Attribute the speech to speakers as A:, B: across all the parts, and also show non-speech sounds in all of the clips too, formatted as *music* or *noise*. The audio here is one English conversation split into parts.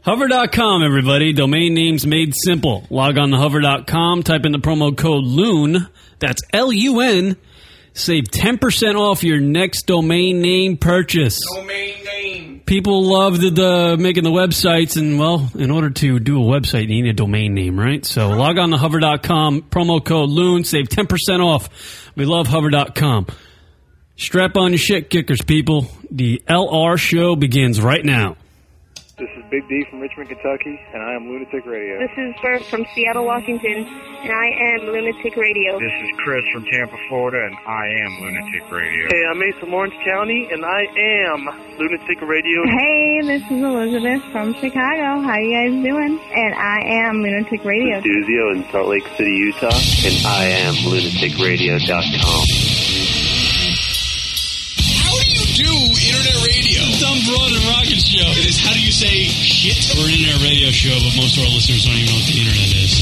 A: Hover.com, everybody. Domain names made simple. Log on to hover.com, type in the promo code LUN. That's L U N. Save 10% off your next domain name purchase.
B: Domain name.
A: People love the, the making the websites, and well, in order to do a website, you need a domain name, right? So log on to hover.com, promo code LUN, save 10% off. We love hover.com. Strap on your shit kickers, people. The LR show begins right now.
C: This is Big D from Richmond, Kentucky, and I am Lunatic Radio.
D: *laughs* This is Bert from Seattle, Washington, and I am Lunatic Radio.
E: This is Chris from Tampa, Florida, and I am Lunatic Radio.
F: Hey, I'm Ace from Orange County, and I am Lunatic Radio.
G: Hey, this is Elizabeth from Chicago. How you guys doing? And I am Lunatic Radio.
H: Duzio in Salt Lake City, Utah, and I am lunaticradio.com.
B: How do you do internet radio?
A: Dumb Broad and Rocket Show.
B: It is how do you say shit?
A: We're an internet radio show, but most of our listeners don't even know what the internet is.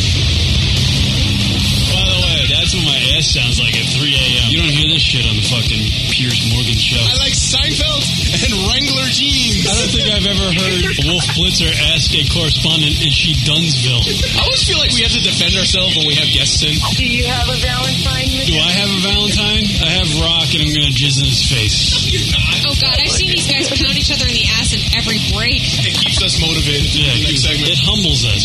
A: By the way, that's what my ass sounds like at 3 a.m. You don't hear this shit on the fucking Piers Morgan show.
B: I like Seinfeld and Wrangler jeans.
A: I don't think I've ever heard Wolf Blitzer ask a correspondent, is she Dunsville?
B: I always feel like we have to defend ourselves when we have guests in.
D: Do you have a Valentine?
A: Do I have a Valentine? I have Rock, and I'm going to jizz in his face.
I: Oh God, I've seen these guys pound each other in the ass in every break.
B: It keeps us motivated.
A: Yeah,
B: for the next
A: it,
B: segment.
A: it humbles us.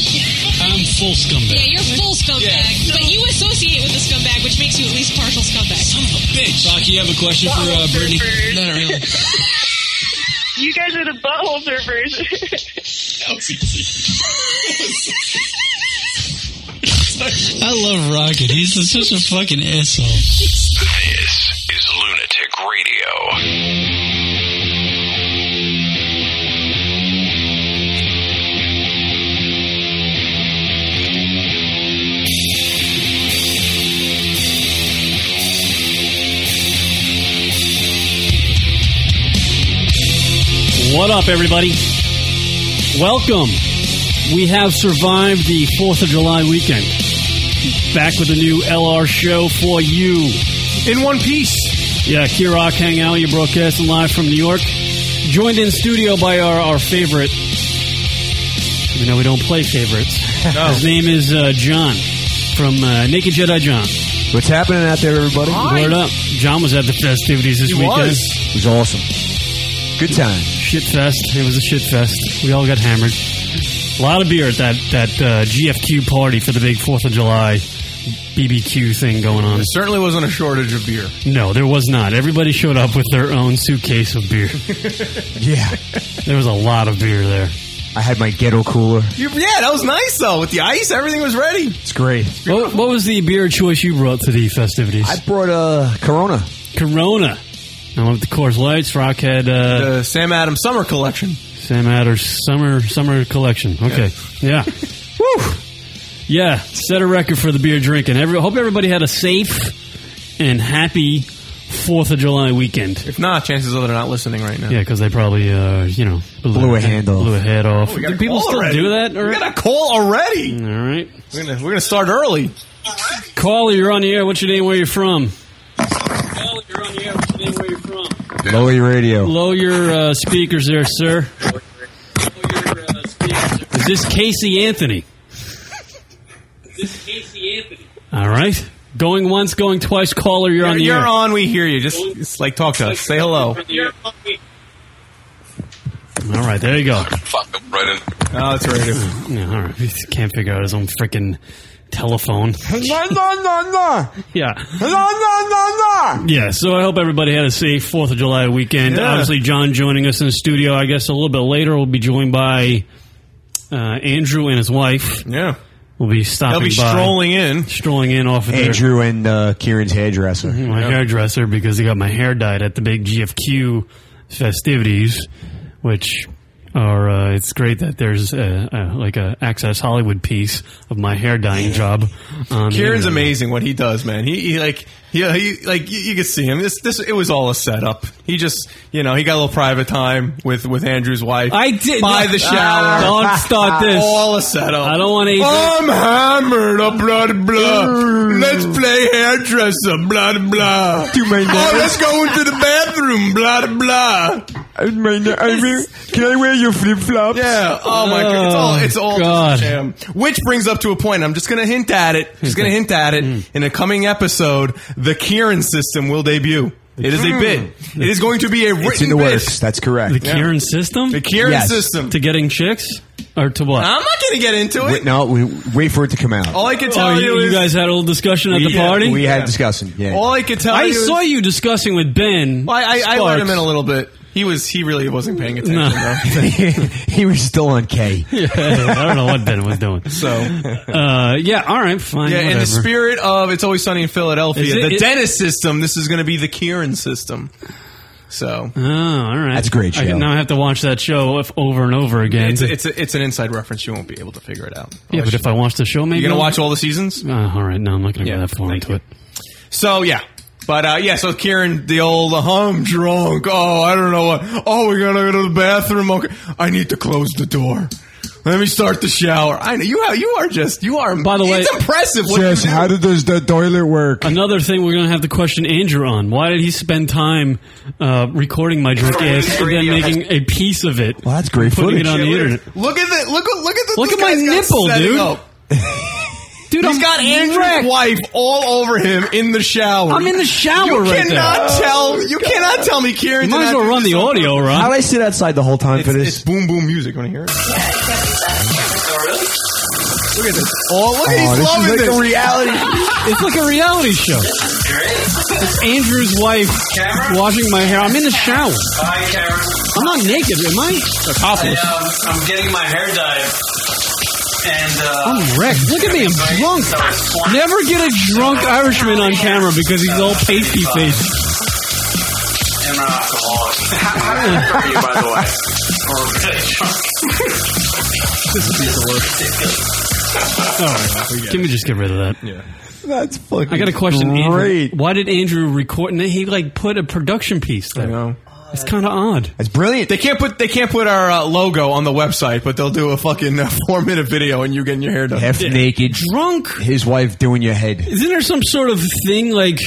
A: I'm full scumbag.
I: Yeah, you're full scumbag,
B: Yeah.
I: but you associate with the scumbag, which makes you at least partial scumbag.
B: Son of a bitch.
A: Rock, you have a question for uh, Brittany?
D: surfers.
A: Not really.
D: You guys are the butthole surfers.
B: That was easy.
A: *laughs* I love Rocket. He's such a fucking asshole.
E: This is Lunatic Radio.
A: What up, everybody? Welcome. We have survived the 4th of July weekend. Back with a new LR show for you.
B: In one piece.
A: Yeah, Key Rock Hangout, you're broadcasting live from New York. Joined in studio by our, our favorite. Even though we don't play favorites.
B: No.
A: His name is uh, John from uh, Naked Jedi John.
J: What's happening out there, everybody?
A: Word up. John was at the festivities this
B: He
A: weekend.
B: was.
J: It was awesome. Good time.
A: Shit fest. It was a shit fest. We all got hammered. A lot of beer at that that uh, GFQ party for the big Fourth of July BBQ thing going on.
B: There certainly wasn't a shortage of beer.
A: No, there was not. Everybody showed up with their own suitcase of beer.
J: Yeah.
A: There was a lot of beer there.
J: I had my ghetto cooler.
B: You- yeah, that was nice though. With the ice, everything was ready.
J: It's great.
A: What, what was the beer choice you brought to the festivities?
J: I brought
B: Uh,
J: a Corona.
A: Corona. I went with the Coors Lights. Rock had uh,
B: The Sam Adams Summer Collection.
A: Sam Adder's summer summer collection. Okay, yeah,
J: *laughs*
A: woo, yeah. Set a record for the beer drinking. Every, hope everybody had a safe and happy Fourth of July weekend.
B: If not, chances are they're not listening right now.
A: Yeah, because they probably uh, you know blew,
J: Blew a hand off.
A: Blew a head off.
B: Oh, We got
A: Do
B: a
A: people
B: call
A: still
B: already.
A: do that? Or,
B: We got a call already.
A: all right,
B: We're gonna, we're gonna start early.
A: caller, you're on the air. What's your name? Where you from? Caller, you're on the air. What's your name? Where you from?
J: Lower your radio.
A: Blow your uh, speakers there, sir. Is this Casey Anthony? Is this Casey Anthony? All right. Going once, going twice, caller, you're on the
B: You're
A: air.
B: on. We hear you. Just, just like talk to us. Say hello.
A: All right, there you go.
E: Fuck them right in.
B: Oh, it's radio.
A: Yeah, all right. He can't figure out his own freaking telephone.
J: No, no, no, no.
A: Yeah.
J: No, no, no, no.
A: Yeah, so I hope everybody had a safe 4th of July weekend.
B: Yeah.
A: Obviously, John joining us in the studio. I guess a little bit later, we'll be joined by uh, Andrew and his wife.
B: Yeah,
A: We'll be stopping
B: they'll be
A: by.
B: strolling in.
A: strolling in off of their-
J: Andrew and uh, Kieran's hairdresser.
A: Mm-hmm. my hairdresser because he got my hair dyed at the big GFQ festivities, which are uh, it's great that there's uh uh like a Access Hollywood piece of my hair dyeing job. On the
B: Kieran's
A: internet.
B: amazing what he does, man. He, he like yeah, he like you, you could see him. This this it was all a setup. He just you know he got a little private time with with Andrew's wife.
A: I did
B: by
A: no,
B: the shower. Ah,
A: Don't start this.
B: all a setup.
A: I don't want to.
B: I'm hammered, uh, blah, blah, blah. Let's play hairdresser, blah, blah.
J: Too many
B: Oh,
J: letters.
B: let's go into the bathroom, blah, blah.
J: Can I wear your flip flops?
B: Yeah. Oh my god. It's all. It's all
A: God.
B: just a sham. Which brings up to a point. I'm just going to hint at it. Just going to hint at it.
A: Hmm.
B: In a coming episode, the Kieran system will debut. It is
A: Hmm.
B: a bit. It is going to be a written
J: It's in the
B: bit.
J: works. That's
A: The
J: correct.
A: Kieran system?
B: The Kieran
J: Yes.
B: system.
A: To getting chicks? Or to what?
B: I'm not going to get into
J: Wait,
B: it.
J: no, we wait for it to come out.
B: All I can
A: Oh,
B: tell you,
A: you, you
B: is
A: guys had a little discussion at the
J: Yeah,
A: party?
J: We
B: Yeah.
J: had discussing. Yeah.
B: all I could tell
A: I
B: you. is-
A: saw you discussing with Ben.
B: Well, I, I, I let
A: Sparks.
B: him in a little bit. He was. He really wasn't paying attention.
A: No. *laughs*
B: though.
A: uh,
J: *laughs* he was still on K.
A: I don't know what Ben was doing.
B: So
A: Uh, yeah, all right, fine.
B: yeah, in
A: whatever.
B: the spirit of "It's Always Sunny in Philadelphia,"
A: Is it-
B: the
A: it-
B: Dennis system. This is going to be the Kieran system. So
A: Oh, all right.
J: That's a great
A: I,
J: show.
A: now I have to watch that show if, over and over again.
B: it's a, it's a, it's an inside reference. You won't be able to figure it out.
A: yeah, but if I watch the show, maybe
B: you're going to
A: I'll-
B: watch all the seasons,
A: Uh, all right, no, I'm not going to
B: Yeah,
A: go that far
B: thank
A: into it.
B: so yeah. But uh, yeah, so Kieran, the old oh, I'm drunk. Oh, I don't know what. Oh, we gotta go to the bathroom. Okay, I need to close the door. Let me start the shower. I know you. Are, you are just you are.
A: By the way-
B: it's impressive. What you do.
J: did this, the toilet work?
A: Another thing we're going to have to question Andrew on. Why did he spend time uh, recording my drunk ass and then making a piece of it?
J: Well, that's great
A: putting it on
J: footage.
A: the internet?
B: Look at the look at look at the
A: Look
B: this
A: at my
B: guy's got
A: nipple,
B: setting
A: dude.
B: up.
A: *laughs* Dude,
B: He's
A: I'm
B: got Andrew's
A: wrecked.
B: wife all over him in the shower.
A: I'm in the shower
B: You
A: right
B: cannot
A: now.
B: tell. You cannot tell me, Kieran.
A: You
B: did
A: might as
B: not
A: well
B: do
A: run
B: this
A: the
B: on purpose.
A: audio, Rob.
J: How'd I sit outside the whole time for
B: It's, it's
J: this?
B: boom boom music. Want to hear it? Look at this. Oh, look at
J: Oh,
B: he's
J: this is
B: loving
J: like
B: this.
J: a
B: *laughs* reality.
A: It's like a reality show. It's Andrew's wife washing my hair. I'm in the shower.
F: Hi, Karen.
A: I'm not naked, am I? Topless.
F: Um, I'm getting my hair dyed. And, uh,
J: Oh,
A: I'm wrecked. Look at me, I'm drunk. Never get a drunk Irishman on camera because he's all pasty faced.
F: and an alcoholic. How, how did that hurt you, by the way? Or was it drunk?
A: Can we just get rid of that?
J: That's fucking.
A: I got a question.
J: Great.
A: Andrew, why did Andrew record? And he like put a production piece there. It's kind of odd.
J: That's brilliant.
B: They can't put they can't put our uh, logo on the website, but they'll do a fucking uh, *laughs* four minute video and you getting your hair done.
J: Half naked,
A: Drunk.
J: his wife doing your head.
A: Isn't there some sort of thing like?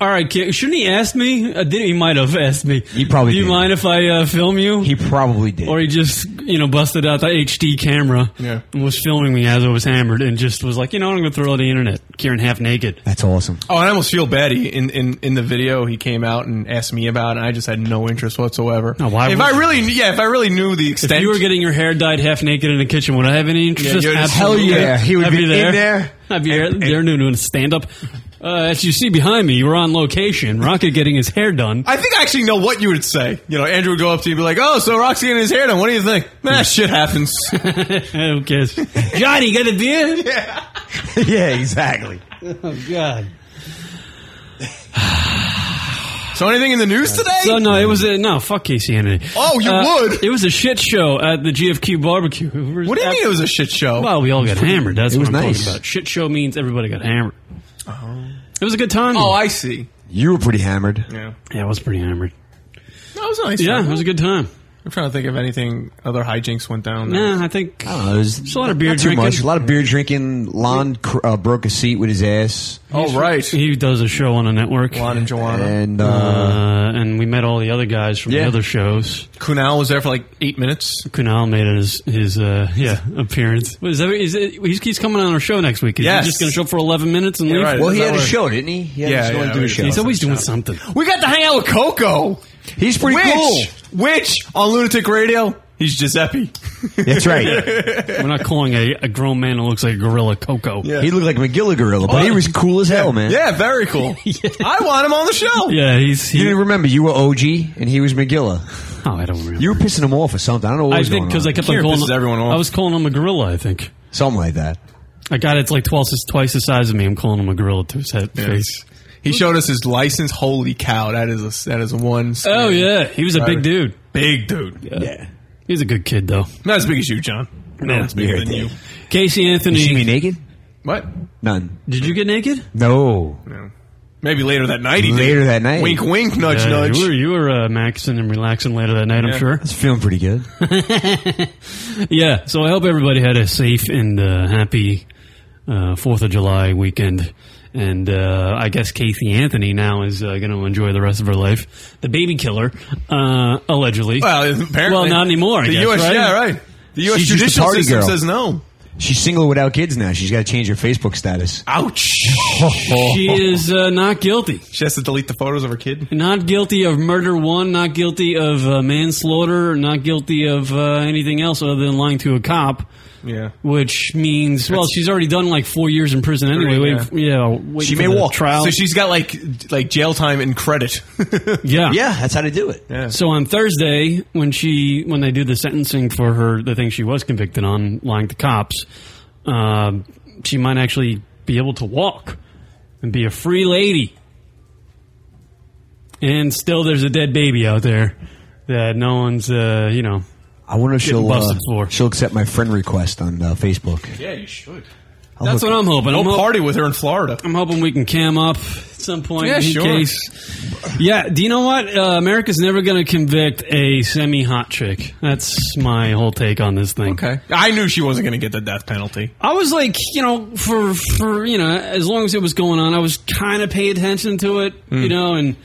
A: All right, kid, shouldn't he ask me? Uh, did, he might have asked me.
J: He probably
A: Do you
J: did.
A: mind if I uh, film you?
J: He probably did.
A: or he just you know busted out the HD camera
B: Yeah.
A: and was filming me as I was hammered and just was like, you know, what, I'm going to throw it on the internet. Kieran half naked.
J: *laughs* That's awesome.
B: Oh, and I almost feel bad. He, in, in in the video, he came out and asked me about, it, and I just had no interest whatsoever.
A: No, why
B: if
A: would
B: I
A: you?
B: really, kn- yeah, if I really knew the
A: If
B: extent,
A: you were getting your hair dyed half naked in the kitchen, would I have any interest?
B: you're just-
J: Hell
A: Absolutely.
J: yeah, he would
A: I'd
J: be in there.
A: I'd be there doing stand up. Uh, as you see behind me, you were on location. Rocket getting his hair done.
B: I think I actually know what you would say. You know, Andrew would go up to you and be like, "Oh, so Roxy and his hair done. What do you think?" Nah, shit happens.
A: Hmm. *laughs* Who cares?
B: *laughs*
A: Johnny, got a beard?
J: *laughs* yeah, exactly.
A: *laughs* Oh God.
B: *sighs* so, anything in the news today?
A: So no, it was a no. Fuck Casey Anthony. Uh,
B: Oh, you would?
A: It was a shit show at the GFQ barbecue. *laughs*
B: what do you mean it was a shit show?
A: Well, we all got hammered. That's
J: it
A: what
J: was
A: I'm
J: nice.
A: talking about. Shit show means everybody got hammered. It was a good time.
B: oh, I see.
J: You were pretty hammered.
B: Yeah,
A: yeah, I was pretty hammered.
B: that was nice.
A: Yeah, it was a good time.
B: I'm trying to think if anything other hijinks went down.
A: Nah, I think
J: I don't know, there's
A: It's a lot of beer
J: Oh, not
A: drinking.
J: Too much. A lot of beer drinking. Lon cr- uh, broke a seat with his ass,
B: oh, right.
A: he does a show on a network.
B: Juan and Joanna.
J: and uh,
A: Uh, and we met all the other guys from the
J: Yeah.
A: other shows.
B: Kunal was there for like eight minutes.
A: Kunal made his his uh, yeah appearance. What is that, is it, he's, he's coming on our show next week. Is
B: Yes.
A: he just going to show up for eleven minutes and leave?
B: right.
J: well, he
B: that
J: had a
B: work?
J: show, didn't he? He had
B: Yeah,
J: to go
B: yeah,
J: and do a
B: we-
J: show.
A: He's always doing something.
B: We got to hang out with Coco.
J: He's pretty
B: which,
J: cool.
B: Which on Lunatic Radio, he's Giuseppe.
J: *laughs* That's right.
A: *laughs* We're not calling a, a grown man who looks like a gorilla Coco.
B: Yeah.
J: He looked like McGilla
A: Oh,
J: Gorilla, but he was cool
A: *laughs*
J: as hell, man.
B: Yeah, very cool. I want him on the show.
A: Yeah, he's
J: You
A: he.
J: didn't remember you were OG and he was McGilla.
A: Oh, I don't remember.
J: You were pissing him off or something. I don't know what
A: I
J: was
A: think
J: going
A: because
J: on.
A: I kept on
B: Kieran
A: calling
B: pisses everyone off.
A: I was calling him a gorilla. I think
J: something like that.
A: I got it's like twice twice the size of me. I'm calling him a gorilla to his head face.
B: He showed us his license. Holy cow, that is a that is a one.
A: Oh yeah, he was a big dude.
B: big dude.
A: Yeah, he's a good kid though.
B: Not as big as you, John. No, it's bigger than you.
A: Casey
J: Did you see me
A: Anthony,
J: naked?
B: What?
J: None.
A: did you get naked?
J: No.
B: Maybe later that night. He did.
J: Later that night.
B: Wink, wink, nudge,
A: Yeah,
B: nudge.
A: You were you were uh, maxing and relaxing later that night. I'm
B: Yeah.
A: sure.
J: That's feeling pretty good.
A: *laughs* Yeah. uh, So I hope everybody had a safe and uh, happy Fourth of July weekend. And uh, I guess Casey Anthony now is uh, going to enjoy the rest of her life. The baby killer, uh, allegedly.
B: Well, apparently.
A: Well, not anymore. I
B: The
A: guess,
B: US
A: right?
B: yeah, right. The U.S.
J: She's just a
B: judicial
J: party
B: system
J: girl.
B: says no.
J: She's single without kids now. She's got to change her Facebook status.
B: Ouch. *laughs*
J: *laughs*
A: She is uh, not guilty.
B: She has to delete the photos of her kid.
A: Not guilty of murder one, not guilty of uh, manslaughter, not guilty of uh, anything else other than lying to a cop,
B: Yeah.
A: which means, well, she's already done like four years in prison anyway.
B: Three,
A: Wait, yeah. wait
B: She
A: for
B: may
A: the
B: walk.
A: Trial.
B: So she's got like like jail time and credit. *laughs*
A: yeah.
J: Yeah, that's how to do it.
A: So on Thursday, when she when they do the sentencing for her the thing she was convicted on lying to cops, um, she might actually be able to walk and be a free lady. And still, there's a dead baby out there that no one's uh, you know
J: I wonder if
A: Getting
J: she'll uh,
A: busted for.
J: she'll accept my friend request on uh, Facebook.
B: yeah, you should.
J: I'll
A: That's
J: look-
A: what I'm hoping.
B: Go
A: I'm, hop-
B: party with her in Florida.
A: I'm hoping we can cam up at some point
B: Yeah,
A: in
B: sure.
A: case. Yeah, do you know what? Uh, America's never going to convict a semi hot chick. That's my whole take on this thing.
B: I knew she wasn't going to get the death penalty.
A: I was like, you know, for for you know, as long as it was going on, I was kind of paying attention to it,
B: Hmm.
A: you know, and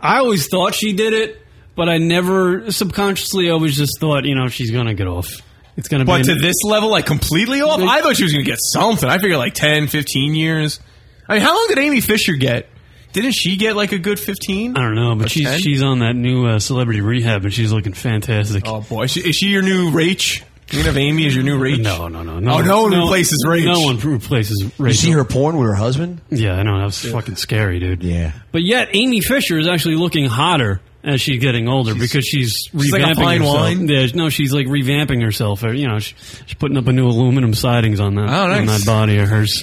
A: I always thought she did it, but I never subconsciously I always just thought, you know, she's gonna get off. It's gonna
B: But
A: be
B: to this level, like completely off, I thought she was going to get something. I figured like 10, 15 years. I mean, how long did Amy Fisher get? Didn't she get like a good 15?
A: I don't know,
B: Or
A: but she's
B: 10?
A: she's on that new uh, celebrity rehab, and she's looking fantastic.
B: Oh, boy. Is she, is she your new Rach? You're going to have Amy as your new Rach?
A: No, no, no, no.
B: Oh, no one replaces Rach.
A: No one replaces Rach.
J: You see her porn with her husband?
A: Yeah, I know. That was fucking scary, dude.
J: Yeah.
A: But yet, Amy Fisher is actually looking hotter as she's getting older because she's revamping
B: she's like a fine
A: herself.
B: wine.
A: Yeah, no, she's like revamping herself. Or, You know, she, she's putting up a new aluminum sidings on that
B: Oh,
A: on
B: nice.
A: that body of
B: *laughs*
A: hers.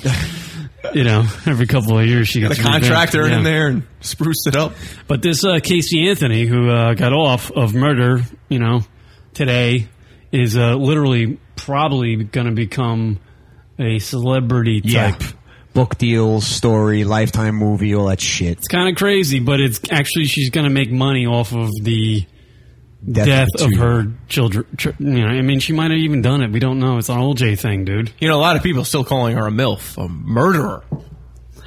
A: you know, every couple of years she
B: The
A: gets revamped.
B: contractor
A: Yeah.
B: in there and spruced it up.
A: But this uh, Casey Anthony, who uh, got off of murder, you know, today is uh, literally probably going to become a celebrity type.
J: Book deals, story, lifetime movie, all that shit.
A: It's kind of crazy, but it's actually she's going to make money off of the
J: Death,
A: death
J: to
A: of
J: you.
A: her children. Ch- you know, I mean, she might have even done it. We don't know. It's an old J thing, dude.
B: You know, a lot of people still calling her a MILF, a murderer.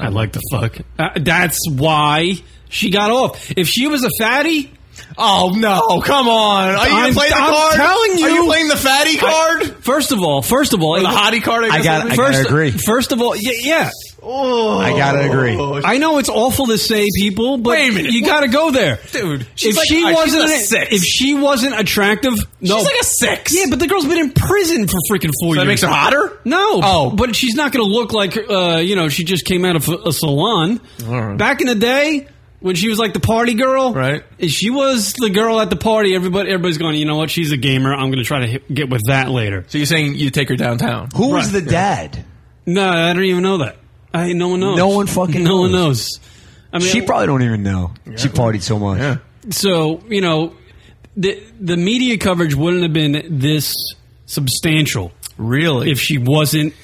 A: I'd like to fuck. Uh, that's why she got off. If she was a fatty,
B: Oh, no. Come on. Are you going
A: I'm-
B: to play the
A: I'm
B: card?
A: telling
B: Are
A: you.
B: you playing the fatty card?
A: first of all, first of all,
B: or the hottie card? I, guess
J: got-
B: it
J: I
B: is?
J: gotta
A: first,
J: agree.
A: First of all, yeah, yeah.
B: Oh.
J: I gotta agree.
A: I know it's awful to say, people, but
B: Wait a minute.
A: you got to go there,
B: Dude, she's
A: if
B: like-
A: she
B: uh, she's
A: wasn't,
B: a six.
A: if she wasn't attractive, no,
B: She's like a six.
A: Yeah, but the girl's been in prison for freaking four years.
B: So that makes her hotter?
A: No.
B: Oh.
A: but she's not going to look like uh, you know she just came out of a salon.
B: All right.
A: Back in the day. When she was like the party girl,
B: Right.
A: She was the girl at the party. Everybody, everybody's going. You know what? She's a gamer. I'm going to try to hit, get with that later.
B: So you're saying you take her downtown?
J: Who was the dad?
A: No, I don't even know that. I no one knows.
J: No one fucking
A: No one knows.
J: knows.
A: I mean,
J: She probably don't even know. She partied so much.
B: Yeah.
A: so you know, the the media coverage wouldn't have been this substantial
B: Really?
A: if she wasn't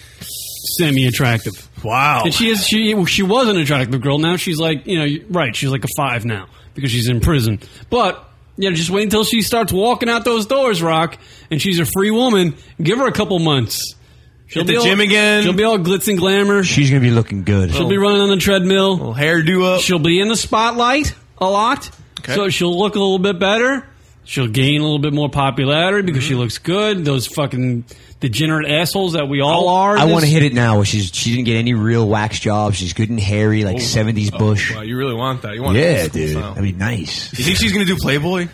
A: semi attractive.
B: wow.
A: And she is she she was an attractive girl. Now she's like you know you- right. She's like a five now because she's in prison. But you know, just wait until she starts walking out those doors, Rock, and she's a free woman. Give her a couple months. She'll
B: Hit the
A: all-
B: gym again.
A: She'll be all glitz and glamour.
J: She's gonna be looking good.
A: She'll be running on the treadmill.
B: Little hairdo up.
A: She'll be in the spotlight a lot,
B: Okay.
A: so she'll look a popularity little bit better. She'll gain a little bit more popularity because she looks good. Those fucking degenerate assholes that we all are.
J: I
A: This-
J: want to hit it now. She's she didn't get any real wax jobs. She's good and hairy, like seventies bush.
B: Oh, Wow, Oh, you really want that? You want
J: yeah,
B: old school
J: dude.
B: style.
J: I mean, nice.
B: you think she's gonna do Playboy?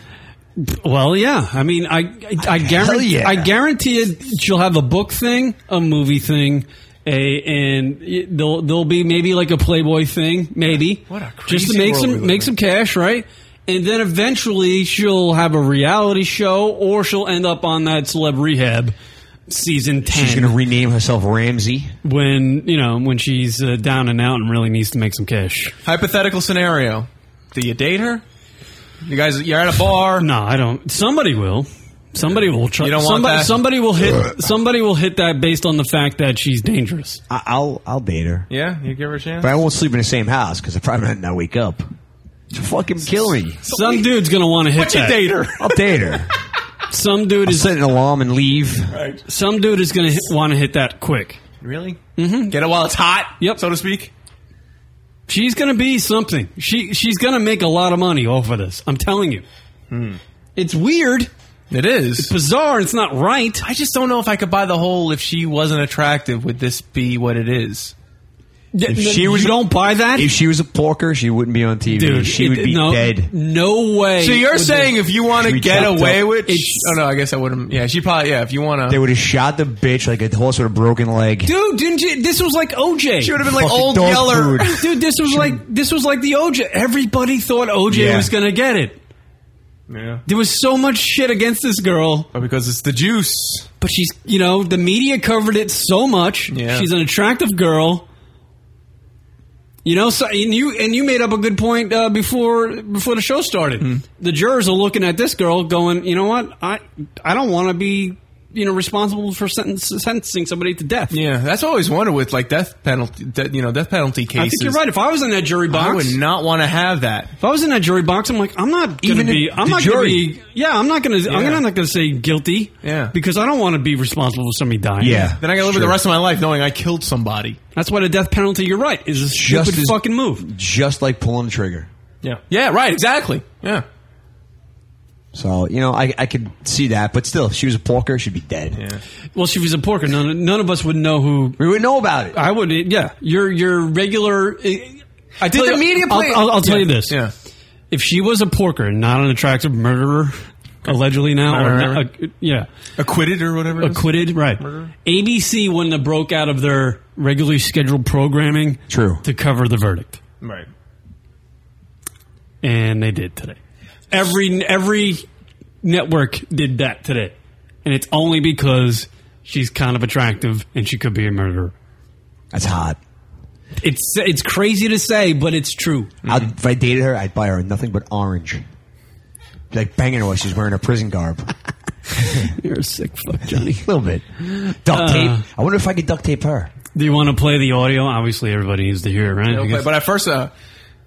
A: Well, yeah. I mean, I I, I guarantee
J: yeah.
A: I guarantee it she'll have a book thing, a movie thing, a and it- there'll there'll be maybe like a Playboy thing, maybe.
B: What a
A: just to
B: crazy
A: make
B: world
A: some
B: we live
A: make
B: in.
A: some cash, right? And then eventually she'll have a reality show, or she'll end up on that celeb rehab season ten.
J: She's gonna rename herself Ramsey.
A: when you know when she's uh, down and out and really needs to make some cash.
B: Hypothetical scenario: Do you date her? You guys, you're at a bar.
A: No, I don't. Somebody will. Somebody will try.
B: You don't want
A: somebody,
B: that?
A: somebody will hit. Somebody will hit that based on the fact that she's dangerous.
J: I, I'll I'll date her,
B: Yeah, you give her a chance.
J: but I won't sleep in the same house because I probably might not wake up. She'll fucking kill me.
A: Some dude's gonna want to hit
B: But you
A: that.
B: date her.
J: I'll date her.
A: Some dude is.
J: Set an alarm and leave.
A: Some dude is gonna hit, want to hit that quick.
B: Really? Mm-hmm. Get it while it's hot.
A: Yep.
B: So to speak.
A: She's going to be something. She she's going to make a lot of money off of this. I'm telling you. It's weird.
B: Hmm. It is.
A: It's bizarre. It's not right.
B: I just don't know if I could buy the whole. If she wasn't attractive, would this be what it is?
J: If she was,
A: you don't buy that,
J: if she was a porker, she wouldn't be on TV.
A: dude.
J: she
A: it-
J: would be
A: no,
J: dead.
A: No way.
B: So you're
A: would
B: saying if you want to
J: She
B: get
J: chopped
B: away
J: up.
B: with?
A: It's-
B: oh no, I guess I wouldn't. Yeah, she probably. Yeah, if you want
J: They
B: to,
J: would have shot the bitch like a horse with a broken leg.
A: they- dude? Didn't you? This was like OJ.
B: she would have been like
J: Fucking
B: old
J: dog
B: Yeller. *laughs*
J: food.
A: dude, this was like this was like the OJ. Everybody thought OJ
J: Yeah.
A: was going to get it.
B: Yeah,
A: There was so much shit against this girl.
B: but because it's the juice.
A: But she's, you know, the media covered it so much.
B: Yeah.
A: She's an attractive girl. You know, so and you and you made up a good point uh, before before the show started.
B: Hmm.
A: The jurors are looking at this girl, going, "You know what? I I don't want to be, you know, responsible for sentence, sentencing somebody to death."
B: Yeah, that's always wondered with like death penalty. de- you know, death penalty cases.
A: I think you're right. If I was in that jury box,
B: I would not want to have that.
A: If I was in that jury box, I'm like, I'm not gonna
J: Even the-
A: be, I'm
J: the
A: not
J: jury.
A: gonna be, yeah, I'm not gonna, I'm
B: Yeah.
A: gonna, not gonna say guilty,
B: Yeah.
A: because I don't want to be responsible for somebody dying.
J: Yeah.
B: Then I got to live with the
J: Sure.
B: rest of my life knowing I killed somebody.
A: that's why the death penalty. You're right, is a
J: Just
A: stupid
J: as-
A: fucking move.
J: Just like pulling the trigger.
B: Yeah. Yeah. Right. Exactly. Yeah.
J: So you know, I, I could see that, but still, if she was a porker. She'd be dead.
B: Yeah.
A: Well, she was a porker. None, none of us would know who.
J: We wouldn't know about it.
A: I would, yeah, your your regular. eh, I
B: Did the media play-
A: I'll, I'll, I'll tell
B: Yeah.
A: you this.
B: Yeah.
A: If she was a porker, not an attractive murderer, allegedly now, or
B: Murderer.
A: not- uh, yeah,
B: Acquitted or whatever. it is.
A: acquitted. Right. ABC wouldn't have broke out of their regularly scheduled programming.
J: True.
A: To cover the verdict,
B: Right.
A: and they did today. Every every network did that today, and it's only because she's kind of attractive and she could be a murderer.
J: That's hot.
A: It's it's crazy to say, but it's true.
J: I'd, if I dated her, I'd buy her nothing but orange. Be Like banging her while she's wearing her prison garb. A
A: *laughs* You're a sick fuck,
J: *laughs*
A: Johnny.
J: little bit. Duct
A: Uh,
J: tape. I wonder if I could duct tape her.
A: Do you want to play the audio? Obviously, everybody needs to hear, it, right?
B: No,
A: I guess-
B: but, but I first uh,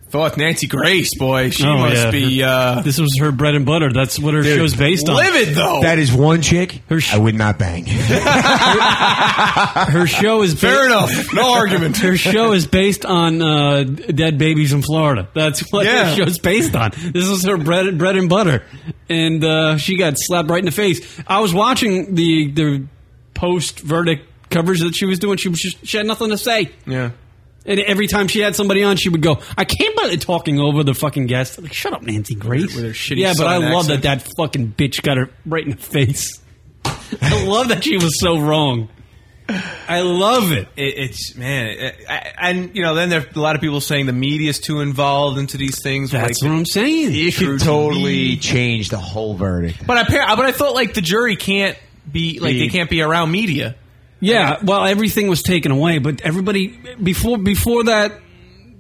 B: thought Nancy Grace, boy, she
A: Oh,
B: must
A: yeah. *laughs*
B: be uh,
A: this was her bread and butter. That's what her show's based on.
B: livid though.
J: That is one chick
A: Her sh-
J: I would
A: *laughs*
J: not bang.
A: Her show is ba-
B: Fair enough. No argument.
A: Her show is based on uh, dead babies in Florida. That's *laughs* what
B: Yeah.
A: her show's based on. This is her bread, bread and butter, and uh, she got slapped right in the face. I was watching the the post verdict coverage that she was doing. She was just, she had nothing to say,
B: Yeah.
A: and every time she had somebody on, she would go, "I can't believe talking over the fucking guest." Like, shut up, Nancy Grace.
B: With her shitty
A: yeah, but I
B: Southern
A: love that
B: accent.
A: that fucking bitch got her right in the face.
B: uh,
A: I love that she was so wrong. I love it.
B: It, it's man, it, I, and you know, then there are a lot of people saying the media's too involved into these things.
A: That's
B: like,
A: what I'm saying.
B: the
J: She
B: issue
J: could totally change the whole verdict.
B: But I, par- but I thought like the jury can't be like they
J: Be-
B: can't be around media.
A: Yeah, well, everything was taken away, but everybody before before that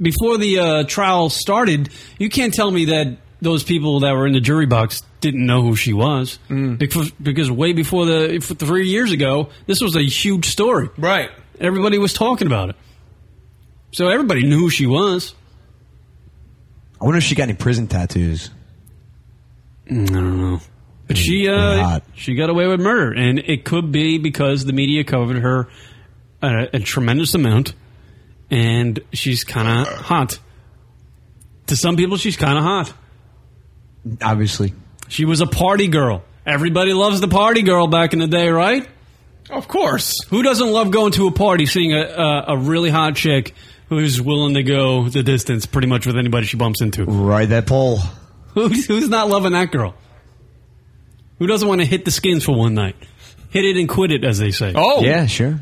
A: before the uh, trial started, you can't tell me that those people that were in the jury box didn't know who she was because because way before the if- three years ago, this was a huge story.
B: Right.
A: Everybody was talking about it, so everybody knew who she was.
J: I wonder if she got any prison tattoos.
A: I don't know. But she
J: Or
A: uh,
J: not.
A: she got away with murder, and it could be because the media covered her uh, a, a tremendous amount, and she's kind of hot. To some people, she's kind of hot.
J: Obviously.
A: She was a party girl. Everybody loves the party girl back in the day, right?
B: Of course.
A: Who doesn't love going to a party, seeing a, a, a really hot chick who's willing to go the distance pretty much with anybody she bumps into?
J: Ride that pole.
A: Who's, who's not loving that girl? Who doesn't want to hit the skins for one night? Hit it and quit it, as they say.
B: Oh,
J: Yeah, sure.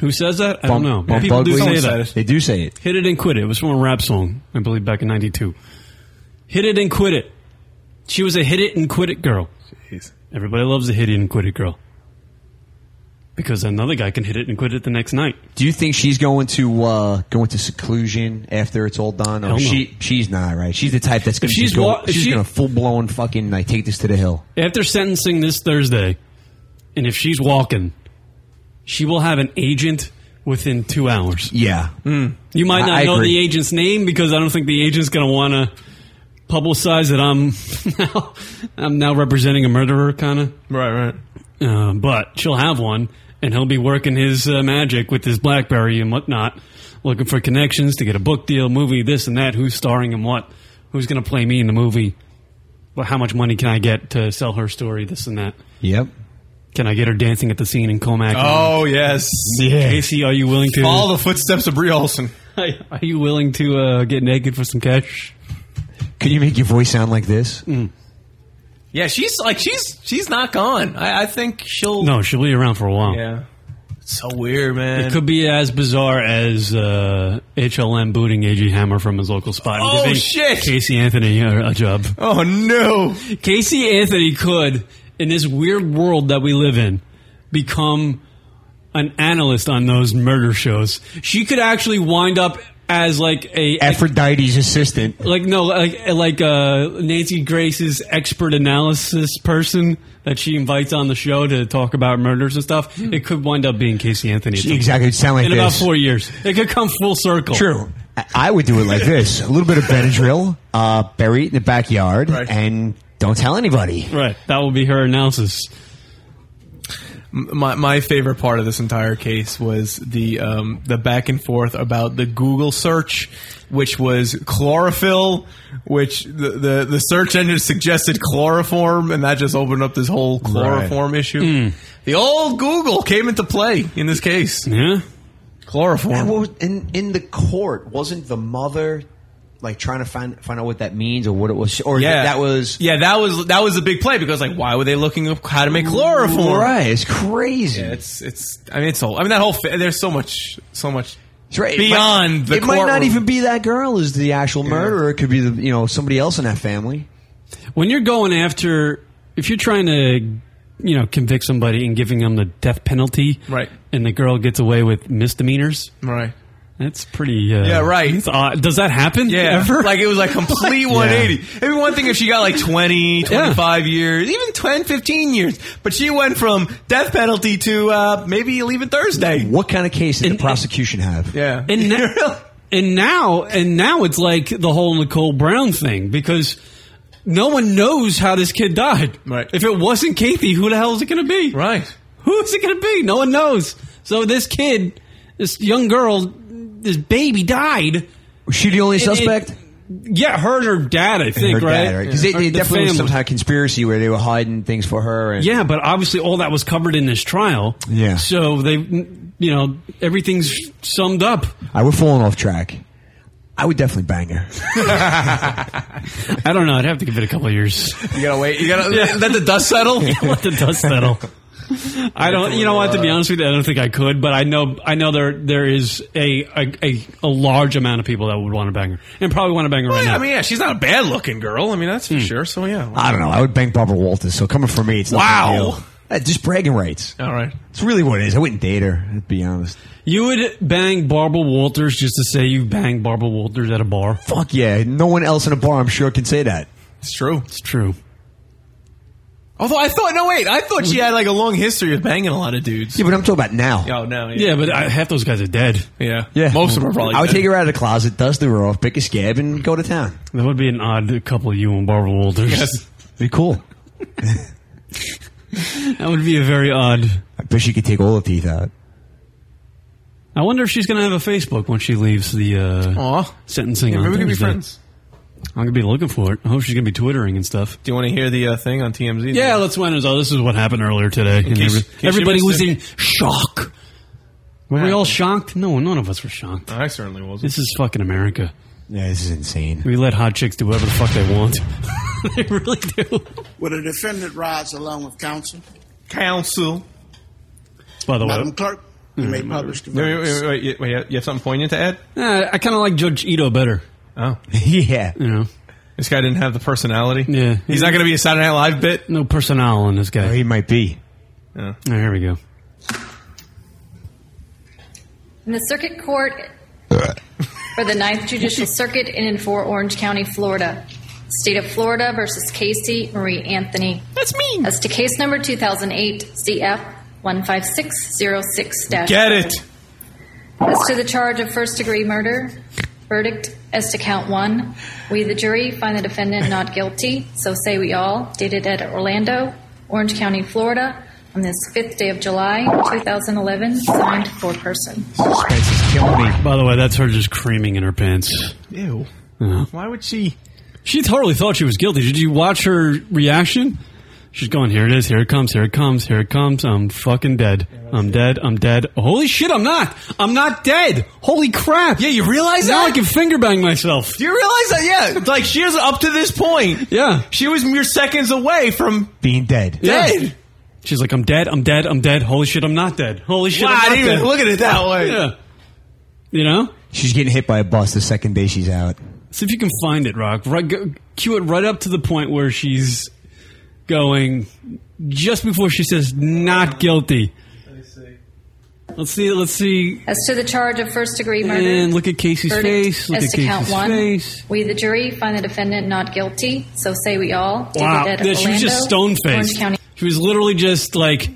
A: Who says that? I don't know.
J: Bump
A: People do
J: Ugly.
A: say that.
J: They do say it.
A: Hit it and quit it. It was from a rap song, I believe, back in 92. Hit it and quit it. She was a hit it and quit it girl. Everybody loves a hit it and quit it girl. Because another guy can hit it and quit it the next night.
J: Do you think she's going to uh, go into seclusion after it's all done?
A: Hell no.
J: Or she she's not right. She's the type that's going to
A: she's
J: she's, go,
A: wa- if
J: she's
A: she-
J: going to full blown fucking like take this to the hill.
A: After sentencing this Thursday, and if she's walking, she will have an agent within two hours.
J: Yeah,
B: Hmm.
A: You might
J: I-
A: not
J: I
A: know
J: agree.
A: the agent's name because I don't think the agent's going to want to publicize that I'm *laughs* now, I'm now representing a murderer, kind of.
B: Right. Right.
A: Uh, but she'll have one, and he'll be working his uh, magic with his BlackBerry and whatnot looking for connections to get a book deal, movie, this and that. Who's starring in what? Who's going to play me in the movie? Well, how much money can I get to sell her story? This and that.
J: Yep.
A: Can I get her dancing at the scene in Comac?
B: Oh yes,
A: Casey, are you willing to
B: Follow the footsteps of Brie Olson.
A: *laughs* Are you willing to uh, get naked for some cash? Mm.
J: Can you make your voice sound like this?
B: Yeah, she's like she's she's not gone. I, I think she'll.
A: No, she'll be around for a while.
B: Yeah. It's so weird, man.
A: It could be as bizarre as uh, HLM booting AG Hammer from his local spot. and
B: Oh,
A: giving
B: shit!
A: Casey Anthony a, a job.
B: oh no!
A: Casey Anthony could, in this weird world that we live in, become an analyst on those murder shows. She could actually wind up as like a
J: Aphrodite's assistant.
A: like no like like uh, Nancy Grace's expert analysis person that she invites on the show to talk about murders and stuff. It could wind up being Casey Anthony. at some
J: Hmm. Exactly. It'd sound like
A: in
J: this.
A: about four years. It could come full circle.
J: True. I- I would do it *laughs* like this: a little bit of Benadryl, uh, bury it in the backyard,
B: Right.
J: and don't tell anybody.
A: Right. That will be her analysis.
B: My my favorite part of this entire case was the um, the back and forth about the Google search, which was chlorophyll, which the the, the search engine suggested chloroform, and that just opened up this whole chloroform issue.
A: Hmm.
B: The old Google came into play in this case.
A: Yeah.
J: And
B: Chloroform.
J: what was, in in the court, wasn't the mother like trying to find find out what that means or what it was, or
B: Yeah,
J: that, that was
B: yeah. That was that was a big play because like, why were they looking up how to make chloroform?
J: Right, it's crazy.
B: Yeah, it's it's. I mean, it's all. I mean, that whole. fa- There's so much, so much
J: It's right.
B: beyond
J: it might,
B: the.
J: It might not
B: courtroom.
J: even be that girl is the actual murderer. It could be the you know somebody else in that family.
A: When you're going after, if you're trying to, you know, convict somebody and giving them the death penalty,
B: Right.
A: And the girl gets away with misdemeanors.
B: right.
A: That's pretty. Uh,
B: Yeah, right.
A: that's odd. Does that happen?
B: Yeah,
A: Ever?
B: like it
A: *laughs*
B: was like complete 180. It'd be one thing if she got like 20, 25 years, even 10, 15 years, but she went from death penalty to uh, maybe leaving Thursday.
J: What kind of case did
A: And-
J: the prosecution have?
B: Yeah,
A: *laughs* And now, and now, and now it's like the whole Nicole Brown thing because no one knows how this kid died.
B: Right.
A: If it wasn't Kathy, who the hell is it going to be?
B: right.
A: Who is it going to be? No one knows. So this kid, this young girl, this baby died.
J: Was she the only suspect?
A: Yeah, her and her dad, I think,
J: her
A: right?
J: dad, right? Because
A: Or
J: they, they
A: the
J: definitely was some
A: family.
J: kind of conspiracy where they were hiding things for her. And
A: Yeah, but obviously all that was covered in this trial.
J: Yeah.
A: So they, you know, everything's summed up.
J: I we're falling off track. I would definitely bang her.
A: I don't know. I'd have to give it a couple of years.
B: You gotta wait.
A: *laughs*
B: You gotta uh, let the dust settle.
A: let the dust settle. I don't. You know what? To be honest with you, I don't think I could. But I know. I know there there is a a, a, a large amount of people that would want to bang her, and probably want to bang her right
B: Well,
A: now.
B: I mean, yeah, she's not a bad looking girl. I mean, that's for
A: Hmm.
B: sure. So yeah.
J: I don't know. I would bang Barbara Walters. So coming from me, it's not
B: Wow.
J: a big deal. Uh, just bragging rights.
B: All right.
J: It's really what it is. I wouldn't date her. To be honest,
A: you would bang Barbara Walters just to say you banged Barbara Walters at a bar.
J: fuck yeah. No one else in a bar, I'm sure, can say that.
B: It's true.
A: It's true.
B: Although I thought, no, wait, I thought she had like a long history of banging a lot of dudes.
J: Yeah, but I'm talking about now.
B: Oh no.
A: Yeah, but I, half those guys are dead.
B: yeah.
J: Yeah.
B: Most of them are probably.
J: I would
B: dead.
J: take her out of the closet, dust her off, pick a scab, and go to town.
A: That would be an odd couple, you and Barbara Walters.
B: Yes.
J: Be cool.
A: That would be a very odd.
J: I bet she could take all the teeth out.
A: I wonder if she's going to have a Facebook when she leaves the uh,
B: Aw.
A: sentencing.
B: Yeah,
A: on
B: maybe we can be
A: Thursday.
B: friends.
A: I'm going to be looking for it. I hope she's going to be twittering and stuff.
B: Do you want to hear the uh, thing on TMZ?
A: Yeah, let's wind this up. This is what happened earlier today. And
B: case-
A: every-
B: in case you
A: everybody was
B: missed it.
A: in shock. Were we all shocked? No, none of us were shocked.
B: I certainly wasn't.
A: This is fucking America.
J: Yeah, this is insane.
A: We let hot chicks do whatever the fuck they want. *laughs* they really do.
F: Would a defendant rise along with counsel?
B: counsel.
A: By the way,
F: Clerk, you may publish the
B: Wait, wait, wait, wait, wait, wait, you have something poignant to add?
A: eh, I kind of like Judge Ito better. *laughs*
B: Oh,
J: yeah.
A: You know,
B: this guy didn't have the personality.
A: Yeah.
B: he's not going to be a Saturday Night Live bit.
A: no personnel in this guy.
J: Or he might be.
A: Oh, here we go.
I: In the circuit court for the Ninth Judicial Circuit in and for Orange County, Florida. State of Florida versus Casey Marie Anthony. That's me. As to case number 2008 CF 15606
B: Get it?
I: As to the charge of first degree murder, verdict as to count one, we the jury find the defendant not guilty, so say we all, dated at Orlando, Orange County, Florida, on this 5th day of July, 2011, signed for person.
A: By the way, that's her just creaming in her pants.
B: Ew.
A: Yeah.
B: Why would she?
A: She totally thought she was guilty. Did you watch her reaction? She's going, here it is, here it comes, here it comes, here it comes. I'm fucking dead. I'm dead, I'm dead. Holy shit, I'm not. I'm not dead. Holy crap. Yeah, you realize now that? I can finger bang myself.
B: Do you realize that? Yeah, like she was up to this point.
A: Yeah,
B: she was mere seconds away from
J: Being dead.
A: Yeah.
B: dead.
A: She's like, I'm dead, I'm dead, I'm dead. Holy shit, I'm not dead. Holy shit,
B: Wow,
A: I'm
B: I
A: not
B: didn't even
A: dead.
B: look at it that way.
A: Yeah. You know?
J: She's getting hit by a bus the second day she's out.
A: See if you can find it, Rock. Right, go, cue it right up to the point where she's going, just before she says not guilty. Let's see. Let's see.
I: As to the charge of first degree murder,
A: And look at Casey's
I: verdict
A: face. Look
I: as
A: at
I: to count
A: Casey's
I: one,
A: face.
I: we the jury find the defendant not guilty. So say we all.
A: Wow.
I: David
A: Yeah,
I: Ed
A: she was just
I: Orlando,
A: stone faced. *laughs*
I: Orange County.
A: She was literally just like,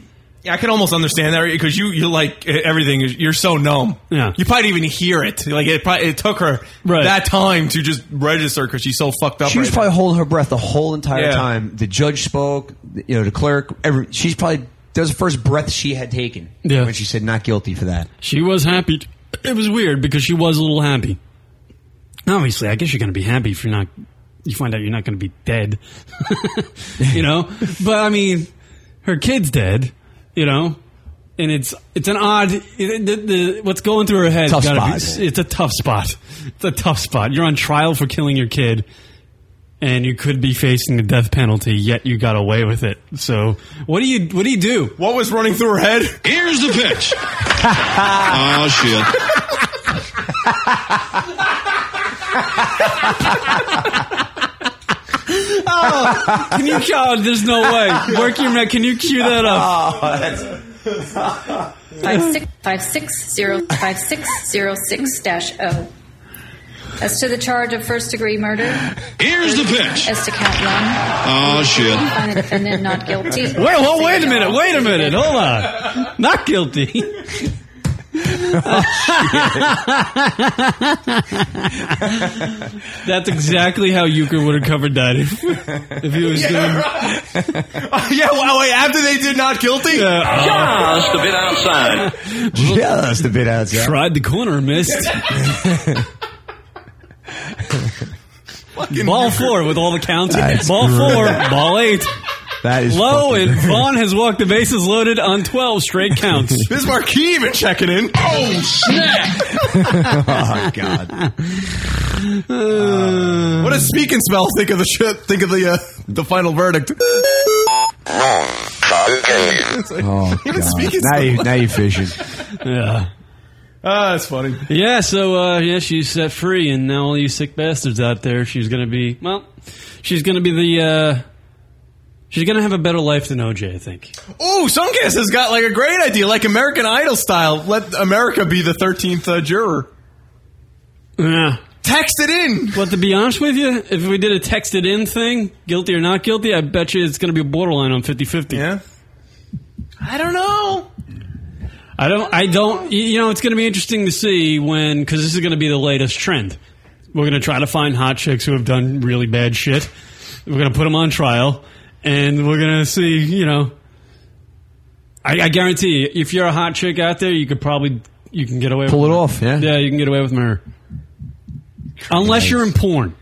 B: Yeah, I can almost understand that because you you like eh, everything. is- You're so numb.
A: Yeah.
B: you probably didn't even hear it. Like it probably it took her
A: Right.
B: that time to just register because she's so fucked up.
J: She was
B: right
J: probably holding her breath the whole entire
B: Yeah.
J: time. The judge spoke. the- You know, the clerk. Every, she's probably that was the first breath she had taken
A: Yeah.
J: when she said not guilty for that.
A: she was happy. It was weird because she was a little happy. Obviously, I guess you're going to be happy if you're not. You find out you're not going to be dead. *laughs* you know, but I mean, her kid's dead. You know, and it's it's an odd it, the, the, what's going through her head.
J: Tough
A: gotta
J: spot.
A: Be, it's a tough spot. It's a tough spot. You're on trial for killing your kid, and you could be facing the death penalty. Yet you got away with it. So what do you what do you do?
B: What was running through her head?
K: Here's the
B: *laughs*
K: pitch. oh shit.
A: Oh, Can you? God, there's no way. Work your man. Can you cue that up?
I: Five six five six zero five six zero six dash O. As to the charge of first degree murder,
K: Here's the pitch.
I: as to count one,
K: Oh shit.
I: find the defendant not guilty. Wait,
A: Wait, well, wait a minute. Wait a minute. Hold on. Not guilty. *laughs* That's exactly how Euchre would have covered that if, if he was doing.
B: *laughs* yeah, well, wait, after they did not guilty.
A: Uh,
H: Just a bit
A: *laughs*
H: outside.
J: Just a bit outside.
A: Tried the corner, and missed.
B: Fucking
A: Ball
B: weird.
A: four with all the counts.
J: That's
A: ball four, ball eight.
J: That is
A: Low,
J: fucking-
A: and Vaughn has walked the bases loaded on 12 straight
J: *laughs*
A: counts.
B: This marquee even checking in. Oh snap! *laughs*
J: oh god.
A: Uh,
B: what does speak and spell think of the shit? Think of the uh, the final verdict. It's like,
L: *laughs*
J: Oh
B: even speak
J: god.
B: and
J: Now
B: spell.
J: you now you fishing.
A: Yeah.
B: Ah, that's funny.
A: Yeah, so uh, yeah, she's set free, and now all you sick bastards out there, she's gonna be well, she's gonna be the uh, she's gonna have a better life than OJ, I think.
B: Oh, Suncast has got like a great idea, like American Idol style. Let America be the thirteenth uh, juror.
A: Yeah.
B: Text it in.
A: But to be honest with you, if we did a texted in thing, guilty or not guilty, I bet you it's gonna be borderline on 50-50.
B: Yeah. I don't know.
A: I don't. I don't. You know, it's going to be interesting to see when because this is going to be the latest trend. We're going to try to find hot chicks who have done really bad shit. We're going to put them on trial, and we're going to see. You know, I, I guarantee you, if you're a hot chick out there, you could probably you can get away
J: Pull
A: with
J: it off, yeah.
A: Yeah, you can get away with murder, unless you're in porn.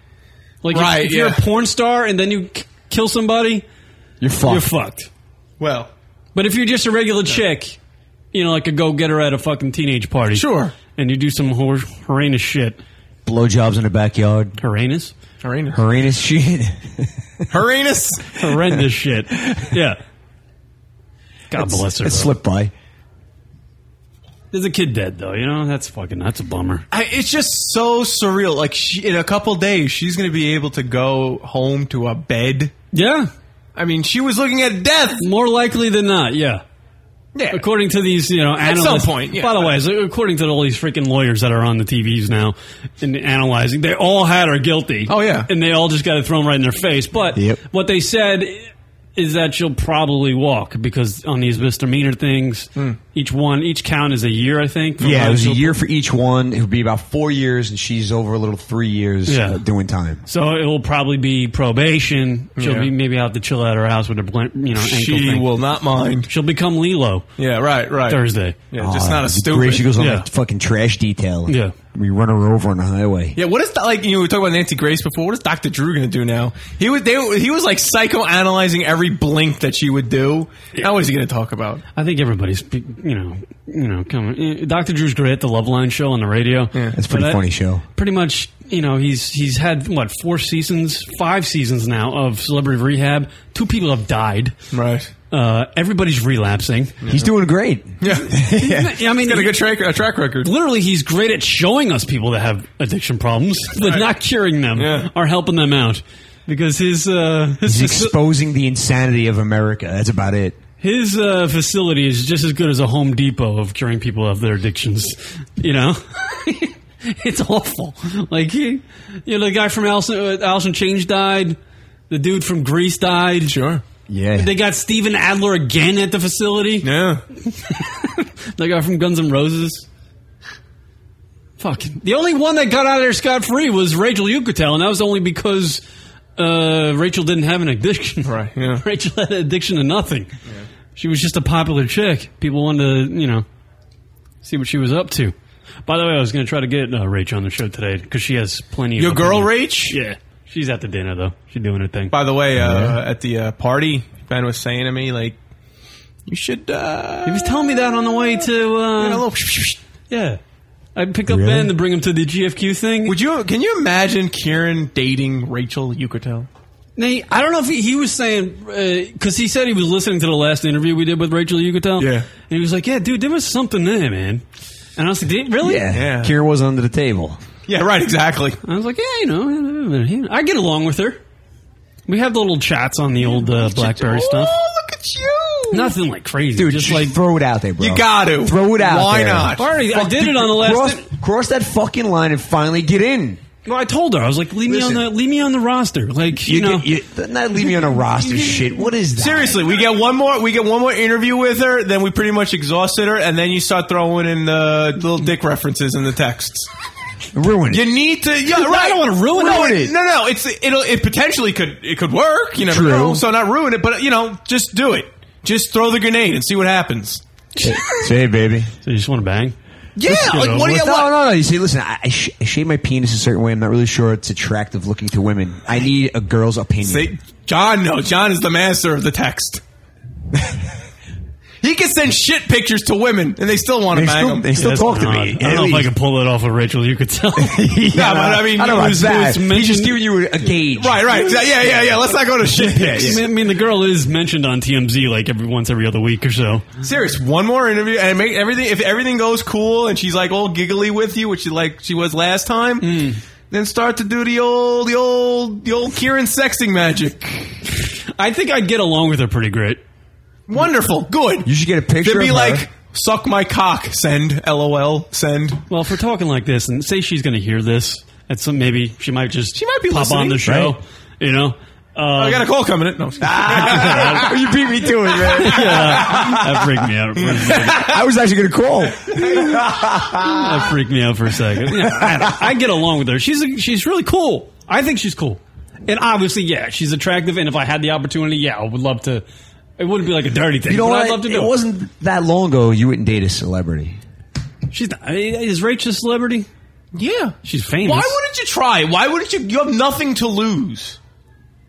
A: Like if-
B: Right,
A: if, you're
B: yeah.
A: a porn star and then you k- kill somebody,
J: You're fucked.
A: you're fucked.
B: Well,
A: But if you're just a regular chick, you know, like a go getter at a fucking teenage party,
B: sure.
A: and you do some hor- horrendous shit.
J: Blowjobs in the backyard.
A: Horrendous?
B: Uranus.
J: Horrendous shit.
B: Uranus.
A: Horrendous shit. Yeah. *laughs* God bless her.
J: It
A: bro.
J: slipped by.
A: There's a kid dead though. You know that's fucking that's a bummer.
B: I, it's just so surreal. Like she, in a couple days, she's going to be able to go home to a bed.
A: Yeah.
B: I mean, she was looking at death.
A: More likely than not. Yeah.
B: Yeah.
A: According to these, you know,
B: At
A: analysts.
B: some point, yeah.
A: By the way, so according to all these freaking lawyers that are on the TVs now and analyzing, they all had her guilty.
B: Oh, yeah.
A: and they all just got it thrown right in their face. But
J: Yep.
A: what they said is that she'll probably walk because on these misdemeanor things,
B: Hmm.
A: each one, each count is a year, I think. from
J: Yeah,
A: how
J: it was a
A: she'll-
J: year for each one. It would be about four years, and she's over a little three years
A: Yeah.
J: uh, doing time.
A: So it will probably be probation. She'll
J: Yeah.
A: be maybe out to chill at her house with her, blan- you know, ankle
B: She
A: thing.
B: will not mind.
A: She'll become Lilo.
B: Yeah, right, right.
A: Thursday.
B: Yeah, just not a
J: It'd be great.
B: stupid.
J: uh, She goes on
B: yeah.
J: that fucking trash detail.
B: Yeah.
J: we run her over on the highway.
B: Yeah, what is that like? You know, we talked about Nancy Grace before. What is Dr. Drew going to do now? He was they, he was like psychoanalyzing every blink that she would do. Now what is he going to talk about?
A: I think everybody's, you know, you know, coming. Dr. Drew's great at the Love Line show on the radio.
J: It's a pretty
A: But I-
J: funny show.
A: Pretty much, you know, he's he's had what four seasons, five seasons now of Celebrity Rehab. Two people have died.
B: Right.
A: Uh, everybody's relapsing. *laughs*
J: He's doing great. *laughs*
B: Yeah.
A: I mean,
B: He's got a good track a track record.
A: Literally, he's great at showing us people that have addiction problems, but not curing them or helping them out because his uh, his
J: He's
A: faci-
J: exposing the insanity of America. That's about it.
A: His uh, facility is just as good as a Home Depot of curing people of their addictions. You know, *laughs* it's awful. Like he, you know, the guy from Allison, uh, Allison Change died. The dude from Greece died.
B: Sure.
J: Yeah.
A: They got Steven Adler again at the facility.
B: Yeah.
A: *laughs* the guy from Guns N' Roses. Fucking. The only one that got out of there scot free was Rachel Yucatel, and that was only because uh, Rachel didn't have an
B: *laughs*
A: addiction. Right.
B: Yeah.
A: *laughs* Rachel had an addiction to nothing. She was just a popular chick. People wanted to, you know, see what she was up to. By the way, I was going to try to get uh, Rach on the show today because she has plenty of.
B: Your girl,
A: opinions.
B: Rach?
A: Yeah. She's at the dinner, though. She's doing her thing.
B: By the way, uh, at the uh, party, Ben was saying to me like, "You should." Uh,
A: He was telling me that on the way to. Uh, yeah. I pick up
B: Really?
A: Ben to bring him to the GFQ thing.
B: Would you? Can you imagine Kieran dating Rachel Yucatel?
A: Nate, I don't know if he, he was saying because he said he was listening to the last interview we did with Rachel Yucatel. Yeah, and he was like, "Yeah, dude, there was something there, man." And I was like, "Did- "Really?
J: Yeah. Kira was under the table.
B: Yeah, right. Exactly.
A: I was like, "Yeah, you know, I get along with her. We have little chats on the old uh, BlackBerry stuff.
B: look at you!
A: Nothing like crazy,
J: Dude,
A: just
J: just
A: like
J: throw it out there, bro.
A: You gotta.
J: throw it out.
A: Why
J: there.
A: not? I already- I
J: Fuck,
A: did
J: dude,
A: it on the last
J: Cross,
A: di-
J: cross that fucking line and finally get in.
A: Well, I told her I was like, "Leave me on the leave me on the roster." Like, you,
J: You
A: know,
J: get- you- not leave me on
A: *laughs*
J: a roster. shit. What is that?
B: Seriously, we get one more. We get one more interview with her. Then we pretty much exhausted her, and then you start throwing in the little dick references in the texts.
J: Ruin
B: You need to. Yeah, right.
A: I don't wanna ruin
B: no,
A: it.
B: No, no. It's it'll it potentially could it could work. You never
J: True.
B: know. So not ruin it, but you know, just do it. Just throw the grenade and see what happens.
J: Say, baby.
A: So you just want to bang?
B: Yeah, like what do you
J: no,
B: want?
J: no, no. You see, listen, I, I, sh- I shave my penis a certain way. I'm not really sure it's attractive looking to women. I need a girl's opinion.
B: See, John, no, John is the master of the
J: *laughs*
B: text. he can send shit pictures to women, and they still want to
J: They
B: bang
J: still-
B: them.
J: they still talk to
A: Uh,
J: me.
A: I don't know if I can pull that off of Rachel. You could
J: *laughs*
A: tell.
B: Yeah, but I mean,
J: I don't
B: it
J: know
B: was-
J: about
B: it
J: that.
B: was
J: He's just giving you a gauge.
B: Right, right. Exa- Yeah, yeah, yeah. Let's not go to shit pics.
A: I mean, the girl is mentioned on TMZ like every once every other week or so.
B: Serious. One more interview and make everything. If everything goes cool and she's like all giggly with you, which she like she was last time, then start to do the old, the old, the old Kieran sexting magic.
A: I think I'd get along with her pretty great.
B: Wonderful. Good.
J: You should get a
B: It'd
J: picture
B: be
J: of her.
B: like suck my cock. Send. LOL. Send.
A: Well, if we're talking like this, and say she's going to hear this, at some maybe she might just she
B: might be
A: pop on
B: listening,
A: the show.
B: right?
A: You know, uh,
B: I got a call coming in.
A: *laughs*
B: No.
J: you beat *laughs* me to it, man.
A: that freaked me out. For a
B: *laughs*
A: second.
J: I was actually going to call.
A: That freaked me out for a second. Yeah, I, I get along with her. She's a, she's really cool. I think she's cool, and obviously, yeah, she's attractive. And if I had the opportunity, yeah, I would love to. It wouldn't be like a dirty thing.
J: You know
A: but
J: what?
A: I'd love to
J: it
A: do.
J: wasn't that long ago you wouldn't date a celebrity.
A: She's not, is Rachel a celebrity?
B: Yeah.
A: *laughs* She's famous.
B: Why wouldn't you try? Why wouldn't you? You have nothing to lose.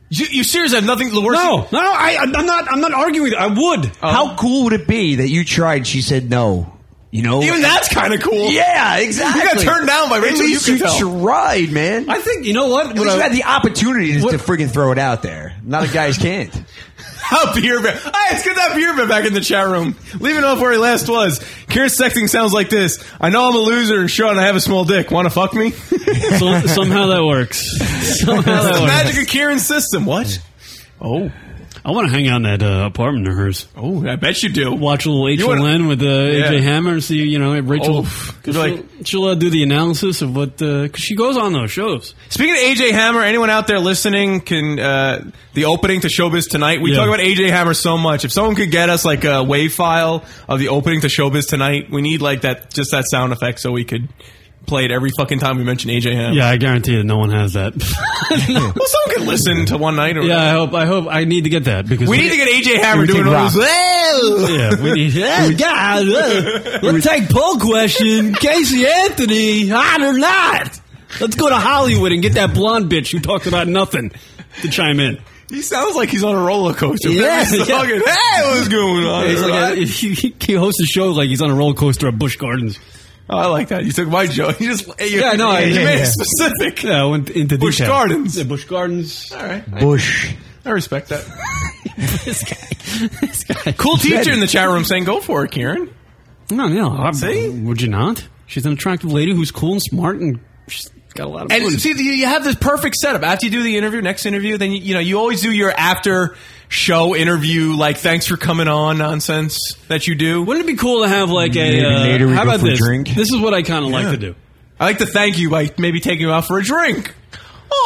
B: You, you serious? Have nothing. The worst.
A: No, no, I, I'm not. I'm not arguing. I would.
J: How cool would it be that you tried and she said no? You know?
B: Even that's kind of cool.
J: Yeah, exactly.
B: You got turned down by Rachel
J: At least you
B: Yucatel.
J: tried, man.
A: I think you know what.
J: At least you had the opportunity to,
A: What-
J: to friggin' throw it out there. Not a guy's can't.
B: How beer bear. Hey, it's good to have beer bear back in the chat room. Leaving off where he last was. Kieran sexting sounds like this. I know I'm a loser and Sean, I have a small dick. Want to fuck
A: *laughs*
B: me?
A: Some,
B: *laughs*
A: somehow that works. Somehow
B: That's
A: that
B: the
A: works.
B: magic of Kieran's system. What? Oh.
A: I want to hang out in that uh, apartment of hers.
B: Oh, I bet you do.
A: Watch a little
B: You wanna-
A: HLN with uh,
B: Yeah.
A: AJ Hammer and see, you know, if Rachel.
B: Oh,
A: 'cause
B: like-
A: she'll she'll uh, do the analysis of what. Because she goes on those shows.
B: Speaking of AJ Hammer, anyone out there listening can uh, the opening to Showbiz Tonight. We
A: Yeah.
B: talk about AJ Hammer so much. If someone could get us like a wave file of the opening to Showbiz Tonight, we need like that just that sound effect so we could play it every fucking time we mention AJ Hammer.
A: Yeah, I guarantee that no one has that. *laughs*
B: well, someone could listen to one night. Or
A: yeah, I hope. I hope. I need to get that because
B: we need to get AJ Hammer doing all
A: rock.
B: this. *laughs*
A: *laughs*
B: Well,
A: Yeah, we need. yeah,
B: *laughs*
A: uh, let's take poll question. Casey Anthony, hot or not? Let's go to Hollywood and get that blonde bitch who talks about nothing to chime
B: *laughs*
A: in.
B: He sounds like he's on a roller coaster.
A: Yeah,
B: *laughs* He's
A: *laughs* yeah.
B: talking, hey, what's going on?
A: He's like a- *laughs* he, he hosts a show like he's on a roller coaster at Busch Gardens.
B: Oh, I like that. You took my joke. *laughs* You just you,
A: yeah, I know. I-
B: you
A: yeah,
B: made
A: yeah.
B: it specific.
A: Yeah, I went into
B: Bush
A: detail.
B: Gardens.
A: Yeah, Bush Gardens.
B: All right.
J: Bush.
B: I respect that.
A: *laughs* this guy. This guy.
B: Cool teacher in the chat room saying, "Go for it, Kieran."
A: No, no. I-
B: See?
A: Would you not? She's an attractive lady who's cool and smart and she's got a lot of.
B: And
A: fun.
B: see, you you have this perfect setup. After you do the interview, next interview, then you, you know you always do your after show interview, like "Thanks for coming on" nonsense that you do.
A: Wouldn't it be cool to have like a?
J: Maybe
A: Uh,
J: later we
A: how
J: go
A: about
J: for a
A: this?
J: drink.
A: This is what I kind of like
B: Yeah.
A: to do.
B: I like to thank you by maybe taking you out for a drink.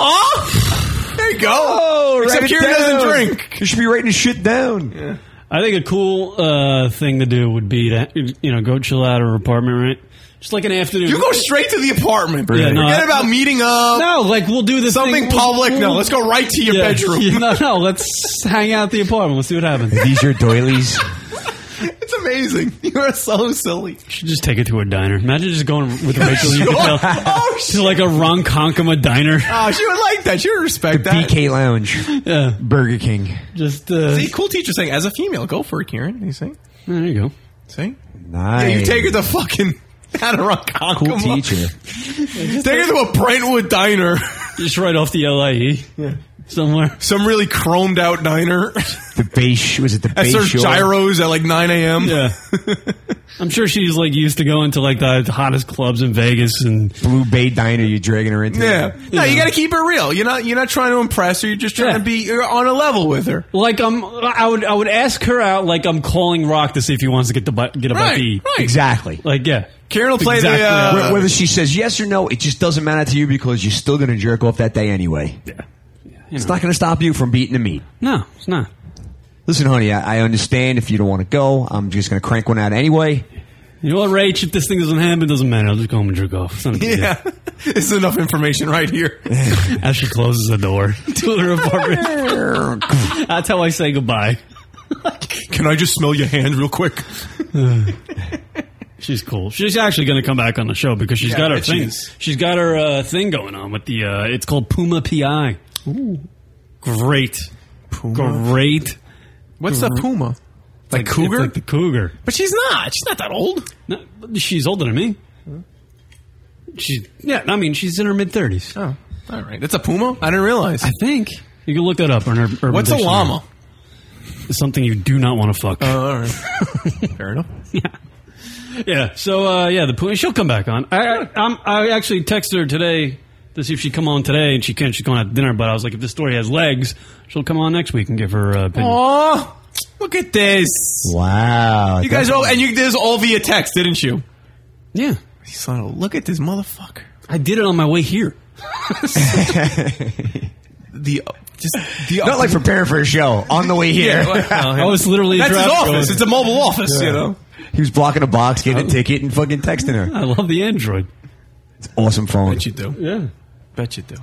B: Aw, there you go.
A: Oh,
B: Except Kieran doesn't drink.
J: You should be writing shit down.
A: I think a cool uh, thing to do would be to you know go chill out at her apartment, right? Just like an afternoon.
B: You go straight to the apartment.
A: Yeah, no,
B: Forget
A: I-
B: about meeting up.
A: No, like we'll do this
B: Something
A: thing- we'll-
B: public? No,
A: we'll-
B: let's go right to your
A: Yeah. *laughs*
B: bedroom.
A: Yeah, no, no, let's hang out at the apartment. Let's see what happens.
J: Are these your doilies?
B: It's amazing. *laughs* You are so silly.
A: Should just take it to a diner. Imagine just going with Rachel.
B: *laughs*
A: You could
B: Sure.
A: tell
B: Oh,
A: *laughs*
B: shit.
A: to like a Ron Conkama diner.
B: Oh, she would like that. She would respect that.
J: BK Lounge.
A: Yeah,
J: Burger King.
A: just uh,
B: See, cool teacher saying, as a female, go for it, Kieran. You see?
A: there you go.
B: See?
J: Nice.
B: Yeah, you take her to fucking Adirondack.
J: Cool teacher.
B: Take her to a Brentwood diner.
A: Just right off the LIE somewhere.
B: Some really chromed out diner. *laughs*
J: The base. Was it the
B: That
J: base
B: serves gyros at like 9 a.m.
A: Yeah, I'm sure she's like used to going to like the hottest clubs in Vegas and
J: Blue Bay Diner. You're dragging her into.
B: Yeah. No, you got to keep it real. You're not you're not trying to impress her. You're just trying
A: Yeah.
B: to be you're on a level with her.
A: Like I'm, I would, I would ask her out. Like I'm calling Rock to see if he wants to get the bu- get a bite
B: Right.
A: to eat.
B: Right.
J: Exactly.
A: Like yeah,
B: Karen will play
A: Exactly.
B: the uh,
J: Wh- Whether she says yes or no, it just doesn't matter to you because you're still going to jerk off that day anyway. Yeah. It's not going to stop you from beating the meat.
A: no, it's not.
J: Listen, honey, I, I understand if you don't want to go. I'm just going to crank one out anyway.
A: You know what, Rach? If this thing doesn't happen, it doesn't matter. I'll just go home and jerk off. It's not a big
B: Yeah. *laughs* this is enough information right here.
A: deal. *laughs* As she closes the door *laughs* to her apartment,
B: *laughs*
A: that's how I say goodbye.
B: Can I just smell your hand real quick?
A: *sighs* She's cool. She's actually going to come back on the show because she's
B: Yeah,
A: got
B: I
A: her
B: bet she
A: thing.
B: is.
A: She's got her uh, thing going on with the. Uh, it's called Puma Pi. Great, great.
B: What's the puma? Like
A: It's
B: cougar?
A: like the cougar.
B: but she's not. She's not that old.
A: No, but she's older than me. She's yeah. I mean, she's in her mid thirties.
B: Oh, all right. That's a puma. I didn't realize.
A: I think you can look that up on her. Urban
B: What's a
A: Dictionary.
B: llama? Oh,
A: It's something you do not want to fuck. *laughs*
B: all right. Fair enough.
A: yeah. So uh, yeah, the puma. She'll come back on. I I, I'm, I actually texted her today to see if she'd come on today, and she can't. She's going out to dinner. But I was like, if this story has legs, she'll come on next week and give her uh, opinion.
B: Oh, look at this.
J: Wow.
B: You guys all and *laughs* you did this all via text, didn't you?
A: Yeah,
B: Son of a- look at this motherfucker.
A: I did it on my way here.
B: The just the
J: Not like preparing for a show on the way
B: *laughs*
J: here.
B: Yeah, well, no,
J: *laughs*
A: I was literally
B: that's his
A: driving-
B: office. It's a mobile office, you know.
J: He was blocking a box,
B: Oh.
J: getting a ticket, and fucking texting her.
A: I love the Android.
J: Awesome phone.
B: Bet you do.
A: Yeah,
B: Bet you do.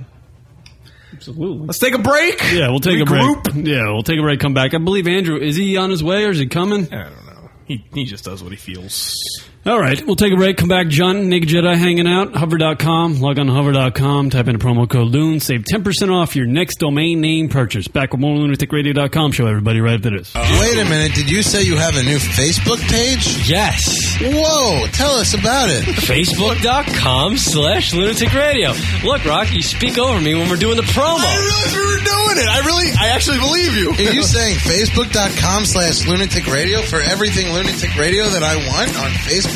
A: absolutely.
B: Let's take a break.
A: Yeah, we'll take a
B: Regroup.
A: break. Yeah, we'll take a break. Come back. I believe Andrew is he on his way or is he coming?
B: I don't know. He he just does what he feels.
A: All right, we'll take a break. Come back, John, Nick Jedi hanging out. Hover.com. Log on to hover.com. Type in a promo code Loon. Save ten percent off your next domain name purchase. Back with more lunaticradio.com show. Everybody, right after this.
L: Wait a minute, did you say you have a new Facebook page?
M: Yes.
L: Whoa, tell us about it.
M: Facebook.com slash lunatic radio. Look, Rock, you speak over me when we're doing the promo.
L: realized we were doing it. I really, I actually believe you. Are you saying Facebook.com slash lunatic radio for everything Lunatic Radio that I want on Facebook?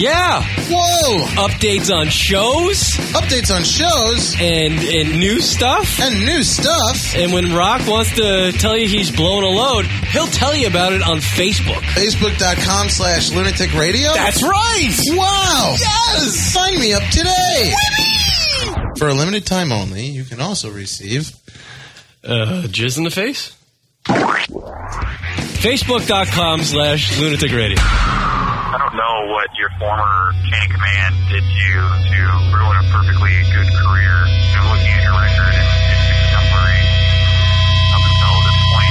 M: Yeah.
L: Whoa.
M: Updates on shows.
L: Updates on shows.
M: And and new stuff.
L: And new stuff.
M: And when Rock wants to tell you he's blowing a load, he'll tell you about it on Facebook.
L: Facebook.com slash lunatic radio?
M: That's right.
L: Wow. Yes. Sign me up today. For a limited time only, you can also receive.
M: Uh, jizz in the face? Facebook.com slash lunatic radio.
N: I don't know what your former chain of command did to you to ruin a perfectly good career. I'm looking at your record, and it's just become blurry up until this point.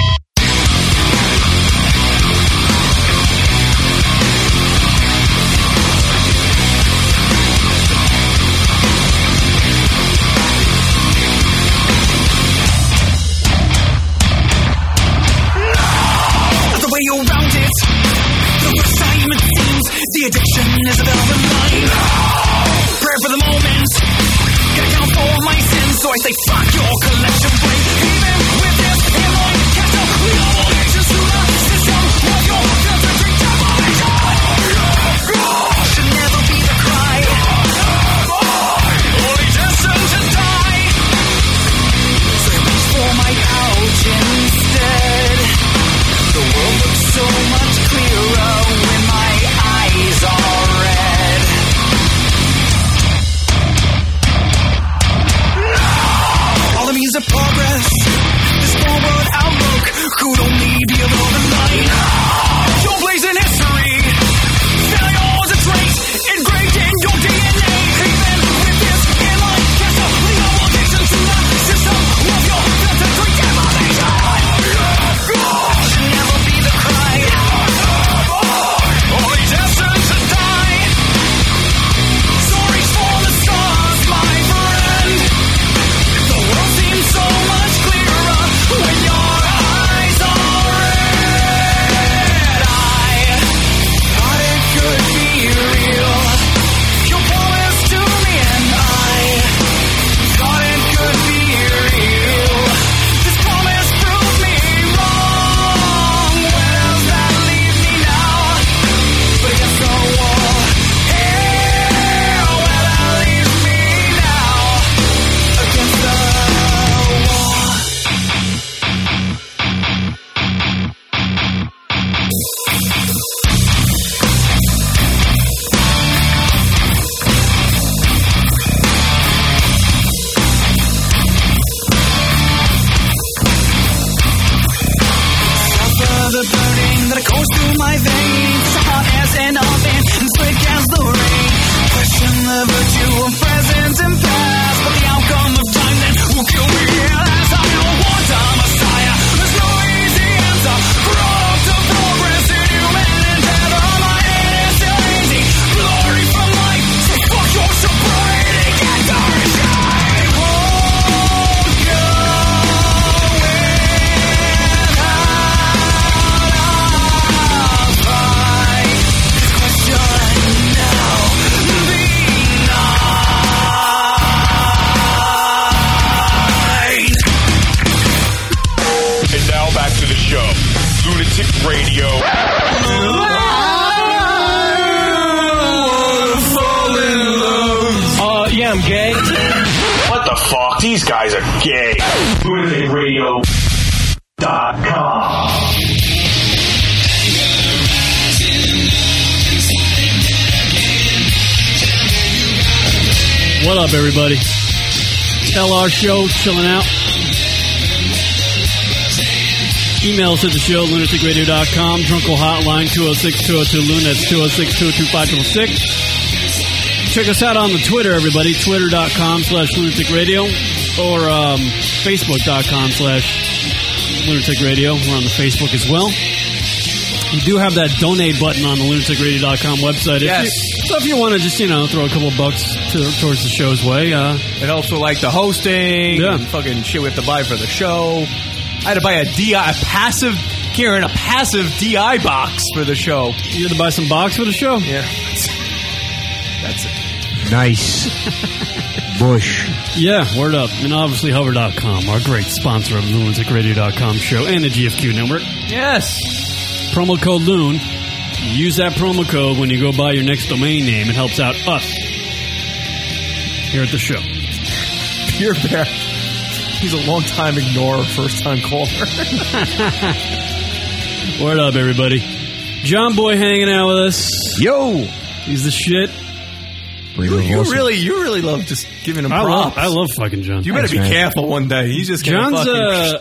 O: The way around it, the excitement seems the addiction is a velvet line. Prayer for the moment, gotta count for all my sins, so I say fuck your collection plate. Even with this hemorrhoid catch up, we all want answers to the system. Love your filter, drink devilish. Should never be the cry. Only destined to die. So I reach for my couch instead. The world looks so much clearer when my eyes are red. All the means of progress, this forward outlook could only be a golden light. Your place in history, failure's a trait engraved in your DNA. Even with this airline cancer, legal addiction to the system. Love your filter, drink damnation. Should never be the cry. Only destined to die. So reach for the stars, my friend. The world seems so much clearer when your eyes are red. I thought it could be real. You promised to me, and I thought it could be real. This promise proved me wrong. Where does that leave me now? But I guess so. Suffer the burning that goes through my veins, hot as an oven and slick as the rain. Question the virtue of present and past, but the outcome of time then will kill me. Yeah, that's how you want a messiah. There's no easy answer. Proof to progress in human endeavor. My head is still hazy. Glory from life. Say fuck your sobriety. Get dark. I won't go
P: And now back to the show. Lunatic Radio.
M: Uh, yeah, I'm gay.
P: What the fuck? These guys are gay. Lunatic Radio. Dot com.
A: What up, everybody? Tell our show, chilling out. Emails at the show, lunaticradio.com, Drunkle Hotline, 206-202-LUN, that's 206-202-5266. Check us out on the Twitter, everybody, twitter.com slash lunaticradio or um, facebook.com slash lunaticradio. We're on the Facebook as well. You do have that donate button on the lunaticradio.com website. If
B: Yes.
A: you- so if you want to just, you know, throw a couple bucks to, towards the show's way, uh,
B: It helps with like the hosting and fucking shit we have to buy for the show. I had to buy a DI, a passive, Karen, a passive DI box for the show.
A: You had to buy some box for the show?
B: Yeah. That's *laughs* it.
A: Nice. Bush. Yeah, word up. And obviously hover.com, our great sponsor of the lunaticradio.com show and the GFQ network.
B: Yes.
A: Promo code LOON Use that promo code when you go buy your next domain name. It helps out us here at the show.
B: Pure Bear. He's a long time ignorer, first time caller.
J: *laughs*
A: Word up, everybody. John Boy hanging out with us.
J: Yo,
A: he's the shit.
B: You, you really, you really love just giving him
A: I love,
B: props.
A: I love fucking John.
B: You better be careful one day. He's just gonna
A: John's.
B: fucking-
A: uh,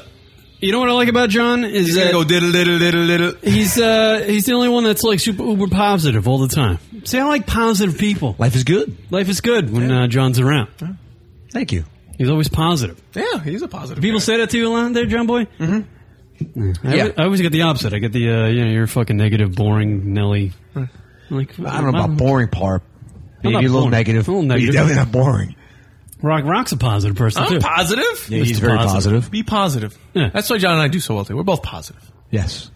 A: you know what I like about John is
B: He's
A: that
B: gonna go diddle diddle diddle diddle.
A: he's uh, he's the only one that's like super uber positive all the time. See, I like positive people.
J: Life is good.
A: Life is good when uh, John's around.
J: Thank you.
A: He's always positive.
B: *laughs* Yeah, he's a positive.
A: People say that to you a lot there, John Boy? Mm-hmm. I, always, I always get the opposite. I get the, uh, you know, you're fucking negative, boring, Nelly. Like, uh,
J: I don't know about boring part.
A: I'm
J: Maybe a
A: not
J: little
A: boring.
J: negative.
A: A little
J: but
A: negative.
J: You're definitely not boring.
A: Rock Rock's a positive person,
B: I'm
A: too.
B: positive.
J: Yeah, he's very positive.
B: Be positive. That's why John and I do so well today. We're both positive.
J: Yes.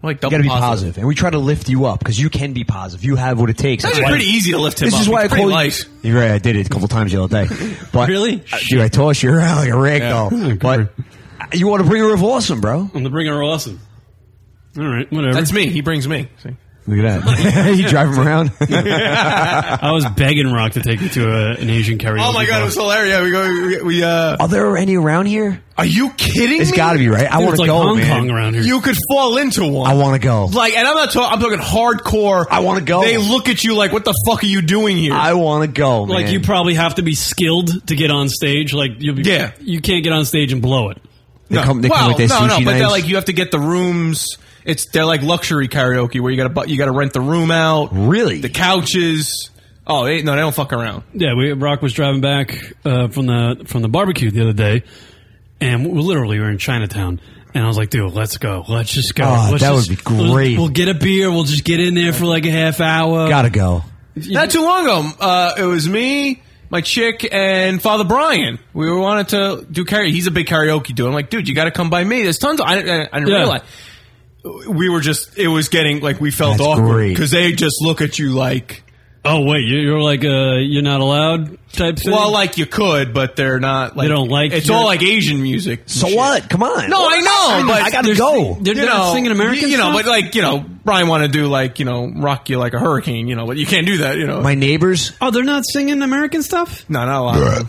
B: We're like
J: You
B: double
J: gotta be positive.
B: positive.
J: and we try to lift you up because you can be positive. You have what it takes.
B: It's actually pretty easy to lift him
J: this
B: up.
J: is why
B: It's
J: I
B: pretty
J: called
B: light.
J: you. You're right. I did it a couple times the
B: *laughs*
J: other day. But
A: Really?
J: Shoot, I tossed you around like a ragdoll. but uh, you want to bring her of awesome, bro.
A: I'm the bringer of awesome. All right, whatever.
B: That's me. He brings me. See?
J: Look at
A: *laughs*
J: that. *laughs* you drive him around.
A: I was begging Rock to take me to a, an Asian karaoke.
B: Oh my god, it was hilarious. Yeah, we go. We, we uh,
J: Are there any around here?
B: Are you kidding
J: It's
B: me?
J: gotta be, right? I Dude, wanna it's like go, Hong man. Kong around here.
B: You could fall into one.
J: I want to go.
B: Like, and I'm not talking. I'm talking hardcore. I
J: want to go.
B: They look at you like, "What the fuck are you doing here?"
J: I want to go.
A: Like,
J: Oh, man.
A: you probably have to be skilled to get on stage. Like, you'll be,
B: Yeah.
A: you can't get on stage and blow it.
J: They come- they
B: well,
J: come with their
B: no, no,
J: sushi
B: but they're
J: knives.
B: like you have to get the rooms. It's they're like luxury karaoke where you got to you got to rent the room out.
J: Really,
B: the couches. Oh, they, no, they don't fuck around.
A: Yeah, we Rock was driving back uh, from the from the barbecue the other day, and we literally were in Chinatown. And I was like, "Dude, let's go. Let's just go.
J: Oh,
A: Let's
J: that would
A: just-
J: be great.
A: We'll, we'll get a beer. We'll just get in there for like a half
B: uh,
A: hour.
J: gotta go.
B: Not too long ago, uh, it was me, my chick, and Father Brian. We wanted to do karaoke. He's a big karaoke dude. I'm like, dude, you got to come by me. There's tons. Of, I, didn't- I didn't
A: Yeah.
B: realize. We were just. It was getting like we felt
A: That's
B: awkward
A: great.
B: because they just look at you like.
A: Oh wait, you- you're like uh, you're not allowed type thing.
B: Well, like you could, but they're not. Like,
A: They don't like
B: It's
A: your-
B: all like Asian music. and
J: So
B: shit.
J: what? Come on.
B: No, I know, but
J: I gotta
B: there's-
J: go.
A: They're
B: you
A: not
B: know,
A: singing American
B: You know,
A: stuff?
B: but like you know, Brian want to do like you know, rock you like a hurricane. You know, but you can't do that. You know,
J: My neighbors.
A: oh, they're not singing American stuff.
B: no, not a lot.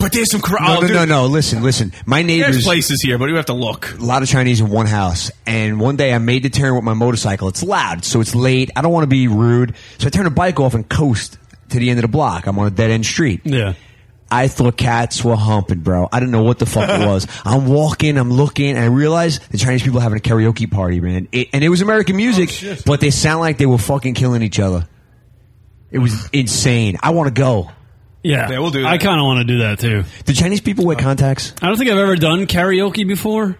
B: but there's some. Cra-
J: No,
B: oh,
J: no,
B: dude,
J: no, no. Listen, listen. My
B: There's
J: neighbors.
B: places here, but we have to look.
J: a lot of Chinese in one house. And one day I made the turn with my motorcycle. It's loud, so it's late. I don't want to be rude. So I turn the bike off and coast to the end of the block. I'm on a dead end street.
A: Yeah.
J: I thought cats were humping, bro. I didn't know what the fuck
B: *laughs*
J: it was. I'm walking, I'm looking, and I realized the Chinese people having a karaoke party, man. It, and it was American
B: Oh,
J: music, but they sound like they were fucking killing each other. It was insane. I want to go.
A: Yeah,
B: Yeah, we'll do
A: I
B: that.
A: kind of want to do that too.
J: Do Chinese people wear contacts?
A: I don't think I've ever done karaoke before.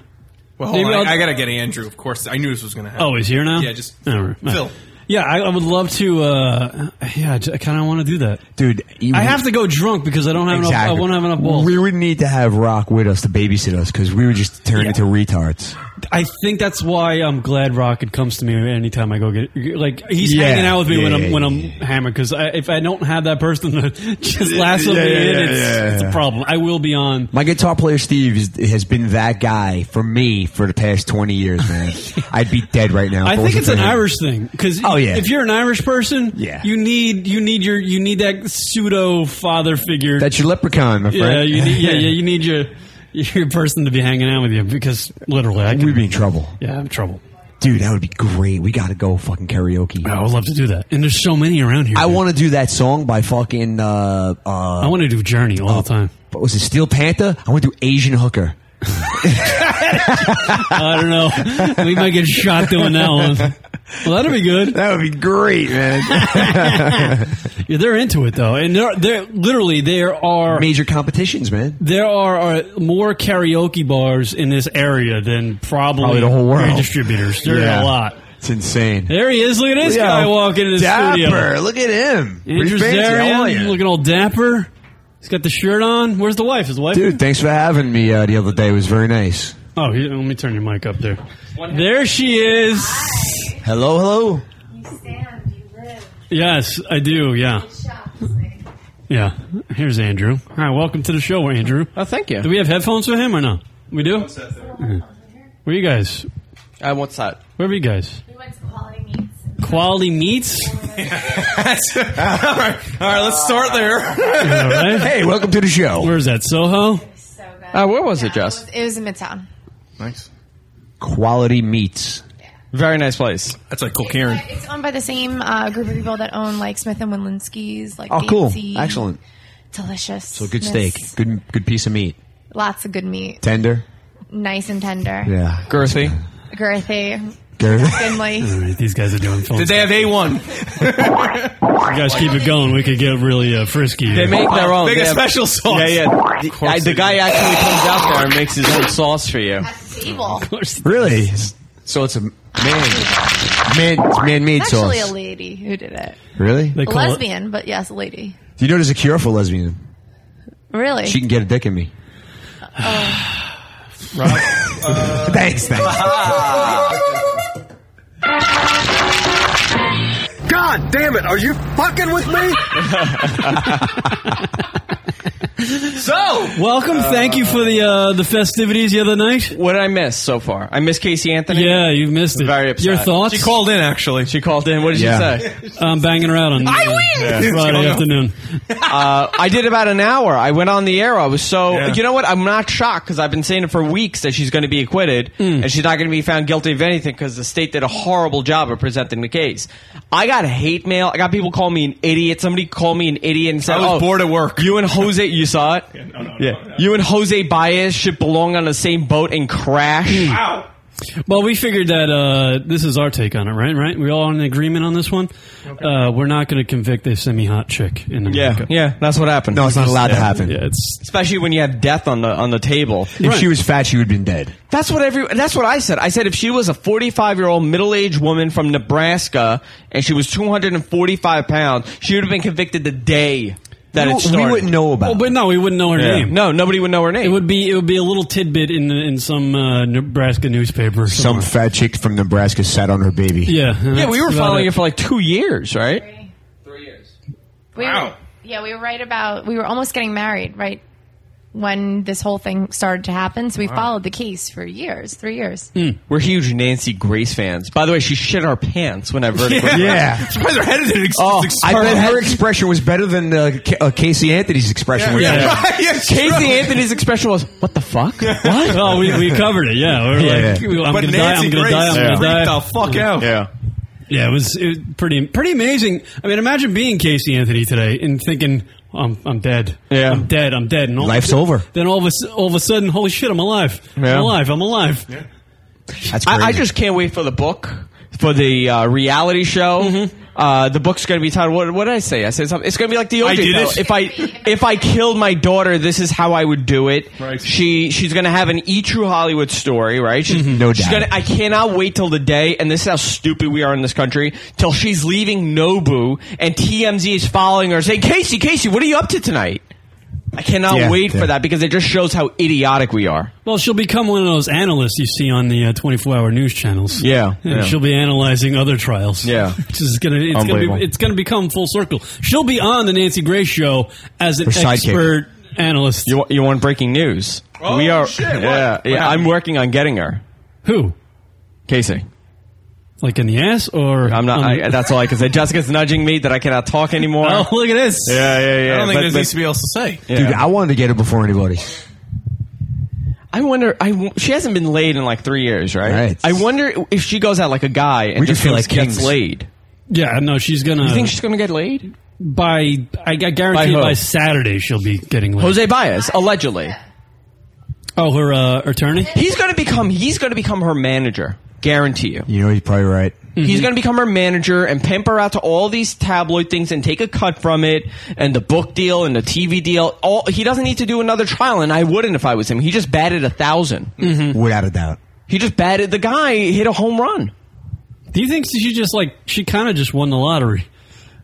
B: Well, hold
A: Maybe
B: on. I,
A: I'll-
B: I gotta get Andrew. Of course, I knew this was gonna happen.
A: Oh, he's here now.
B: Yeah, just
A: All right.
B: Phil.
A: Yeah, I, I would love to. Uh, yeah, I kind of want to do that,
J: Dude, you-
A: I have to go drunk because I don't have enough. I won't have enough balls.
J: We would need to have Rock with us to babysit us because we would just turn into retards.
A: I think that's why I'm glad Rocket comes to me anytime I go get like he's
J: Yeah,
A: hanging out with me
J: yeah,
A: when I'm
J: yeah,
A: when I'm hammered because if I don't have that person to *laughs* just lasso
J: Yeah,
A: me
J: yeah,
A: in,
J: yeah,
A: it's,
J: yeah,
A: it's a
J: yeah.
A: problem. I will be on.
J: My guitar player Steve is, has been that guy for me for the past twenty
A: *laughs*
J: years, man. I'd be dead right now.
A: I
J: if it
A: think
J: wasn't
A: it's
J: for
A: an
J: him.
A: Irish thing because
J: Oh, yeah.
A: if you're an Irish person,
J: Yeah.
A: you need you need your you need that pseudo father figure.
B: *laughs*
J: That's your leprechaun, my
A: yeah,
J: friend.
A: you need, yeah, yeah, you need
J: *laughs*
A: your your person to be hanging out with you because literally, I
J: We'd
A: could,
J: be in trouble,
A: yeah, I'm in trouble.
J: dude. That would be great. We got to go fucking karaoke.
A: I would love to do that, and there's so many around here.
J: I
A: dude.
J: want to do that song by fucking. Uh,
A: I
J: uh,
A: want to do Journey all the time.
J: what was it Steel Panther? I want to do Asian Hooker.
A: I don't know. We might get shot doing that one. Well, that'll be good.
J: That would be great, man.
A: *laughs* Yeah, they're into it though, and there, there literally there are
J: Major competitions, man.
A: there are, are uh, more karaoke bars in this area than probably,
J: Probably the whole world.
A: beer distributors. There's a
J: Yeah.
A: lot.
J: It's insane.
A: There he is. Look at this
J: Yo,
A: guy walking in the
J: dapper.
A: studio.
J: Look at him. Pretty
A: Andrew
J: fancy. How are
A: Zarian,
J: you?
A: looking all dapper. He's got the shirt on. Where's the wife? His wife?
J: Dude, thanks for having me uh, the other day. It was very nice.
A: Oh, he, let me turn your mic up there. There she is.
J: Hello, hello.
A: Yes, I do. Yeah. Yeah. Here's Andrew. Hi, welcome to the show, Andrew.
B: Oh, thank
A: Do
B: you.
A: we have headphones for him or no? We do? Where you guys?
B: I want that.
A: Where are you guys?
I: We went to quality meats.
A: quality meats. *laughs*
B: all right, all right. Let's start there. *laughs*
A: Hey,
J: welcome to the show.
A: Where's that Soho?
Q: Uh, where was it, Jess?
R: It was in Midtown.
B: Nice.
J: Quality meats.
Q: Very nice place.
B: That's like cool, Karen.
R: It's owned by the same uh, group of people that own like Smith and Wilinski's. Like
J: Oh, cool.
R: fancy,
J: Excellent.
R: delicious.
J: So good steak. Good good piece of meat.
R: Lots of good meat,
J: Tender.
R: nice and tender,
J: Yeah.
Q: Girthy.
R: girthy,
J: Girthy.
R: thinly.
A: All right, these guys are doing fun.
B: Did they have A one?
A: You guys keep it going. We could get really uh, frisky. here.
Q: They make their own.
B: Make a
Q: They have-
B: special sauce.
Q: Yeah, yeah. The, I- the guy actually comes out there and makes his own sauce for you.
R: Evil.
J: Really? So it's a man. Man, it's *laughs* man-made
R: It's
J: sauce.
R: actually a lady who did it.
J: really?
R: A lesbian, but yes, a lady.
J: Do you know there's a cure for lesbian?
R: Really?
J: She can get a dick in *laughs* me. thanks,
O: God damn it! Are you fucking with me?
Q: So,
A: welcome. thank you for the uh, the festivities the other night.
Q: What did I miss so far? I miss Casey Anthony.
A: Yeah, you missed it.
Q: Very upset.
A: Your thoughts?
Q: She called
B: in actually.
Q: She called in. What did
A: Yeah.
Q: she say?
A: *laughs* I'm banging around on
Q: I
A: uh,
Q: win!
A: Friday afternoon.
Q: uh, I did about an hour. I went on the air. I was so.
A: Yeah.
Q: You know what? I'm not shocked because I've been saying it for weeks that she's going to be acquitted
B: Hmm.
Q: and she's not going to be found guilty of anything because the state did a horrible job of presenting the case. I got hate mail. I got people calling me an idiot. Somebody called me an idiot and said,
B: I was
Q: "Oh,
B: bored at work."
Q: You and Jose, you saw it. Yeah, you and Jose Baez should belong on the same boat and crash."
B: Hmm.
A: Well, we figured that uh, this is our take on it, right? Right? We all in agreement on this one. Uh, we're not going to convict a semi-hot chick in America.
Q: yeah, that's what happened.
J: No, it's not allowed to happen.
A: Yeah, it's
Q: Especially when you have death on the on the table.
J: If she was fat, she would have been dead.
Q: That's what every. That's what I said. I said if she was a 45 year old middle aged woman from Nebraska and she was 245 pounds, she would have been convicted the day that
A: We-
Q: it
A: we
Q: started.
A: wouldn't know
Q: about.
A: Well, but no, we wouldn't know her
Q: Yeah.
A: name.
Q: No, nobody would know her name.
A: It would be it would be a little tidbit in in some uh, Nebraska newspaper. somewhere.
J: Some fat chick from Nebraska sat on her baby.
A: Yeah, and
Q: yeah,
A: that's
Q: we were
A: about
Q: following
A: it.
Q: it for like two years, right?
R: We Were, yeah, we were right about. We were almost getting married right when this whole thing started to happen. So we
Q: Wow.
R: followed the case for years, three years.
Q: We're huge Nancy Grace fans. By the way, she shit our pants when I vertically.
J: Yeah.
B: Surprised her head didn't ex-
Q: Oh,
B: ex-
J: I bet her expression was better than uh, Ca- uh, Casey Anthony's expression. was.
Q: *laughs*
J: *laughs*
Q: Casey Anthony's expression was, "What the fuck? What?"
A: Oh, we, we covered it. Yeah, we were
Q: Yeah,
A: like,
Q: yeah.
A: I'm
Q: But
A: gonna die. I'm
Q: Nancy
A: gonna
Q: Grace
A: die. I'm gonna
Q: freaked
A: die.
Q: the fuck
A: yeah.
Q: out.
A: Yeah, yeah. It was, it was pretty pretty amazing. I mean, imagine being Casey Anthony today and thinking, "Oh, "I'm I'm dead. Yeah, I'm dead. I'm dead." And all
J: Life's over.
A: Then all of a, s- all of a sudden, holy shit, I'm alive.
Q: Yeah.
A: I'm alive. I'm alive.
Q: I, I just can't wait for the book, for the uh, reality show. Uh, the book's going to be titled. What, what did I say? I said something. It's going to be like the OJ.
B: I did
Q: File.
B: it.
Q: If I if I killed my daughter, this is how I would do it.
B: Right.
Q: She she's going to have an E True Hollywood story, right? She's,
J: No
Q: she's
J: doubt.
Q: Gonna, I cannot wait till the day, and this is how stupid we are in this country. Till she's leaving Nobu, and TMZ is following her, saying, "Casey, Casey, what are you up to tonight?" I cannot
A: Yeah,
Q: wait
A: yeah.
Q: for that because it just shows how idiotic we are.
A: Well, she'll become one of those analysts you see on the uh, 24-hour news channels.
Q: Yeah,
A: And
Q: yeah.
A: she'll be analyzing other trials.
Q: Yeah.
A: *laughs* which is gonna it's gonna
Q: Unbelievable.
A: be, it's gonna become full circle. She'll be on the Nancy Grace show as an
Q: Her sidekick.
A: expert analyst.
Q: You, wa- you want breaking news?
A: Oh,
Q: we are.
A: shit, what?
Q: Yeah,
A: What
Q: yeah. I'm working on getting her.
A: Who?
Q: Casey.
A: Like in the ass, or
Q: I'm not.
A: on the-
Q: I, that's all I can say. Jessica's nudging me that I
A: *laughs*
Q: cannot talk anymore.
A: Oh, look at this.
Q: Yeah, yeah, yeah.
B: I don't think
Q: But-
B: there's
Q: but-
B: needs to be else to say.
J: Dude, I wanted to get it before anybody.
Q: I wonder. I w- she hasn't been laid in like three years, right?
J: Right.
Q: I wonder if she goes out like a guy and
J: We just
Q: just
J: feel
Q: goes-
J: like
Q: gets
J: kings.
Q: laid.
A: Yeah, Uh, no, she's gonna.
Q: You think she's gonna get laid?
A: by? I, I guarantee
Q: By
A: by,
Q: who?
A: Saturday she'll be getting laid.
Q: Jose Baez, allegedly.
A: Oh, her uh, attorney.
Q: He's gonna become. He's gonna become her manager. Guarantee you.
J: You know, he's probably right.
A: Mm-hmm.
Q: He's going to become her manager and pimp her out to all these tabloid things and take a cut from it and the book deal and the TV deal. All he doesn't need to do another trial, and I wouldn't if I was him. He just batted a 1000
J: Without a doubt.
Q: He just batted. The guy hit a home run.
A: Do you think she just like she kind of just won the lottery?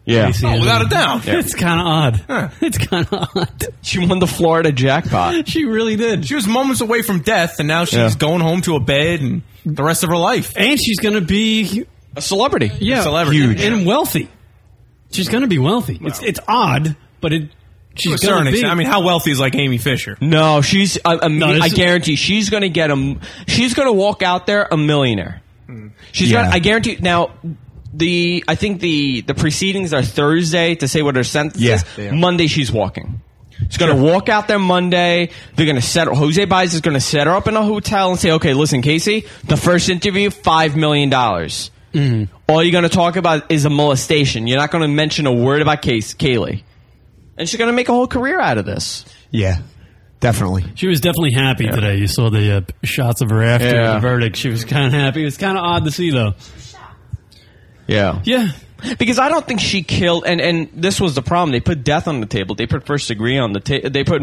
Q: Yeah.
A: Casey
Q: Oh,
A: Anthony.
Q: without a doubt.
A: It's kind of odd. *laughs* It's kind of odd.
Q: She won the Florida jackpot.
A: she really did.
B: *laughs* She was moments away from death, and now she's
Q: Yeah.
B: going home to a bed and the rest of her life.
A: And she's going to be
Q: a celebrity.
A: Yeah,
B: celebrity.
A: huge and wealthy. She's going to be wealthy. it's it's odd, but it
B: To a
A: she's
B: certain
A: going to be.
B: extent. I mean, how wealthy is like Amy Fisher?
Q: No, she's. I, I,
B: No, this
Q: I
B: is-
Q: guarantee she's going to get a. m- She's going to walk out there a millionaire. She's
B: Yeah.
Q: gonna, I guarantee. Now, the I think the the proceedings are Thursday to say what her sentence
O: Yeah.
Q: is.
O: Yeah.
Q: Monday she's walking. She's gonna
O: Sure.
Q: walk out there Monday. They're gonna set Jose Baez is gonna set her up in a hotel and say, okay, listen, Casey, the first interview, five million dollars.
J: Mm.
Q: All you're gonna talk about is a molestation. You're not gonna mention a word about Case Kaylee, and she's gonna make a whole career out of this.
J: Yeah, definitely.
A: She was definitely happy today. You saw the uh, shots of her after the verdict. She was kind of happy. It was kind of odd to see, though.
Q: Yeah.
A: Yeah.
Q: Because I don't think she killed, and, and this was the problem. They put death on the table. They put first degree on the table. They put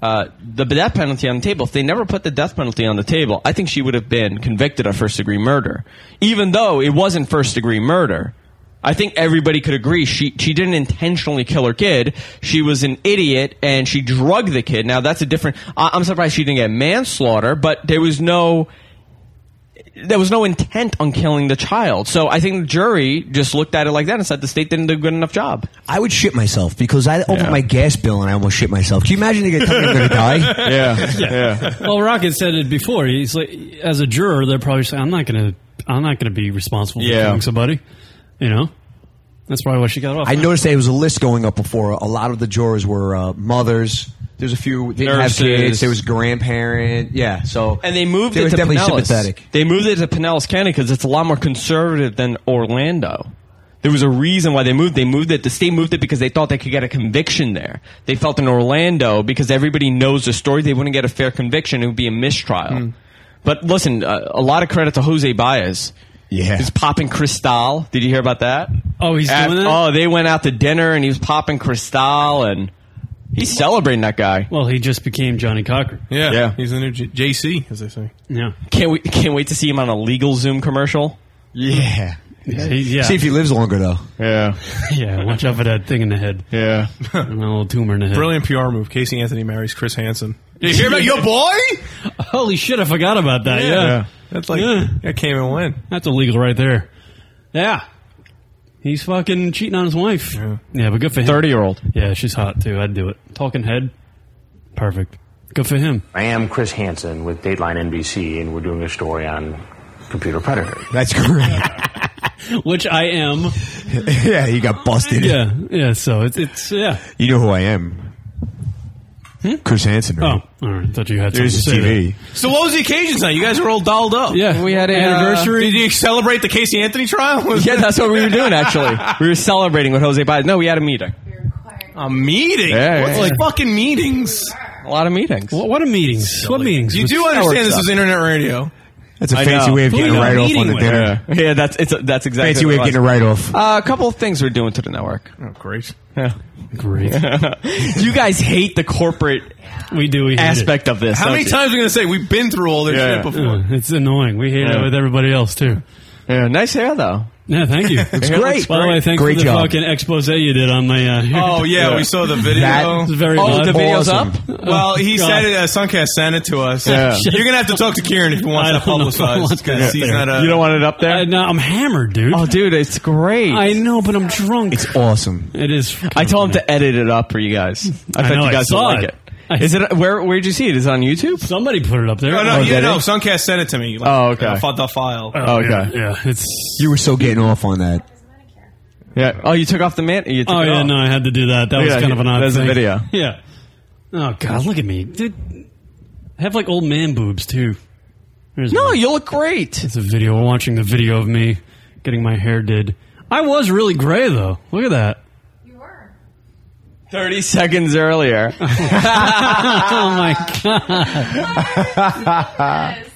Q: uh, the death penalty on the table. If they never put the death penalty on the table, I think she would have been convicted of first degree murder, even though it wasn't first degree murder. I think everybody could agree she she didn't intentionally kill her kid. She was an idiot and she drugged the kid. Now that's a different. I, I'm surprised she didn't get manslaughter, but there was no there was no intent on killing the child. So I think the jury just looked at it like that and said the state didn't do a good enough job.
J: I would shit myself because I opened my gas bill and I almost shit myself. Can you imagine they get telling me I'm going to die?
A: Well, Rocket said it before. He's like, as a juror, they're probably saying, "I'm not gonna, I'm not gonna be responsible for
J: Yeah.
A: killing somebody." You know, that's probably why she got off.
J: I noticed there was a list going up before. A lot of the jurors were uh, mothers. There's a few they didn't have
Q: Nurses.
J: kids. There was grandparent. Yeah, so
Q: And they moved
J: They
Q: it
J: were
Q: to
J: definitely
Q: Pinellas.
J: sympathetic.
Q: They moved it to Pinellas County because it's a lot more conservative than Orlando. There was a reason why they moved. They moved it. The state moved it because they thought they could get a conviction there. They felt in Orlando because everybody knows the story, they wouldn't get a fair conviction. It would be a mistrial.
J: Hmm.
Q: But listen, uh, a lot of credit to Jose Baez.
J: Yeah,
Q: he's popping Cristal. Did you hear about that?
A: Oh, he's
Q: Af-
A: doing that?
Q: Oh, they went out to dinner and he was popping Cristal and he's celebrating that guy.
A: Well, he just became Johnny Cocker.
B: Yeah,
Q: Yeah.
B: He's the new J- JC, as they say.
A: Yeah.
Q: Can't wait! Can't wait to see him on a legal Zoom commercial.
J: Yeah.
A: Yeah.
J: See if he lives longer though. *laughs*
Q: Yeah.
A: *laughs* yeah, watch out for that thing in the head. *laughs*
Q: Yeah,
A: and a little tumor in the head.
B: Brilliant PR move. Casey Anthony marries Chris Hansen.
A: Did you hear about your boy? Holy shit! I forgot about that. Yeah,
B: Yeah. That's like-
A: that came and went. That's illegal right there. Yeah, he's fucking cheating on his wife. Yeah, but good for him. Thirty
Q: year old.
A: Yeah, she's hot too. I'd do it. Talking head, perfect. Good for him.
S: I am Chris Hansen with Dateline NBC, and we're doing a story on computer predators.
J: That's correct.
A: *laughs* Which I am.
J: yeah, he got busted.
A: Yeah, yeah. So it's it's yeah.
J: You know who I am. Chris Hansen.
A: Oh, all right. I thought you had
J: There's
A: something
J: his
A: to say
J: TV.
A: there.
B: So what was the occasion tonight? You guys were all dolled up.
A: Yeah. We had a, uh,
B: anniversary. Did you celebrate the Casey Anthony trial?
Q: yeah, that's what we were doing actually. We were celebrating with Jose Baez. No, we had a meeting.
B: A meeting.
Q: Yeah,
B: What's
Q: yeah,
B: like
Q: yeah.
B: fucking meetings?
Q: A lot of meetings.
A: What, what are meetings? What meetings?
B: You do understand this is internet radio.
J: That's a fancy way of getting a write off on the dinner.
Q: Yeah, Yeah, that's it's a, that's exactly
J: Fancy
Q: what
J: way
Q: it
J: of
Q: was.
J: getting a write off.
Q: Uh, a couple of things we're doing to the network.
B: Oh, great.
Q: Yeah.
A: Great.
Q: *laughs* you guys hate the corporate
A: we do we
B: hate
Q: aspect of this.
B: How
Q: don't
B: many
Q: you?
B: times are we gonna say we've been through all this shit before?
A: Yeah, Oh, it's annoying. We hate it
B: Yeah.
A: with everybody else too.
Q: Yeah, nice hair though.
A: Yeah, thank you.
Q: Looks *laughs* Hair great. looks
A: By the way,
Q: great.
A: thanks
Q: Great
A: for the
Q: job.
A: fucking expose you did on my. Uh, *laughs*
B: Oh yeah, we saw the video.
A: That is
Q: Oh,
A: very odd.
B: Well, he
A: God.
B: said it. Uh, Suncast sent it to
A: *laughs*
B: us.
A: Yeah.
B: You're gonna have to talk to Kieran if you want
A: I
B: that
A: don't know if I
B: publicized.
A: want that
B: 'cause he's
A: there.
B: not a-
A: You
Q: don't want it up there?
A: no, I'm hammered, dude.
Q: Oh, dude, it's great.
A: I know, but I'm drunk.
J: It's awesome.
A: It is.
Q: I told him to edit it up for you guys. I,
A: I
Q: thought
A: know, I
Q: you guys would
A: saw
Q: like
A: it.
Q: it. Is it where? Where'd you see it? Is it on YouTube?
A: Somebody put it up there.
B: No, no,
Q: Oh,
B: you
Q: did
B: know,
Q: he?
B: Suncast sent it to me.
Q: Oh, okay.
B: I found the file.
Q: Oh, okay.
A: Yeah, it's
J: you were so getting off on that.
Q: Yeah. Oh, you took off the man. You took
A: Oh
Q: it
A: yeah,
Q: off.
A: no, I had to do that. That
Q: Look
A: was
Q: at
A: kind of an odd.
Q: There's
A: thing.
Q: a video.
A: Yeah. Oh god, look at me. Dude, I have like old man boobs too. no,
Q: you look great.
A: It's a video. We're watching the video of me getting my hair did. I was really gray though. Look at that.
Q: Thirty seconds earlier.
A: *laughs*
O: *laughs*
A: oh my god.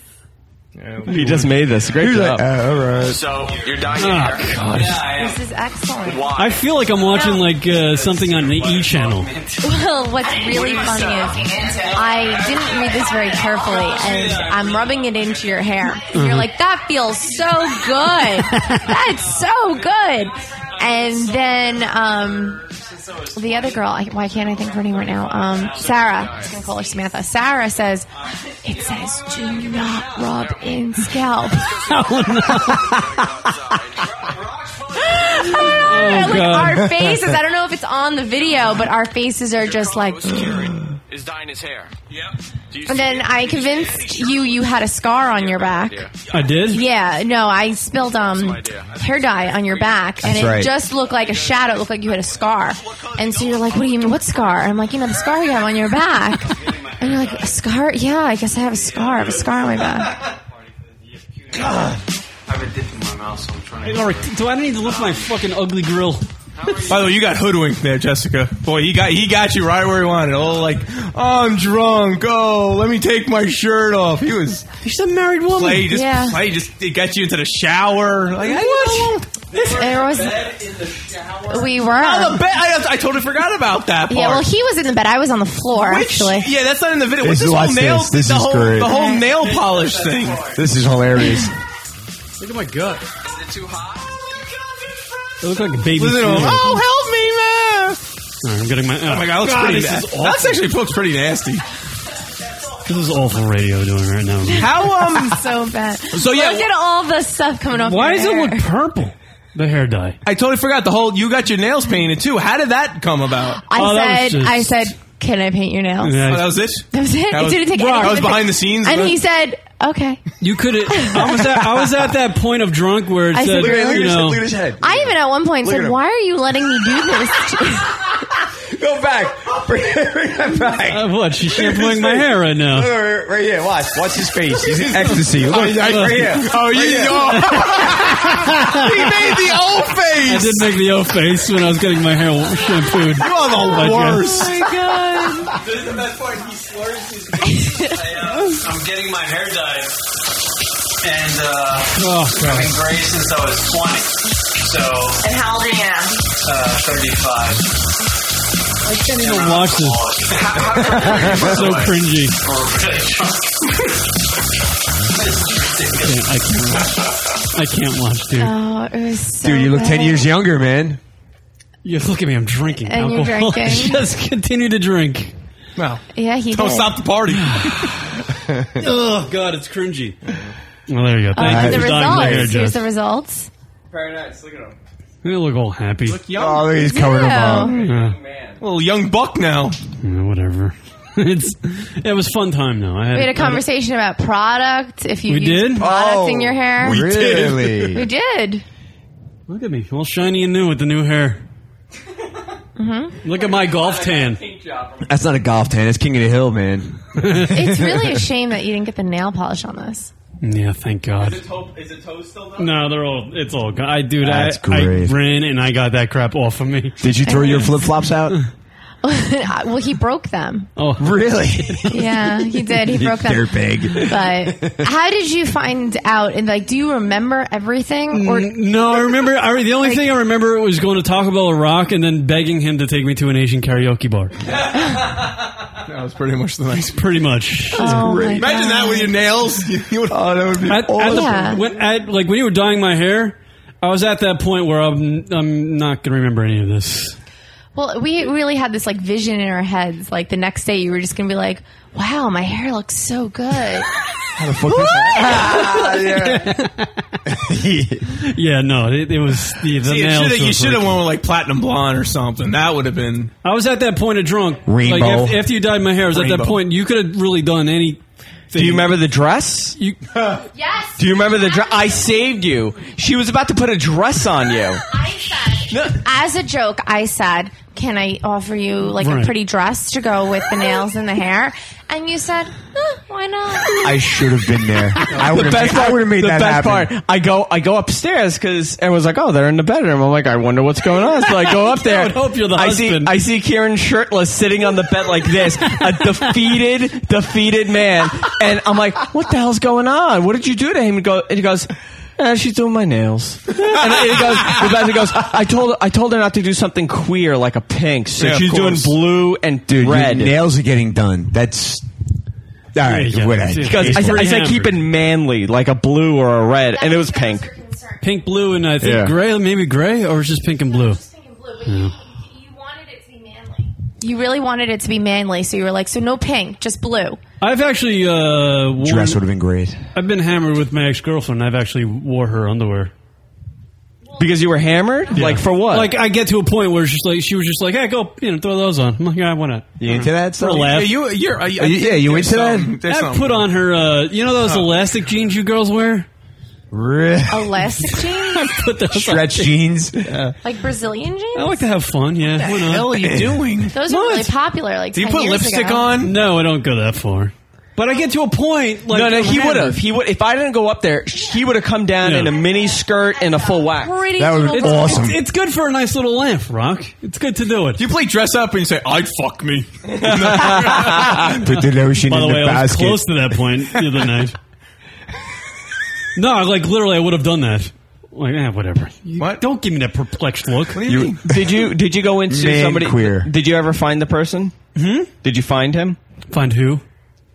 Q: he just made this. Great job.
J: uh,
F: So you're dying
A: Oh,
F: here.
A: God.
F: Yeah, I am.
R: This is excellent.
A: I feel like I'm watching like uh, something on the E channel.
R: *laughs* Well, what's really funny is I didn't read this very carefully, and I'm rubbing it into your hair. You're
A: Mhm.
R: like, that feels so good. That's so good. And then um, the other girl, I, why can't I think of her name right now? Um, Sarah. I was going to call her Samantha. Sarah says, it says, do not rub in scalp.
A: Oh,
R: like
A: God.
R: our faces. I don't know if it's on the video, but our faces are just like.
T: is dyeing his hair. Yeah.
R: And then I convinced you you had a scar on your back.
A: I did.
R: Yeah, no, I spilled um hair dye on your back, and
A: That's
R: it
A: right.
R: just looked like a shadow. It looked like you had a scar, and so you're like, "What do you mean, what scar?" And I'm like, "You know, the scar you have on your back." And you're like, "A scar? Yeah, I guess I have a scar. I have a scar on my back."
S: I have a dip in my mouth, so I'm trying
A: Hey, Laura, do I need to lift my fucking ugly grill?
B: By the way, you got hoodwinked there, Jessica. Boy, he got he got you right where he wanted. All like, oh, I'm drunk. Oh, let me take my shirt off. He was
A: She's a married woman.
B: play, just play, just it got you into the shower. Like, I-
R: what? There was. We were.
B: Oh, the bed. I, I totally forgot about that part.
R: Yeah, well, he was in the bed. I was on the floor, actually.
B: Yeah, that's not in the video. What's
J: This
B: this
J: is-
B: whole
J: watch
B: nail?
J: this. This
B: the
J: is
B: whole,
J: great.
B: The whole nail polish thing.
J: This is hilarious.
B: *laughs* Look at my gut.
T: Is it too hot?
A: It looks like a baby.
B: Listen to him.
A: food.
B: Oh, help me, man!
A: All right, I'm getting my. uh,
B: Oh my god, it looks pretty.
A: this
B: bad.
A: is awful.
B: That's actually looks pretty nasty.
A: This is awful radio doing right now.
R: *laughs*
B: How um
R: so bad.
B: So, yeah,
R: look at all the stuff coming off.
A: Why
R: your
A: does it
R: hair.
A: look purple? The hair dye.
B: I totally forgot the whole. You got your nails painted too. How did that come about?
R: I
A: Oh,
R: said, I said, can I paint your nails?
B: Oh, *laughs* that was it.
R: That was it.
B: That
R: it didn't take.
B: Right,
R: any
B: I was
R: of it.
B: behind the scenes.
R: And
B: but-
R: he said, okay.
A: You could. I was at. I was at that point of drunk where it
R: I
A: said,
R: said, really?
A: you know,
R: I even at one point
A: Look at
R: said,
A: him.
R: why are you letting me do this?
J: Go back. *laughs* Bring it back.
A: Uh, what? She's shampooing my hair right now.
J: Look, Right, right here, watch, watch his face. He's in ecstasy. Look,
A: Oh,
J: right
A: yeah.
J: here.
A: *laughs* Oh, you-
J: right here.
A: *laughs*
O: oh. He made the O face.
A: I did make the O face when I was getting my hair shampooed.
O: You are the
A: by Jess.
O: worst.
T: Oh my god. this is the best part. He slurs
O: *laughs*
T: his I, am getting my hair dyed. And uh,
A: Oh,
T: I've been gray since I was 20. So,
D: And how old are you now?
T: uh, 35.
A: I can't even watch this. *laughs* so cringy. I can't. I can't watch, dude.
R: oh, it was so
J: Dude, you look
R: bad.
J: 10 years
B: *laughs*
J: younger, man.
A: You look at me. I'm drinking.
R: And you're
A: alcohol. *laughs*
R: drinking.
A: Just continue to drink. Wow.
R: Yeah, he did.
A: the *sighs* party. oh God, it's cringy. Well, there you go. Thank
R: Uh,
A: you
R: the
A: for dying my hair,
R: results. Here's
A: Jess.
R: the results.
T: Very nice. Look at him.
A: You look all happy. Look
B: young. Oh, he's covering him Yeah. up. Little young buck now.
A: whatever. *laughs* it's it was fun time though. I had,
R: We had a conversation about product. If you
A: We
R: used
A: did?
R: product
A: Oh,
R: in your hair,
A: we did. Really?
R: we did.
A: Look at me, all shiny and new with the new hair.
R: hmm
A: Look at my golf tan.
J: That's not a golf tan. That's King of the Hill, man.
R: *laughs* It's really
J: *laughs*
R: a shame that you didn't get the nail polish on this. *laughs*
A: Yeah, thank God. Is it toe, still done? No, they're all. It's all. gone. I dude, I,
J: That's
A: I
J: great.
A: ran and I got that crap off of me.
J: Did you throw your flip flops out?
R: well, he broke them.
A: *laughs* Oh,
J: really?
R: Yeah, he did. He
J: *laughs*
R: broke them.
J: Dirtbag. *laughs*
R: But how did you find out? And like, do you remember everything? Or
A: No, I remember. I, the only thing I remember was going to Taco Bell Rock and then begging him to take me to an Asian karaoke bar.
B: That was pretty much the nice.
A: Pretty much.
Q: Oh,
B: That's great. Imagine that with your nails. *laughs* You- you would- oh, that would be
A: At, at the, when, at, like when you were dyeing my hair, I was at that point where I'm I'm not gonna remember any of this.
R: well, we really had this like vision in our heads. Like the next day, you were just gonna be like, "Wow, my hair looks so good."
J: How the fuck? is
A: *laughs* Yeah, no, it, it was the, the
B: See, it
A: nails
B: shoulda- you
A: was
B: should have
A: like-
B: went with like platinum blonde or something. That would have been.
A: I was at that point of drunk.
B: Rainbow.
A: Like after, after you dyed my hair, I was at
B: Rainbow.
A: that point. You could have really done any.
Q: Do you remember the dress?
A: You,
Q: yes. Do you remember the dress? I saved you. She was about to put a dress on you.
R: As a joke, I said, "Can I offer you like
Q: Right.
R: a pretty dress to go with the nails and the hair?" And you said, "Huh, "Why not?"
J: I should have been there. I would
Q: the
J: have
Q: best
J: made,
Q: part.
J: I would have made
Q: the
J: that
Q: best
J: happen.
Q: part. I go. I go upstairs because everyone's like, "Oh, they're in the bedroom." I'm like, "I wonder what's going on." So I go up
A: *laughs*
Q: there.
A: I would hope you're the
Q: I see.
A: husband.
Q: I see Kieran shirtless sitting on the bed like this,
A: *laughs*
Q: a defeated, defeated man. And I'm like, "What the hell's going on? What did you do to him?" And go. And he goes. "Eh, she's doing my nails, and he goes. The best- he goes. I told I told her not to do something queer like a pink, so
J: Yeah, of
Q: she's doing
J: course.
Q: blue and
J: Dude,
Q: red.
J: your nails are getting done. That's. All right,
Q: Yeah, yeah.
J: whatever.
Q: Because I, said- I said keep it manly, like a blue or a red, and it was pink.
A: Pink, blue, and I think
Q: Yeah.
A: gray. Maybe gray, or it's just pink and blue. Yeah.
R: You really wanted it to be manly, so you were like, "So no pink, just blue."
A: I've actually uh, worn,
J: Dress would have been great.
A: I've been hammered with my ex girlfriend. I've actually wore her underwear.
Q: Because you were hammered? Like for what?
A: Like I get to a point where it's just like she was just like, "Hey, go, you know, throw those on." I'm like, "Yeah, why not?"
J: You into that
A: For a
J: stuff?
A: laugh.
J: Yeah, you- you're- I- I Are you- think yeah, you there's into that? some- there's
A: I
J: some-
A: put on her, uh, you know, those elastic jeans you girls wear.
R: Elastic jeans?
A: Put *laughs* those on. *laughs*
J: Stretch jeans.
R: *laughs* Like Brazilian jeans?
A: I like to have fun. Yeah.
R: What
A: why
R: the
A: not?
R: hell are
J: *laughs*
R: you doing? Those were really popular. Like, 10 years ago.
A: No, I don't go that far. But I get to a point. Like,
Q: no, no, he
A: I'm
Q: would have.
A: hammered.
Q: He would if I didn't go up there, he would have come down in a mini skirt and a full wax.
R: Pretty
A: It's- It's, it's good for a nice little laugh, Rock. It's good to do it.
B: You play dress up and you say, "I'd
A: *laughs*
B: fuck
Q: *laughs*
B: me."
J: Put the lotion
A: By the
J: in
A: way,
J: the
A: I was
J: basket.
A: close to that point the other night. No, like literally, I would have done that. Like, eh, whatever. What? Don't give me that perplexed look.
Q: did you did you go into
A: Man
Q: somebody?
A: queer.
Q: Did you ever find the person?
A: Hmm?
Q: Did you find him?
A: Find who?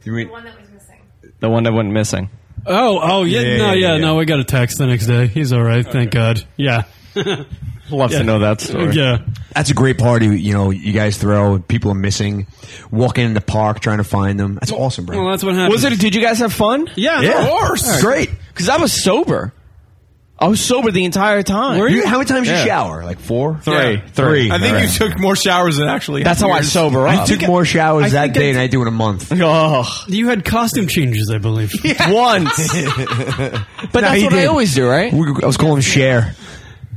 Q: The one that was missing. The one that went missing.
A: Oh, oh, yeah,
Q: Yeah,
A: no,
Q: yeah,
A: yeah,
Q: yeah.
A: no. I got a text the next day. He's all right, thank God. Yeah.
Q: Love
A: Yeah.
Q: to know that story.
A: Yeah.
J: That's a great party. You know, you guys throw. People are missing. Walking in the park trying to find them. That's awesome, bro.
A: Well, that's what happened.
Q: Was it? Did you guys have fun?
A: Yeah,
J: Yeah. of course. Great.
Q: Because I was sober. I was sober the entire time.
J: Were you? How many times you shower?
Q: Like
J: four,
Q: three,
J: Yeah.
Q: three.
B: I think you took more showers than actually.
J: That's how I
B: happened.
J: sober up. I
B: *laughs*
J: took more showers
B: I
J: that
B: think
J: day
B: I-
J: than I do in a month.
Q: Oh.
A: You had costume changes, I believe.
Q: Once.
J: But
Q: that's what I always do, right?
J: I was calling Cher.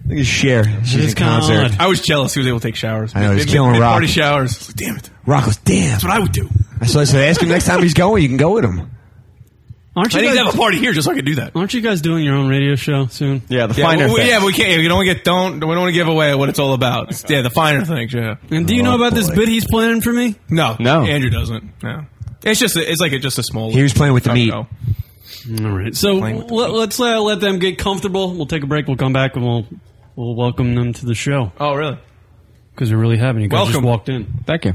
J: I think it's Cher. She's in concert.
B: I was jealous who was able to take showers.
J: I know, he's
B: Mid-
J: killing
B: mid-
J: Rock.
B: Party showers. Damn it.
J: Rock goes, damn.
B: That's what I would do.
J: So I said, ask him next time he's going, you can go with
Q: *laughs*
J: him.
A: Aren't
B: I
A: you
B: need
A: guys
B: to have a party here just so I can do that.
A: Aren't you guys doing your own radio show soon?
Q: Yeah, the
B: we, we- yeah, we can't. We don't wanna get don't. We don't want to give away what it's all about. It's- yeah, the finer things. Yeah.
A: And do you know
J: Oh,
A: about this bit he's planning for me?
B: No,
A: No.
B: Andrew doesn't. No, it's just a, it's like a, just a small.
A: He was playing with the meat.
B: All
A: right, So let, let's uh, let them get comfortable. We'll take a break. We'll come back and we'll we'll welcome them to the show
B: Oh, really?
A: because we really haven't. You guys just
B: Welcome.
A: walked in.
Q: Thank you.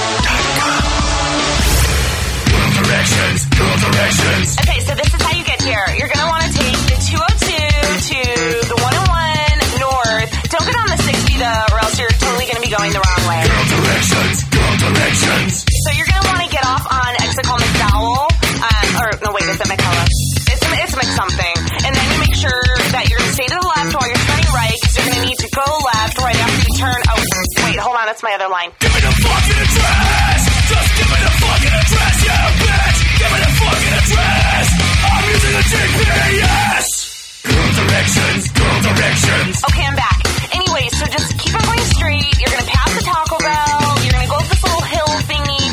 O: Directions, dual directions.
U: Okay, so this is how you get here. You're going to want to take the 202 to the 101 north. Don't get on the 60 though, or else you're totally going to be going the wrong way.
O: Girl directions, girl directions.
U: So you're going to want to get off on exit called McDowell. Um, or, no, wait, is it McCullough? It's, it's McSomething. And then you make sure that you're going to stay to the left while you're turning right, because you're going to need to go left right after you turn. Oh, wait, hold on, that's my other line.
O: Give me the fucking address. Just give me the fucking address, you bitch. Give me the fucking address. I'm using the GPS. Girl directions, girl directions.
U: Okay, I'm back. Anyway, so just keep on going straight. You're gonna pass the Taco Bell. You're gonna go up this little hill thingy.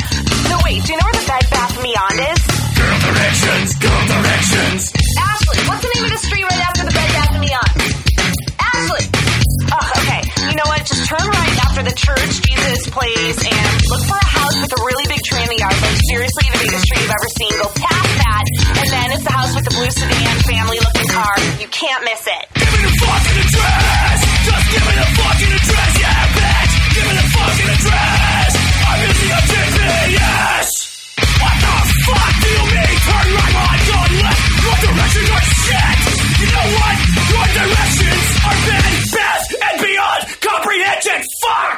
U: No, wait. Do you know where the Bed Bath and Beyond is?
O: Girl directions, girl directions.
U: Ashley, what's the name of the street right after the Bed Bath and Beyond? Ashley. Oh, okay. You know what? Just turn right after the church, Jesus place, and look for a house with a really big tree in the yard. Like seriously, the biggest tree you've ever seen. Go past that, and then it's the house with the blue sedan, family-looking car. You can't miss it.
O: Give me the fucking address. Just give me the fucking address, yeah, bitch. Give me the fucking address. I'm using your GPS. What the fuck do you mean? Turn right while I turn left. Your directions are shit. You know what? Your directions are bad, best, and beyond comprehension. Fuck.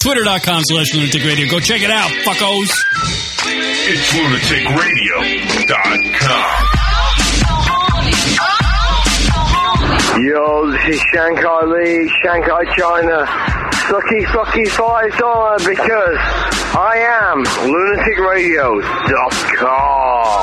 M: Twitter.com slash lunatic radio. Go check it out, fuckos.
P: It's lunaticradio.com.
V: Yo, this is Shanghai Lee, Shanghai, China. Sucky, sucky, five dollar because I am lunaticradio.com.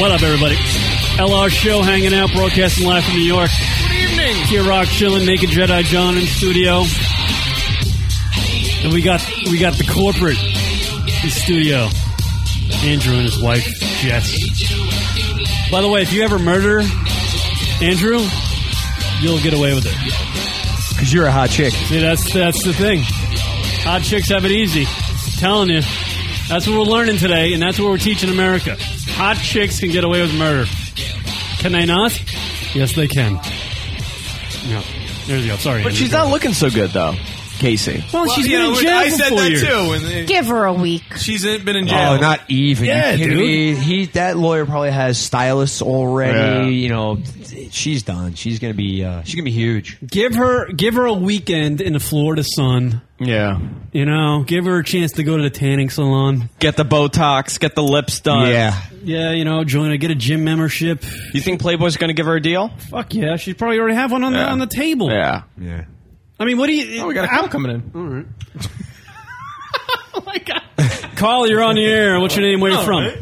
A: What up, everybody? LR Show hanging out, broadcasting live from New York. Good evening. Here, Rock chilling, naked Jedi John in studio, and we got we got the corporate in studio. Andrew and his wife Jess. By the way, if you ever murder Andrew, you'll get away with it.
J: Because you're a hot chick.
A: See, that's that's the thing. Hot chicks have it easy. telling you, that's what we're learning today, and that's what we're teaching America. Hot chicks can get away with murder. Can they not? Yes, they can. No, there you go. Sorry,
Q: But she's not looking so good though, Casey.
A: Well, Oh, she's
B: you
A: been
B: know,
A: in jail
B: I
A: for
B: said
A: four
B: that
A: years.
B: too. And they-
R: Give her a week.
B: she's been in jail.
J: Oh, not even.
B: Yeah,
J: you kidding
B: dude.
J: me? He that lawyer probably has stylists already.
A: Yeah.
J: You know, she's done. She's gonna be. Uh, she's gonna be huge.
A: Give her give her a weekend in the Florida sun.
Q: Yeah.
A: You know, give her a chance to go to the tanning salon.
Q: Get the Botox, get the lips done.
A: Yeah. Yeah, you know, join a get a gym membership.
Q: You think Playboy's going to give her a deal?
A: Fuck yeah, she probably already have one on the on the table.
Q: Yeah.
J: Yeah.
A: I mean, what do you?
B: Oh, we got a call coming in.
A: All *laughs* right. Oh Carl, you're on the air. What's your name? Where you
B: Oh,
A: from?
B: right.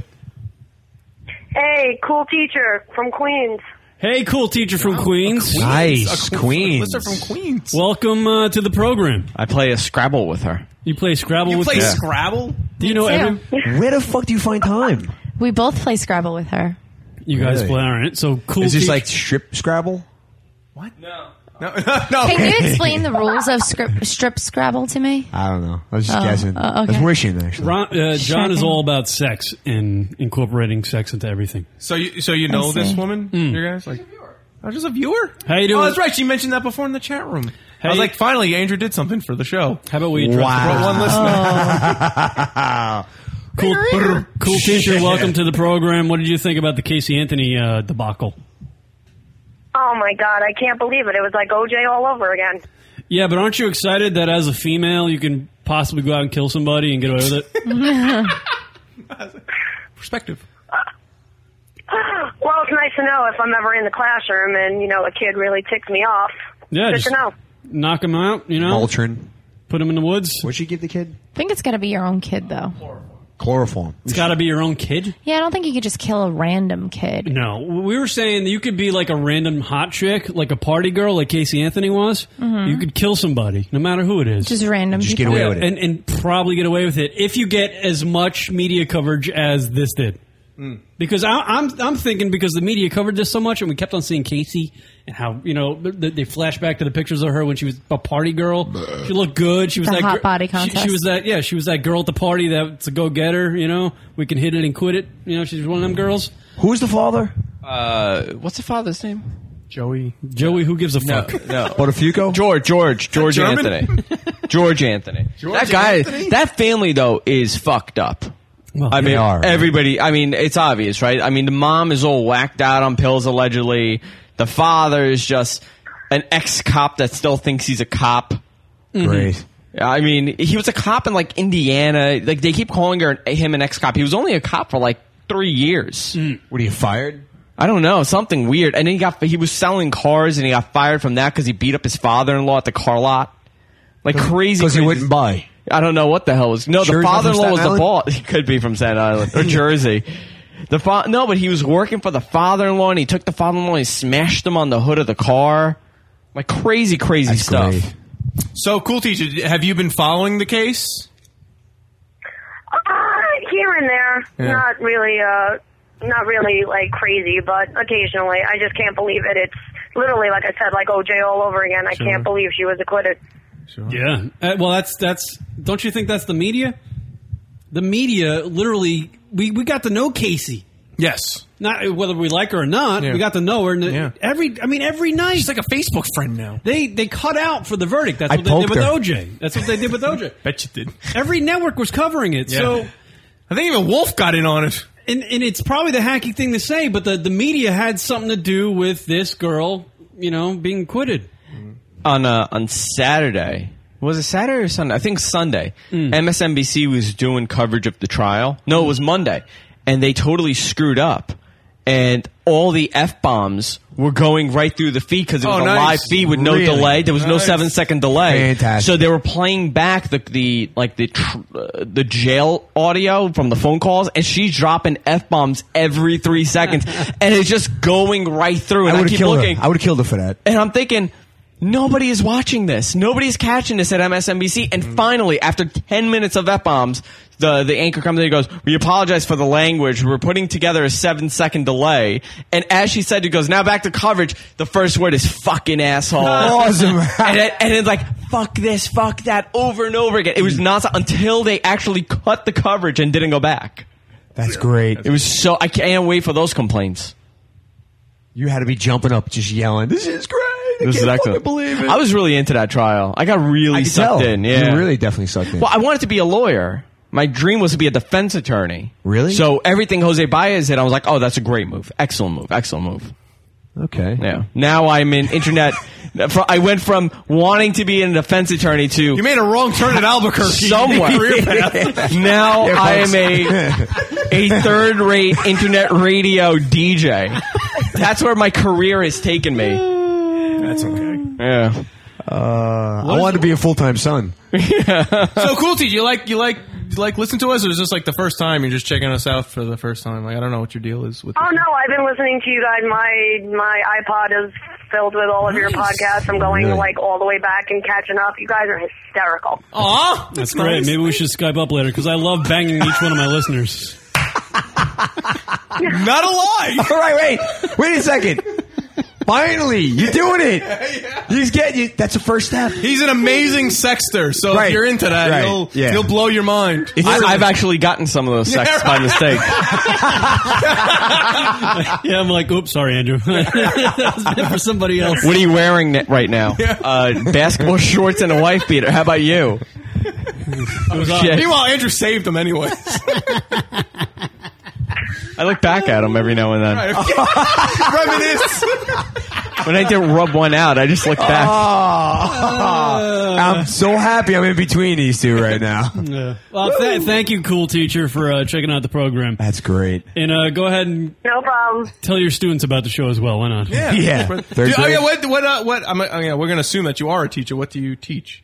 D: Hey, cool teacher from Queens.
A: Hey, cool teacher from Queens.
J: Nice,
A: Queens.
B: Listener from Queens.
A: Welcome uh, to the program.
Q: I play a Scrabble with her.
A: You play Scrabble
B: You
A: with
B: play
A: me?
B: Scrabble?
A: Do you know
R: Me too.
A: every?
J: Where the fuck do you find time?
R: We both play Scrabble with her.
A: You guys
J: Really?
A: play all right. So cool.
J: Is this
A: teach-
J: like strip Scrabble?
B: No, *laughs* no.
R: Can
J: *laughs*
R: you explain the rules of scrip- strip Scrabble to me?
J: I don't know. I was just
R: Oh,
J: guessing.
R: oh,
J: I was
R: okay.
J: wishing actually.
A: Ron, uh, John is
R: Shocking.
A: all about sex and incorporating sex into everything.
B: So you so you
A: I
B: know this
A: see.
B: woman? You guys like? I was just a viewer.
A: Mm. How you doing?
B: Oh, that's right. She mentioned that before in the chat room. I was
A: Hey-
B: like, finally, Andrew did something for the show.
A: How about we address
B: Wow.
A: the
B: One
Q: *laughs*
A: cool,
J: Oh.
A: cool teacher,
B: Shit.
A: welcome to the program. What did you think about the Casey Anthony uh, debacle?
D: Oh my god, I can't believe it. It was like OJ all over again.
A: Yeah, but aren't you excited that as a female you can possibly go out and kill somebody and get away with it?
B: Perspective.
D: Well, it's nice to know if I'm ever in the classroom and, you know, a kid really ticks me off.
A: Yeah,
D: Good
A: just
D: to know.
A: knock him out. You know,
J: Ultron.
A: Put him in the woods.
J: What'd she give the kid?
R: I think it's got to be your own kid, though.
J: Chloroform.
A: It's got to be your own kid.
R: Yeah, I don't think you could just kill a random kid.
A: No, we were saying that you could be like a random hot chick, like a party girl, like Casey Anthony was.
R: Mhm.
A: You could kill somebody, no matter who it is.
R: Just random Just get people. away with it.
A: and, and probably get away with it if you get as much media coverage as this did.
B: Mm.
A: Because I, I'm I'm thinking because the media covered this so much, and we kept on seeing Casey and how you know they, they flash back to the pictures of her when she was a party girl. She looked good. She was
R: The
A: that
R: hot
A: gir-
R: body
A: she- She,
R: contest.
A: was that yeah. She was that girl at the party that's a go getter. You know, we can hit it and quit it. You know, she's one of them girls.
J: Who's the father?
Q: Uh, what's the father's name?
B: Joey.
A: Joey, who gives a
Q: No,
A: fuck?
Q: *laughs* no.
J: Botafugo?
Q: George, George, George
A: German?
Q: Anthony.
A: *laughs*
Q: George Anthony.
A: George
Q: that guy,
A: Anthony?
Q: that family though is fucked up.
A: Well,
Q: I
A: they
Q: mean,
A: are, right?
Q: everybody. I mean, it's obvious, right? I mean, the mom is all whacked out on pills allegedly. The father is just an ex-cop that still thinks he's a cop.
J: Mhm. Great.
Q: Mm-hmm. I mean, he was a cop in like Indiana. Like they keep calling her him an ex-cop. He was only a cop for like three years.
J: Mm. What are you fired?
Q: I don't know, something weird. And then he got he was selling cars, and he got fired from that because he beat up his father-in-law at the car lot, like crazy. Because he wouldn't
J: buy.
Q: I don't know what the hell was. No,
J: Sure
Q: the
J: he's not from
Q: father-in-law was
J: Staten
Q: the boss. *laughs* He could be from Staten Island
J: *laughs*
Q: or Jersey. The fa- no, but he was working for the father-in-law, and he took the father-in-law and he smashed him on the hood of the car. Like crazy, crazy stuff.
B: So cool, teacher. Have you been following the case?
D: Uh, here and there,
B: Yeah.
D: not really, uh, not really like crazy, but occasionally. I just can't believe it. It's literally, like I said, like OJ all over again. I
A: Sure.
D: can't believe she was acquitted.
A: Yeah. Uh, well, that's that's. Don't you think that's the media? The media literally. We we got to know Casey.
B: Yes.
A: not whether we like her or not. We got to know her. And *laughs* Every, I mean, every night. She's
B: like a Facebook friend now.
A: They they cut out for the verdict. That's
B: I
A: what they did
B: poked
A: with
B: her.
A: OJ. That's what they
B: *laughs*
A: did with OJ.
B: Bet you did.
A: Every network was covering it. So
B: Yeah. I think even Wolf got in on it.
A: and and it's probably the hacky thing to say, but the the media had something to do with this girl, you know, being acquitted.
Q: on uh, on Saturday. Was it Saturday or Sunday? I think Sunday.
B: Hmm.
Q: MSNBC was doing coverage of the trial. No, it was Monday, and they totally screwed up. And all the f bombs were going right through the feed because it was
B: Oh,
Q: a
B: nice.
Q: live feed with no
B: Really?
Q: delay. There was no
B: Nice.
Q: seven second delay.
B: Fantastic.
Q: So they were playing back the the like the tr- uh, the jail audio from the phone calls, and she's dropping f bombs every
B: *laughs*
Q: three seconds, and it's just going right through. And
J: I
Q: I,
J: would have
Q: keep
J: killed
Q: looking.
J: her. I would have killed her for that.
Q: And I'm thinking, nobody is watching this. Nobody's catching this at MSNBC. And
J: Mm-hmm.
Q: finally, after 10 minutes of F bombs, the, the anchor comes in and goes, We apologize for the language. We're putting together a seven second delay. And as she said, it goes, Now back to coverage. The first word is fucking asshole.
J: *laughs* Awesome.
Q: and, it, and it's like, Fuck this, fuck that, over and over again. It was
J: Mm.
Q: not until they actually cut the coverage and didn't go back.
J: That's great.
Q: It was so, I can't wait for those complaints.
J: You had to be jumping up, just yelling. This is great. I
Q: This is
J: can't
Q: excellent.
J: fucking believe it.
Q: I was really into that trial. I got really
J: I could
Q: sucked
J: tell.
Q: in. Yeah,
J: You really definitely sucked in.
Q: Well, I wanted to be a lawyer. My dream was to be a defense attorney.
J: Really?
Q: So everything Jose Baez did, I was like, oh, that's a great move. Excellent move. Excellent move.
J: Okay.
Q: Yeah. Now I'm in internet. fr- I went from wanting to be a defense attorney to you
B: made a wrong turn at Albuquerque.
Q: Somewhere.
B: Career path.
Q: *laughs* now
B: Here,
Q: I am
B: folks.
Q: a a third rate internet radio DJ. That's where my career has taken me.
B: That's okay.
Q: Yeah.
J: Uh, I wanted to be a full time *laughs* son.
B: so Coolty, do you like you like you like listen to us, or is this like the first time you're just checking us out for the first time? Like I don't know what your deal is with.
D: Oh no, I've been listening to you guys. My my iPod is filled with all of your podcasts. I'm going
A: Really?
D: like all the way back and catching up. You guys are hysterical.
B: Aw,
A: That's, great. Maybe we should Skype up later because I love banging each one of my listeners.
B: Not a lie.
J: All right, wait, wait a second. Finally, you're doing
B: *laughs*
J: it. He's getting you. That's the first step.
B: He's an amazing sexter, so
J: Right.
B: if you're into that,
J: Right.
B: you'll
J: Yeah.
B: you'll blow your mind.
Q: I, I've actually gotten some of those sexts
B: *laughs*
Q: by mistake.
A: *laughs* yeah, I'm like, oops, sorry, Andrew. *laughs* that was meant for somebody else.
Q: What are you wearing ne- right now? Uh, basketball shorts and a wife beater. How about you? shit.
B: Meanwhile, Andrew saved him anyway.
J: *laughs*
Q: I look back at them every now and then. *laughs*
B: Reminisce.
Q: When I didn't rub one out, I just look back.
J: I'm so happy I'm in between these two right *laughs* now.
A: Well, th- thank you, cool teacher, for uh, checking out the program.
J: That's great.
A: And uh, go ahead and
D: no problem.
A: Tell your students about the show as well. Why not?
J: *laughs*
B: Yeah,
A: Dude,
B: Do- oh yeah. What? What? Uh, what? I'm, oh, yeah. We're gonna assume that you are a teacher. What do you teach?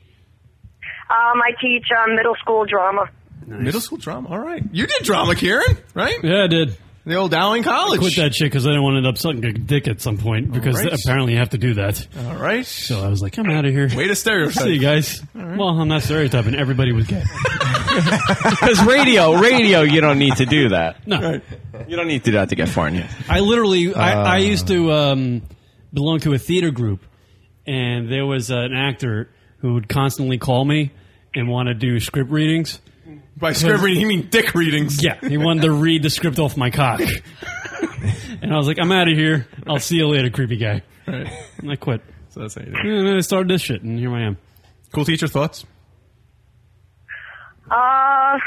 D: Um, I teach um, middle school drama.
B: Middle school drama. All right. You did drama, Kieran, right?
A: Yeah, I did.
B: The old Dowling College.
A: I quit that shit because I didn't want to end up sucking a dick at some point because
B: All right.
A: apparently you have to do that.
B: All right.
A: So I was like, I'm out of here.
B: Way to stereotype.
A: See you guys. Well, I'm not stereotyping. Everybody was gay.
Q: Because radio, radio, you don't need to do that.
A: No.
Q: You don't need to do that to get far in here.
A: I literally,
Q: Ah.
A: I, I used to um, belong to a theater group, and there was an actor who would constantly call me and want to do script readings.
B: By script reading, you mean dick readings?
A: Yeah, he wanted to read the script off my
B: *laughs*
A: cock. and I was like, I'm out of here. I'll see you later, creepy guy.
B: Right.
A: And I quit.
B: So that's how you do. it.
A: And then I started this shit, and here I am.
B: Cool teacher thoughts.
D: Uh,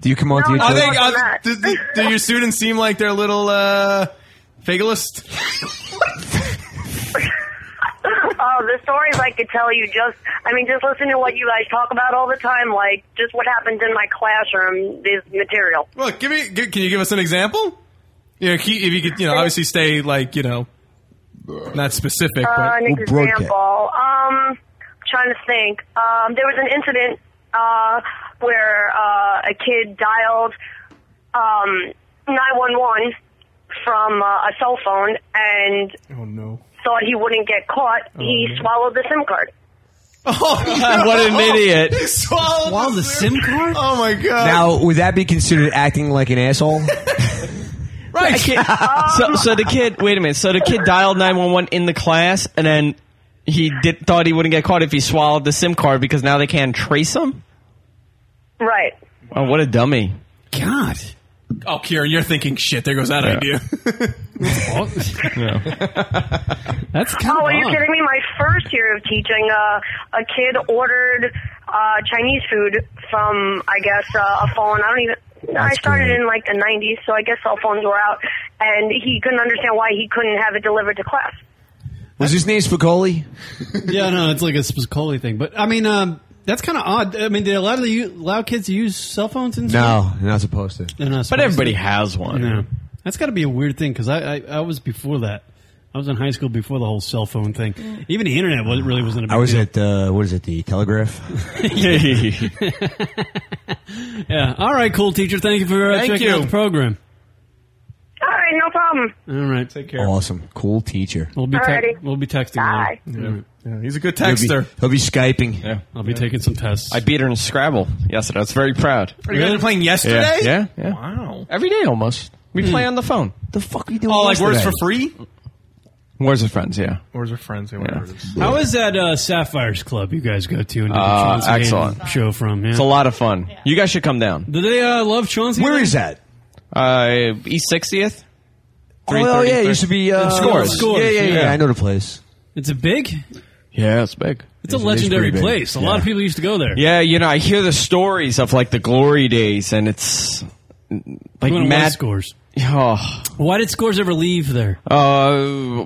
J: Do you come on
D: No,
J: to your
D: I
B: Are
J: children?
B: they,
D: More than
B: are,
D: that.
B: uh, do, do- do your students seem like they're a little uh, fagalist?
D: *laughs* oh, the stories I could tell you just, I mean, just listen to what you guys talk about all the time, like just what happens in my classroom is material.
B: Look, give me. Give, can you give us an example? You know, keep, if you could, you know, obviously stay like you know, not specific.
D: Uh,
B: but
D: an example. Um, I'm trying to think. Um, there was an incident uh, where uh, a kid dialed um, 911 from uh, a cell phone and
B: Oh no! Oh,
D: thought he wouldn't get caught. he swallowed the SIM card.
Q: *laughs* what an idiot.
B: Swallow
A: the SIM card?
B: Oh my god!
J: Now, would that be considered acting like an *laughs* asshole?
B: right.
Q: so, so the kid, wait a minute. So the kid dialed 911 in the class, and then he did, thought he wouldn't get caught if he swallowed the SIM card because now they can't trace him?
D: Right.
Q: Oh, what a dummy.
A: God.
B: Oh, Kieran, you're thinking shit. There goes that
Q: *laughs*
B: idea.
A: That's
B: kind
D: oh, are you kidding me? My first year of teaching, uh, a kid ordered uh, Chinese food from, I guess, uh, a phone. I don't even. I
O: That's
D: started
O: great.
D: in like the 90s, so I guess cell phones were out, and he couldn't understand why he couldn't have it delivered to class.
J: Was his name Spicoli?
A: *laughs* yeah, no, it's like a Spicoli thing. But I mean, um, that's kind of odd. I mean, they allow to u- allow kids to use cell phones and
J: No, you're not supposed to.
A: But
Q: everybody has one.
A: No. That's got to be a weird thing because I, I I was before that. I was in high school before the whole cell phone thing. Even the internet was, really wasn't. A big
J: I
A: *laughs*
J: was
A: deal.
J: at uh, what is it? The *laughs* Telegraph.
A: Yeah. All right, cool teacher. Thank you for uh,
D: Thank
A: checking
D: you.
A: out the program.
D: All right, no problem.
A: All right. Take care.
J: Awesome, cool teacher.
A: We'll be
D: Alrighty.
A: te- we'll be texting. Bye.
B: he's a good
J: He'll be, he'll be skyping.
Q: Yeah.
A: I'll be taking some tests.
Q: I beat her in Scrabble yesterday. I was very proud.
B: Are you guys playing yesterday?
Q: Yeah. yeah, yeah.
B: Wow.
Q: Every day almost. We play on Hmm. the phone.
J: The fuck we
B: Oh, like words for free?
Q: Wars with friends. Yeah.
B: Words with friends. They
Q: Yeah.
A: How is that uh, Sapphires Club you guys go to? And do the
Q: Uh,
A: Chauncey Hayden
Q: excellent
A: show from. Yeah.
Q: It's a lot of fun. You guys should come down.
A: Do they uh, love Chauncey?
Q: Where
A: Hayden?
Q: is
J: that?
Q: Uh, East Sixtieth.
J: Oh, yeah, it used to be uh,
Q: scores.
J: Yeah, yeah, yeah, I know the place.
A: It's a big.
Q: Yeah, it's big.
A: It's a legendary
Q: pretty big.
A: place. A lot of people used to go there.
Q: Yeah, you know, I hear the stories of like the glory days, and it's like
A: Who won
Q: mad
A: what scores.
Q: Oh,
A: Why did scores ever leave there?
Q: uh,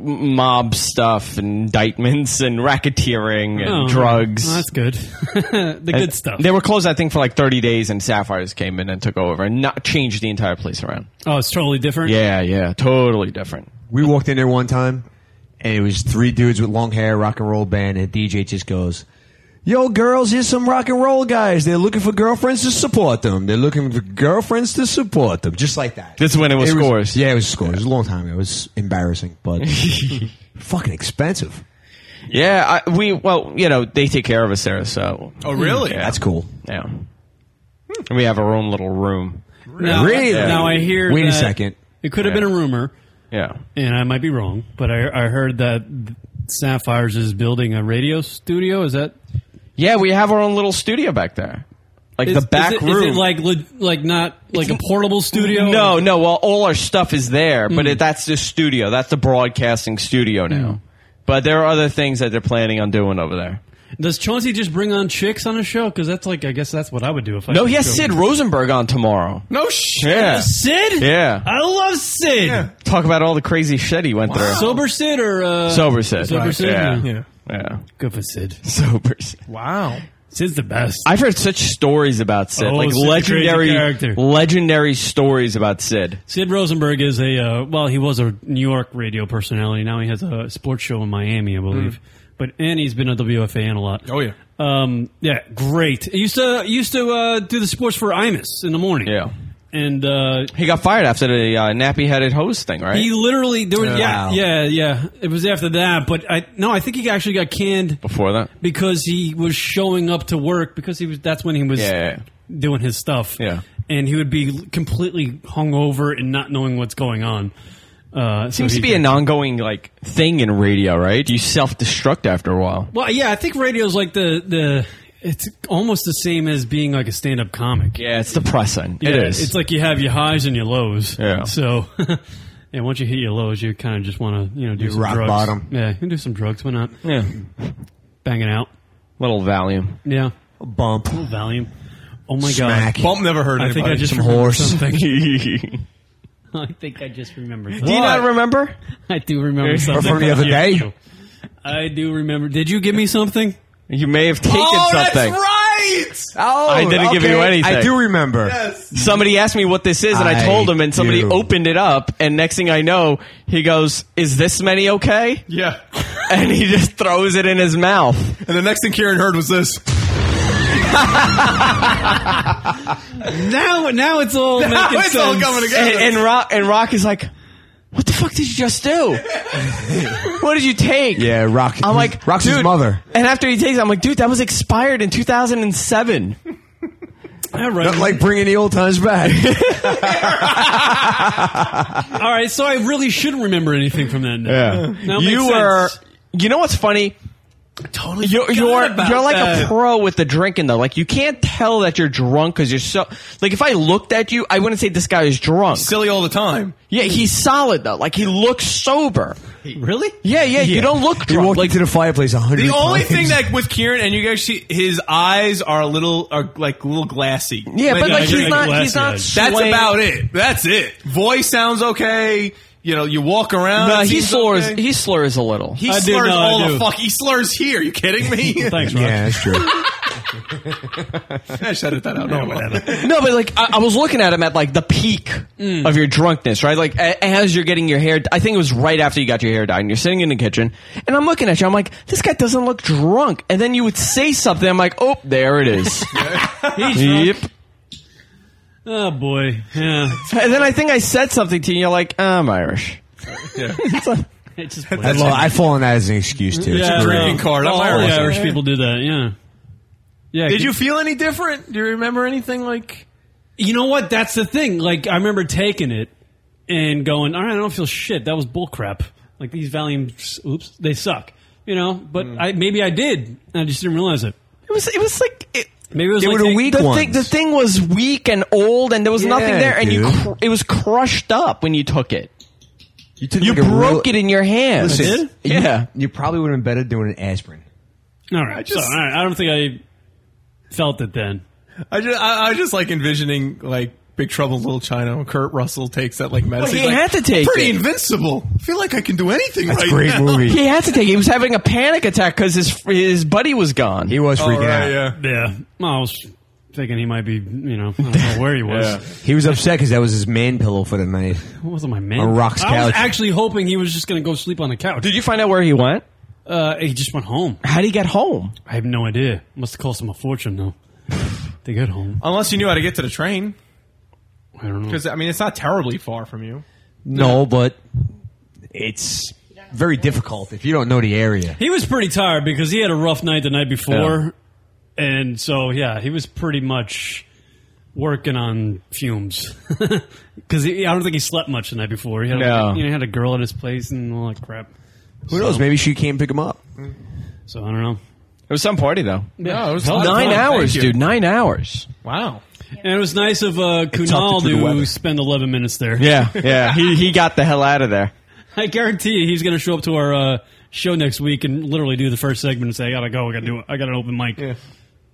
Q: mob stuff, indictments, and racketeering, and
A: Oh,
Q: drugs.
A: well, that's good. *laughs* the
Q: And
A: good stuff.
Q: They were closed, I think, for like 30 days, and Sapphires came in and took over and not changed the entire place around.
A: Oh, it's totally different.
Q: Yeah, yeah, totally different.
J: We walked in there one time, and it was three dudes with long hair, rock and roll band, and DJ just goes, "Yo, girls, here's some rock and roll guys. They're looking for girlfriends to support them. They're looking for girlfriends to support them." Just like that.
Q: This is when it was scores.
J: yeah, it was scores. It was a long time ago. It was embarrassing, but
Q: *laughs*
J: fucking expensive.
Q: Yeah, I, we, well, you know, they take care of us there, so.
B: Oh, really?
J: That's cool.
Q: Yeah. And we have our own little room.
A: Now, Now I hear. that It could have
Q: Yeah.
A: been a rumor,
Q: Yeah.
A: and I might be wrong, but I, I heard that Sapphires is building a radio studio. Is that
Q: Yeah, we have our own little studio back there. Like
A: is-
Q: the back
A: is it- is
Q: room.
A: it like le- like not like a portable studio? Mm.
Q: No, no. Well, all our stuff is there, but it, that's the studio. That's the broadcasting studio now. But there are other things that they're planning on doing over there.
A: Does Chauncey just bring on chicks on his show? Because that's like I guess that's what I would do if I.
Q: no,
A: had
Q: he
A: a
Q: has
A: show.
Q: Sid Rosenberg on tomorrow.
A: No shit.
Q: Yeah.
A: Sid.
Q: Yeah.
A: I love Sid.
Q: Talk about all the crazy shit he went through.
A: Sober Sid or uh,
Q: Sober Sid.
A: Sober
Q: Right.
A: Sid.
Q: Yeah.
A: yeah.
Q: yeah.
A: Good for Sid.
Q: Sober Sid.
B: Wow.
A: Sid's the best.
Q: I've heard such stories about Sid,
A: Oh,
Q: like
A: Sid's a crazy
Q: legendary,
A: character.
Q: legendary stories about Sid.
A: Sid Rosenberg is a uh, well, he was a New York radio personality. Now he has a sports show in Miami, I believe.
Q: Mm.
A: But and he's been a WFAN a lot.
B: Oh yeah,
A: um, yeah, great. He used to used to uh, do the sports for Imus in the morning.
Q: Yeah,
A: and uh,
Q: he got fired after the uh, nappy-headed host thing, right?
A: He literally there was yeah
Q: Wow.
A: yeah yeah. It was after that, but I no, I think he actually got canned
Q: before that.
A: because he was showing up to work because he was that's when he was
Q: Yeah.
A: doing his stuff.
Q: Yeah.
A: and he would be completely hungover and not knowing what's going on. Uh, so
Q: Seems
A: he
Q: to be an ongoing like thing in radio, right? You self-destruct after a while.
A: Well, yeah, I think radio's like the the. It's almost the same as being like a stand-up comic.
Q: Yeah, it's depressing.
A: Yeah,
Q: it is.
A: It's like you have your highs and your lows.
Q: Yeah.
A: So, *laughs* and once you hit your lows, you kind of just want to you know do
Q: You
A: some
Q: rock
A: drugs.
Q: bottom.
A: Yeah, you can do some drugs. Why not?
Q: Yeah.
A: Banging out.
Q: Little Valium.
A: Yeah.
J: bump.
A: little Valium. Oh my
Q: Smack.
A: god.
Q: Bump never hurt
A: I think I
Q: anybody.
A: just
Q: Some
A: remembered
Q: horse.
A: something.
Q: *laughs* do
A: I think I just remembered.
Q: you not remember?
A: I do remember something
Q: From the other day?
A: I do remember. Did you give me something?
Q: You may have taken
A: Oh,
Q: something.
B: right.
J: Oh,
Q: I didn't give you anything.
J: I do
A: *laughs*
J: remember.
Q: Somebody asked me what this is, and I,
J: I
Q: told him, and somebody
J: do.
Q: opened it up, and next thing I know, he goes, "Is this many okay?"
B: Yeah.
Q: and he just throws it in his mouth.
B: And the next thing Kieran heard was this.
A: Now, now it's all
Q: Now
A: making
Q: it's all
A: sense.
Q: coming together. And- and Rock and Rock is like, "What the fuck did you just do? *laughs* what did you take?"
J: Yeah, Rock.
Q: I'm like,
J: Rock's his
Q: "Dude."
J: mother.
Q: And after he takes, it, I'm like, "Dude, that was expired in 2007."
J: Not like bringing the old times back.
A: All right, so I really shouldn't remember anything from that. Now. Now it
Q: you
A: makes sense.
Q: were. You know what's funny?
A: Totally.
Q: You're you're,
A: about
Q: you're like a
A: that.
Q: pro with the drinking though. Like you can't tell that you're drunk because you're so. Like if I looked at you, I wouldn't say this guy is drunk.
B: Silly all the time.
Q: Yeah, he's solid though. Like he looks sober.
A: Really?
Q: Yeah, yeah. You don't look
J: You
Q: drunk.
J: walked into the fireplace a hundred.
B: The only
J: times.
B: thing that with Kieran and you guys see his eyes are a little are like a little glassy.
Q: Yeah, but, like, he's not- he's not
B: That's
Q: swaying.
B: about it. That's it. Voice sounds okay. You know, you walk around.
Q: No,
B: it
Q: he
B: seems
Q: slurs.
B: okay.
Q: He slurs a little.
B: He slurs all the fuck. He slurs here. You kidding *laughs* me?
Q: Thanks, Rob. Yeah, that's true.
B: I should have that out. No,
O: *laughs*
B: whatever.
Q: no, but like I, I was looking at him at like the peak
A: Mm.
Q: of your drunkenness, right? Like a, as you're getting your hair, I think it was right after you got your hair dyed, and you're sitting in the kitchen, and I'm looking at you. I'm like, this guy doesn't look drunk. And then you would say something. I'm like, oh, there it
A: *laughs*
Q: is. yep.
A: Oh boy. Yeah.
Q: And then I think I said something to you. and You're like, I'm Irish.
B: Yeah.
A: It's just
J: I, love, I fall on that as an excuse too.
A: Yeah,
J: it's great.
A: no. All the Irish people do that. Yeah. Yeah.
B: Did you feel any different? Do you remember anything like?
A: You know what? That's the thing. Like I remember taking it and going, "All right, I don't feel shit. That was bullcrap. Like these Valiums, oops, they suck." You know, but I maybe I did. and I just didn't realize it.
Q: It was. It was like. It,
A: Maybe it was
Q: They
A: like
Q: were the
A: taking-
Q: weak the Thing, the thing was weak and old, and there was nothing
A: Yeah,
Q: there, and you
A: dude.
Q: cr- it was crushed up when you took it.
J: You,
A: like a
Q: broke
J: real-
Q: it in your hands.
J: Listen, you-
Q: yeah.
J: you probably would have been better doing an aspirin.
A: All right, so, all right. I don't think I felt it then.
B: I just I, I was just like envisioning like Big Trouble in Little China when Kurt Russell takes that like medicine.
Q: he
B: He's like,
Q: had to take
B: pretty
Q: it.
B: invincible. I feel like I can do anything. right now.
Q: He had to take. He was having a panic attack because his his buddy was gone. He
J: was
A: Yeah. Yeah. Well, I was thinking he might be. You know, I don't know
Q: *laughs*
A: where he was.
J: He was upset because that was his man pillow for
A: *laughs*
J: the night.
A: What was on my man?
J: On Rock's
A: I was
J: couch.
A: actually hoping he was just going to go sleep on the couch.
Q: Did you find out where he went?
A: Uh, he just went home.
Q: How did he get home?
A: I have no idea. Must have cost him a fortune though. to get home.
B: Unless you knew how to get to the train,
A: I don't know.
B: because I mean it's not terribly far from you.
J: No,
A: *laughs*
J: but it's very difficult if you don't know the area.
A: He was pretty tired because he had a rough night the night before, and so yeah, he was pretty much working on fumes *laughs* because I don't think he slept much the night before. He had,
J: No.
A: you know, he had a girl at his place and all that crap.
J: Who knows? Maybe she came pick him up.
A: So I don't know.
Q: It was some party though.
A: Yeah, it was a lot of
Q: nine
A: fun.
Q: hours,
A: Thank you.
Q: dude. Nine hours.
B: Wow.
A: And it was nice of uh,
Q: tough
A: Kunal
Q: to do the weather.
A: to spend 11 minutes there. *laughs*
Q: Yeah, yeah. he he got the hell out of there.
A: I guarantee you he's going to show up to our uh, show next week and literally do the first segment and say, I got to go. I got to do it. I got an open mic.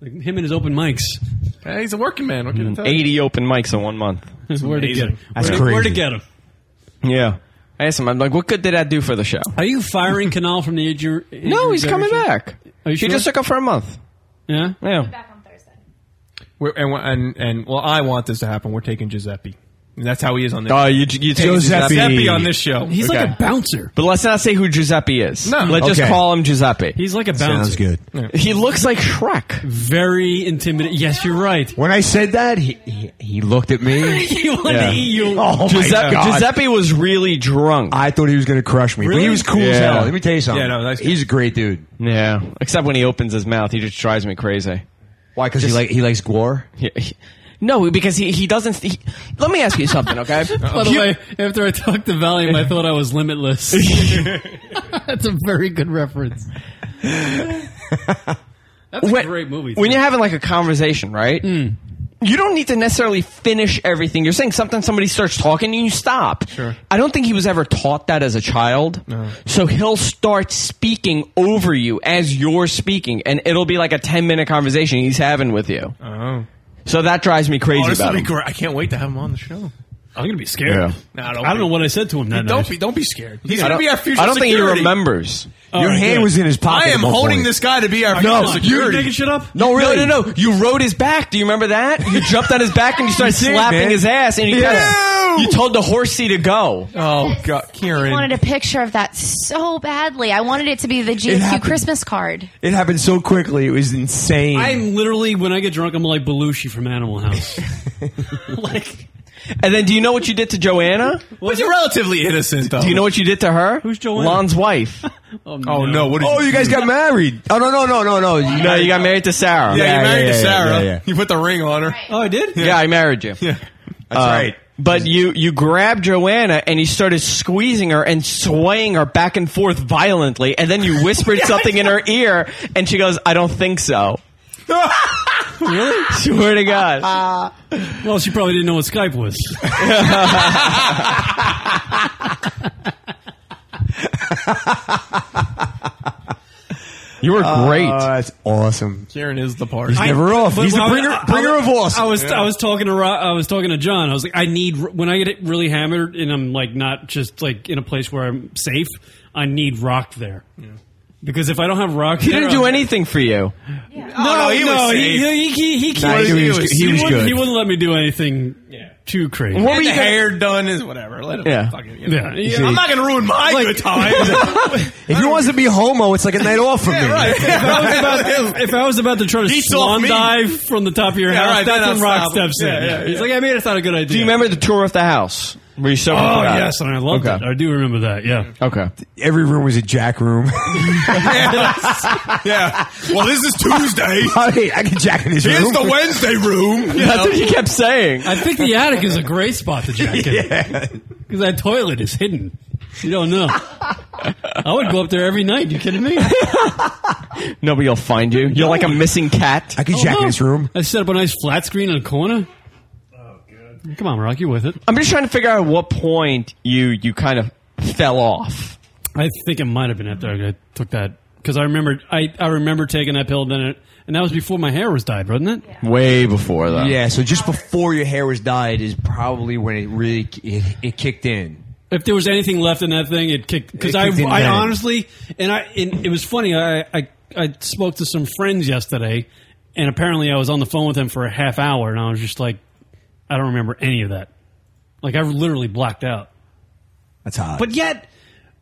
A: Like him and his open mics.
B: Hey, he's a working man. What can I
A: *laughs*
B: tell you?
Q: Eighty open mics in one month.
A: It's where to get
B: amazing.
A: him.
Q: Mm. That's
A: where,
Q: crazy.
A: where to get him.
Q: Yeah. I asked him. I'm like, what good did that do for the show?
A: Are you firing Canal from the Adrian?
Q: No, he's coming back.
A: Are you
Q: He
A: sure?
Q: just took up for a month.
A: Yeah.
Q: Yeah.
B: We're, and, we're- and and well, I want this to happen. We're taking Giuseppe. And that's how he is on this.
Q: Oh, you you take
B: Giuseppe. on this show.
A: He's
Q: Okay.
A: like a bouncer.
Q: But let's not say who Giuseppe is.
A: No.
Q: Let's just
A: Okay.
Q: call him Giuseppe.
A: He's like a bouncer.
J: good.
Q: He looks like Shrek.
A: Very intimidating. Yes, you're right.
J: When I said that, he he, he looked at me.
A: *laughs* He wanted
J: Yeah.
A: to eat you.
J: Oh my
Q: Giuseppe,
J: God.
Q: Giuseppe was really drunk.
J: I thought he was going to crush me, but
Q: Really?
J: he was cool as
Q: Yeah.
J: hell. Let me tell you something.
Q: Yeah, no, that's good.
J: he's a great dude.
Q: Yeah. Except when he opens his mouth, he just drives me crazy.
J: Why? Because he
Q: Just-
J: like he likes gore.
Q: He- he- no, because he, he doesn't. He, let me ask you something, okay?
A: *laughs* By the way, after I talked to Valium, I thought I was
Q: *laughs*
A: limitless. That's a very good reference. That's a
Q: When-
A: great movie.
Q: when you're having like a conversation, right?
B: Mm.
Q: You don't need to necessarily finish everything. You're saying something, somebody starts talking, and you stop.
B: Sure.
Q: I don't think he was ever taught that as a child. So he'll start speaking over you as you're speaking, and it'll be like a 10 minute conversation he's having with you.
B: Oh.
Q: So that drives me crazy
B: Oh, this will
Q: about
B: be
Q: him.
B: great. I can't wait to have him on the show.
A: I'm gonna be scared.
Q: Yeah.
B: Nah,
A: I
B: don't
A: don't,
B: be.
A: know what I said to him that
B: Don't
A: night.
B: be, don't be scared.
Q: I
B: He's gonna
Q: don't-
B: be our future.
Q: I don't think
B: security.
Q: he remembers.
A: All right, good.
B: I am holding this guy to be our future
Q: No,
B: security.
A: You're making shit up.
Q: No, no, no, no. You rode his back. Do you remember that? You jumped on his back and you started
B: *laughs* You did,
Q: slapping
B: man.
Q: his ass, and you,
B: Yeah.
Q: kinda- you told the horsey to go.
B: Oh God,
R: I
B: Kieran.
R: wanted a picture of that so badly. I wanted it to be the GQ
J: happened.
R: Christmas card.
J: It happened so quickly; it was insane.
A: I'm literally when I get drunk, I'm like Belushi from Animal
Q: *laughs*
A: House. *laughs* like
Q: And then, do you know what you did to Joanna?
B: But you're relatively innocent, though.
Q: Do you know
A: *laughs*
Q: what you did to her? Who's
A: Joanna?
Q: Lon's wife.
A: oh
B: Oh no! What? Did
J: oh, you guys got married? Oh no, no, no, no, no! You,
Q: No, you got married to Sarah.
B: Yeah, you married
J: yeah,
B: to
J: yeah,
B: Sarah.
J: yeah, yeah.
B: You put the ring on her.
A: Oh, I did.
Q: Yeah, I married you. Um,
B: Yeah,
J: That's right.
Q: But you you grabbed Joanna and you started squeezing her and swaying her back and forth violently, and
B: *laughs*
Q: then you whispered something in her ear, and she goes, "I don't think so."
O: *laughs*
Q: really? *laughs* Swear to God.
A: well, she probably didn't know what Skype
Q: *laughs*
A: was. *laughs*
J: You
A: were
Q: Uh,
A: great.
J: Uh, that's awesome.
B: Kieran is the party.
J: He's never off. He's the bringer, bringer of awesome.
A: I was I was talking to Ro- I was talking to John. I was like, I need when I get really hammered and I'm like not just like in a place where I'm safe. I need rock there because if I don't have rock,
Q: He
A: there,
Q: didn't do
A: I'm-
Q: anything for you.
A: No,
B: Oh,
Q: no,
A: he
Q: he
A: no,
Q: was
A: he,
Q: safe.
A: he, he, he,
Q: Nah, he was- he was
A: wouldn't,
Q: good.
A: He wouldn't let me do anything too crazy.
B: What were you hair done is whatever. Let him
A: Yeah.
B: fucking, you know.
A: Yeah. You
B: I'm
A: see.
B: not going to ruin my good time.
J: If he wants to be homo, it's like a
A: *laughs*
J: night off for me. *laughs*
A: if, I was about, if I was about to try to
J: He's off
A: swan
J: me.
A: dive from the top of your
J: Yeah,
A: house,
J: right, then
A: that's when
J: I'll
A: Rock
J: stop him.
A: steps in.
J: Yeah, yeah,
A: He's
J: yeah.
A: like, I mean, it's not a good idea.
Q: Do you remember the tour of the house? Were you so?
A: Oh, yes, and I loved it. I do remember that. Yeah.
Q: Okay.
J: Every room was a jack
Q: *laughs*
J: room.
O: *laughs*
B: yeah. Well, this is Tuesday.
J: hey, I can jack in his
B: Here's
J: room.
Q: *laughs*
B: the Wednesday room. you know.
Q: saying.
A: I think the attic is a great spot to
Q: *laughs*
A: jack in.
B: Yeah.
A: Because that toilet is hidden. You don't know. I would go up there every night. You kidding me?
Q: Nobody will find you. You're like a missing cat.
J: I
B: Oh,
J: could
A: jack in no. his
J: room.
A: I set up a nice flat screen in a corner. Come on, Rock, you're with it.
Q: I'm just trying to figure out at what point you you kind of fell off.
A: I think it might have been after I took that because I remember I, I remember taking that pill then it, and that was before my hair was dyed, wasn't it?
Q: Way before that.
J: Yeah, so just before your hair was dyed is probably when it really it, it kicked in.
A: If there was anything left in that thing, it kicked because
J: It
A: I
J: kicked in
A: I
J: then.
A: honestly and I and it was funny. I, I I spoke to some friends yesterday, and apparently I was on the phone with them for a half hour, and I was just like, I don't remember any of that. Like I literally blacked out.
J: That's hot.
A: But yet,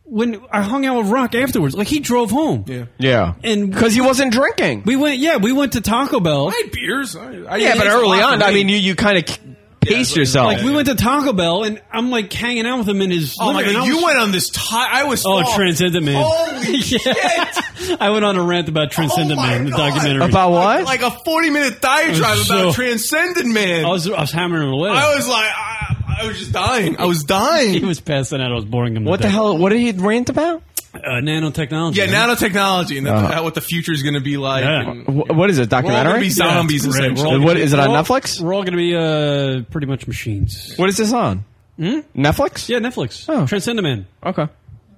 A: when I hung out with Rock afterwards, like he drove home. Yeah.
Q: Yeah.
A: And
Q: because he wasn't drinking.
A: We went. Yeah, we went to Taco Bell.
B: I had beers. I, I
Q: yeah, but early on, I mean, you you kind of paced yourself.
A: Like we went to Taco Bell, and I'm like hanging out with him in his.
B: Oh my
A: living
B: god!
A: room.
B: You went on this. T- I was.
A: Oh, Transcendent *laughs* Man.
B: Holy shit! Oh
A: I went on a rant about Transcendent Man, the documentary.
B: Like, a forty-minute diatribe
A: It was
B: about
A: so-
B: Transcendent Man.
A: I was, I was hammering away.
B: I was like, I, I was just dying. I was dying.
A: *laughs* He was passing out. I was boring him.
B: What
A: to
B: the
A: death.
Q: hell? What did he rant about?
A: Uh, nanotechnology.
B: Yeah, nanotechnology and
Q: Uh-huh.
B: that's how what the future is going to be like. And,
Q: Wh- What is it?
B: all
Q: Documentary?
B: gonna be zombies,
A: Yeah, it's great.
B: essentially.
A: We're all
Q: What
A: gonna
Q: is
A: be-
Q: it on
A: we're all-
Q: Netflix?
A: We're all going to be uh, pretty much machines.
Q: What is this on?
A: Hmm?
Q: Netflix?
A: Yeah, Netflix. Oh. Transcendent Man.
Q: Okay.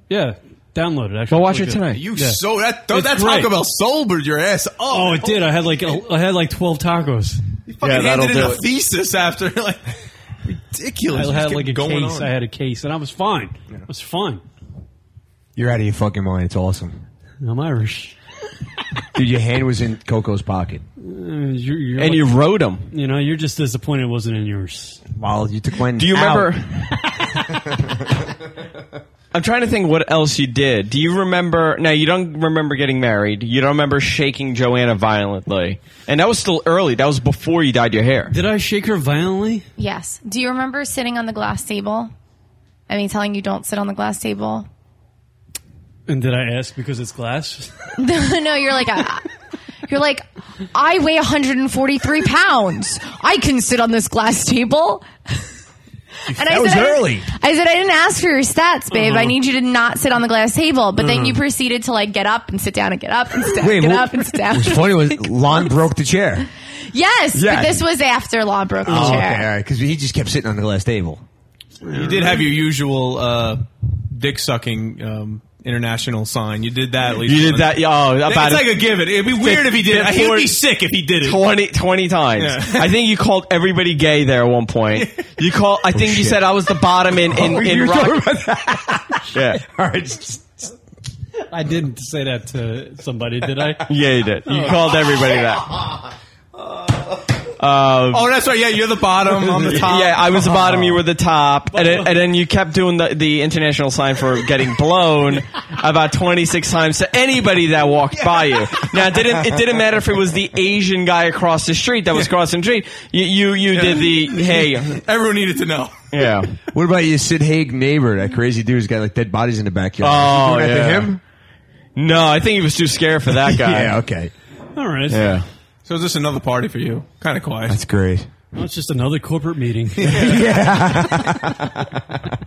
A: Yeah, download it. Actually,
Q: Well, watch
A: It's
Q: it
A: really
Q: tonight.
A: good.
B: You
A: Yeah.
B: so that
A: It's
B: that
A: great.
B: Taco Bell sobered your ass. up.
A: Oh, it did. I had like el- I had like twelve tacos.
B: Fucking handed in a thesis after *laughs* like ridiculous.
A: I
B: Just
A: had
B: kept
A: like a
B: going
A: case.
B: on.
A: I had a case, and I was fine. I was fine.
J: You're out of your fucking mind. It's awesome.
A: I'm Irish.
J: Dude, your hand was in Coco's pocket.
A: Uh, And you
J: And you
Q: wrote them.
A: You know, you're just disappointed it wasn't in yours.
J: Well, you took mine.
Q: Do
O: *laughs*
Q: you remember? I'm trying to think what else you did. Do you remember? Now you don't remember getting married. You don't remember shaking Joanna violently, and that was still early. That was before you dyed your hair.
A: Did I shake her violently?
R: Yes. Do you remember sitting on the glass table? I mean, telling you don't sit on the glass table. *laughs*
A: And did I ask because it's glass?
R: no, you're like a, you're like, I weigh 143 pounds. I can sit on this glass table. And
O: That was
R: I didn't-
O: early.
R: I said I didn't ask for your stats, babe.
O: Uh-huh.
R: I need you to not sit on the glass table. But then
J: Uh-huh.
R: you proceeded to like get up and sit down and get up and sit down,
J: Wait,
R: get
J: what-
R: up and sit down.
J: What's
R: *laughs*
J: funny was Lon broke the chair.
R: yes,
J: Yeah.
R: but this was after Law broke the
J: Oh, okay, all
R: chair.
J: right. Because he just kept sitting on the glass table.
B: You did have your usual uh, dick sucking um, international sign. You did that at least.
Q: You did
B: once.
Q: that- oh,
B: it's
Q: about-
B: like a given. It'd be weird if he did. it. I think it'd be sick if he did it.
Q: 20, 20 times.
B: Yeah.
Q: I think you called everybody gay there at one *laughs* point. You call. I think
B: Oh,
Q: you
B: shit.
Q: said I was the bottom in in,
A: Oh,
Q: in
A: you
Q: rock.
A: talking
Q: *laughs* yeah.
J: All right.
A: I didn't say that to somebody, did I?
Q: *laughs* Yeah, you did. You
A: Oh.
Q: called everybody that. Um,
B: Oh, that's right. Yeah, you're the bottom. I'm the top.
Q: *laughs* Yeah, I was the bottom. You were the top, and then, and then you kept doing the, the international sign for getting
B: *laughs*
Q: blown about twenty six times to anybody that walked by you. Now, it didn't it didn't matter if it was the Asian guy across the street that was crossing the street. You you, you did the hey.
B: Everyone needed to know.
Q: Yeah.
J: What about your Sid Haig neighbor? That crazy dude who's got like dead bodies in the backyard.
Q: Oh,
J: You doing that to
Q: yeah.
J: him?
Q: No, I think he was too scared for that guy.
J: yeah. Okay.
A: Oh. All right.
Q: Yeah.
B: So is this another party for you? Kind of quiet.
J: That's great.
A: Well, it's just another corporate
Q: *laughs*
A: meeting.
B: *laughs*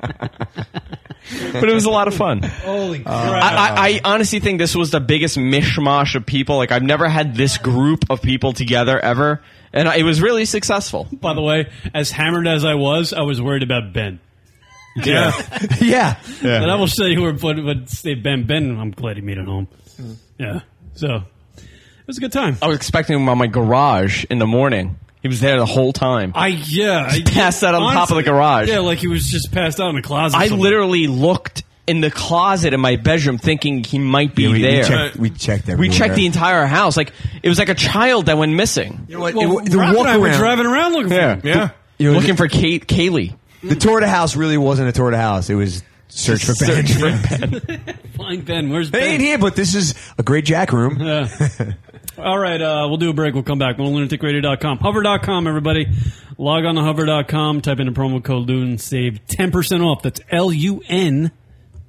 Q: but it was a lot of fun.
A: *laughs*
Q: Uh,
A: Holy crap.
Q: I, I, I honestly think this was the biggest mishmash of people. Like I've never had this group of people together ever, and it was really successful.
A: By the way, as hammered as I was, I was worried about Ben.
Q: *laughs* Yeah.
J: yeah.
A: And I will say who were but but say Ben Ben, I'm glad he made it home.
Q: Hmm.
A: Yeah. So it was a good time.
Q: I was expecting him on my garage in the morning. He was there the whole time.
A: I yeah, I
Q: passed out on top of the garage.
A: Yeah, like he was just passed out in the closet. or
Q: I
A: something.
Q: literally looked in the closet in my bedroom, thinking he might be
J: Yeah, we,
Q: there.
J: We checked, we checked
Q: We
J: everywhere.
Q: checked the entire house. Like it was like a child that went missing.
J: Well, it- the Rob and walk I were around- driving
A: around looking
J: Yeah.
Q: for yeah, looking for Kate Kaylee.
J: The tour to house really wasn't a tour to house. It was search for Ben.
Q: Search for
A: *laughs* Flying Ben, where's
J: They
A: Ben?
J: ain't here, but this is a great jack room.
Q: Mm-hmm.
A: All right, uh, we'll do a break. We'll come back. lunaticradio.com. Hover.com, everybody. Log on to hover.com, type in the promo code LUN, save 10% off. That's L U N.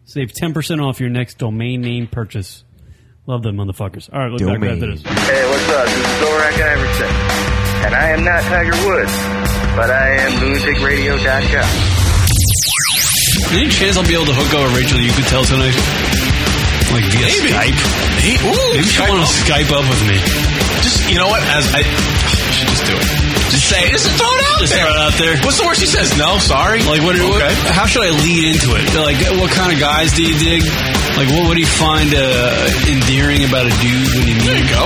A: Save 10% off your next domain name purchase. Love them motherfuckers. All right, look back
F: Domain.
A: after this.
F: Hey, what's up? This is Zorak Iverson. And I am not Tiger Woods, but I am lunaticradio.com.
M: Any chance I'll be able to hook up with Rachel? You could tell tonight, like via Skype. Maybe, Maybe she want to Skype up with me.
P: Just you know what? As I you should just do it. Just say, just throw it out
M: Just
P: there.
M: throw it out there.
P: What's the worst she says? No, sorry.
M: Like what? what how should I lead into it? Like what kind of guys do you dig? Like what? What do you find uh, endearing about a dude when you meet? There you go.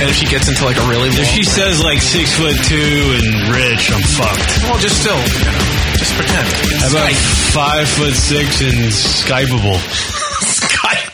P: And if she gets into like a really,
M: If she says like six foot two and rich, I'm fucked.
P: well, just still, you know, just pretend.
M: How about five foot six and Skypeable?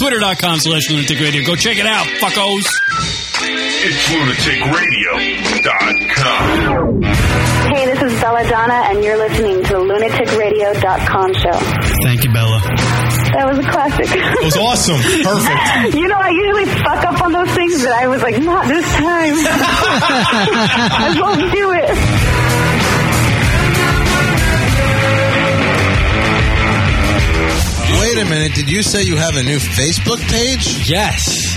M: Twitter.com slash lunatic radio. Go check it out, fuckos.
P: It's lunaticradio.com.
E: Hey, this is Belladonna, and you're listening to the lunaticradio.com show.
M: Thank you, Bella.
E: That was a classic.
P: It was awesome. Perfect.
E: *laughs* you know, I usually fuck up on those things, but I was like, not this time. *laughs* I won't do it.
K: Wait a minute. Did you say you have a new Facebook page?
M: Yes.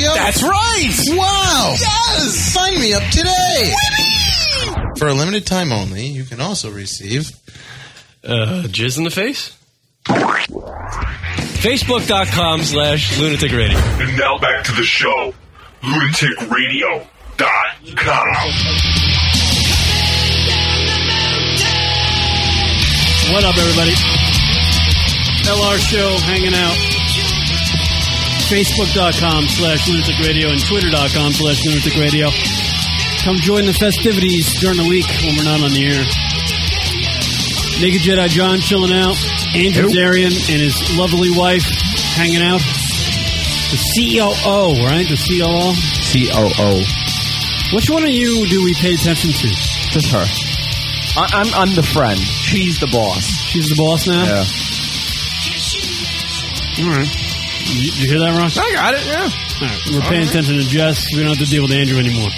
M: That's right.
K: Wow. Yes. Sign me up today. For a limited time only, you can also receive.
M: Uh, jizz in the face? Facebook.com slash lunatic radio.
P: And now back to the show. Lunaticradio.com.
A: What up, everybody? LR Show hanging out. Facebook.com slash lunatic radio and Twitter.com slash lunatic radio. Come join the festivities during the week when we're not on the air. Naked Jedi John chilling out. Andrew Darian and his lovely wife hanging out. The COO, right? The COO? COO. Which one of you do we pay attention to?
Q: Just her. I, I'm I'm the friend. She's the boss.
A: She's the boss now.
Q: Yeah. *laughs*
A: All right. You, you hear that, Ross?
Q: I got it. Yeah.
A: All right. We're paying attention to Jess. We don't have to deal with Andrew anymore.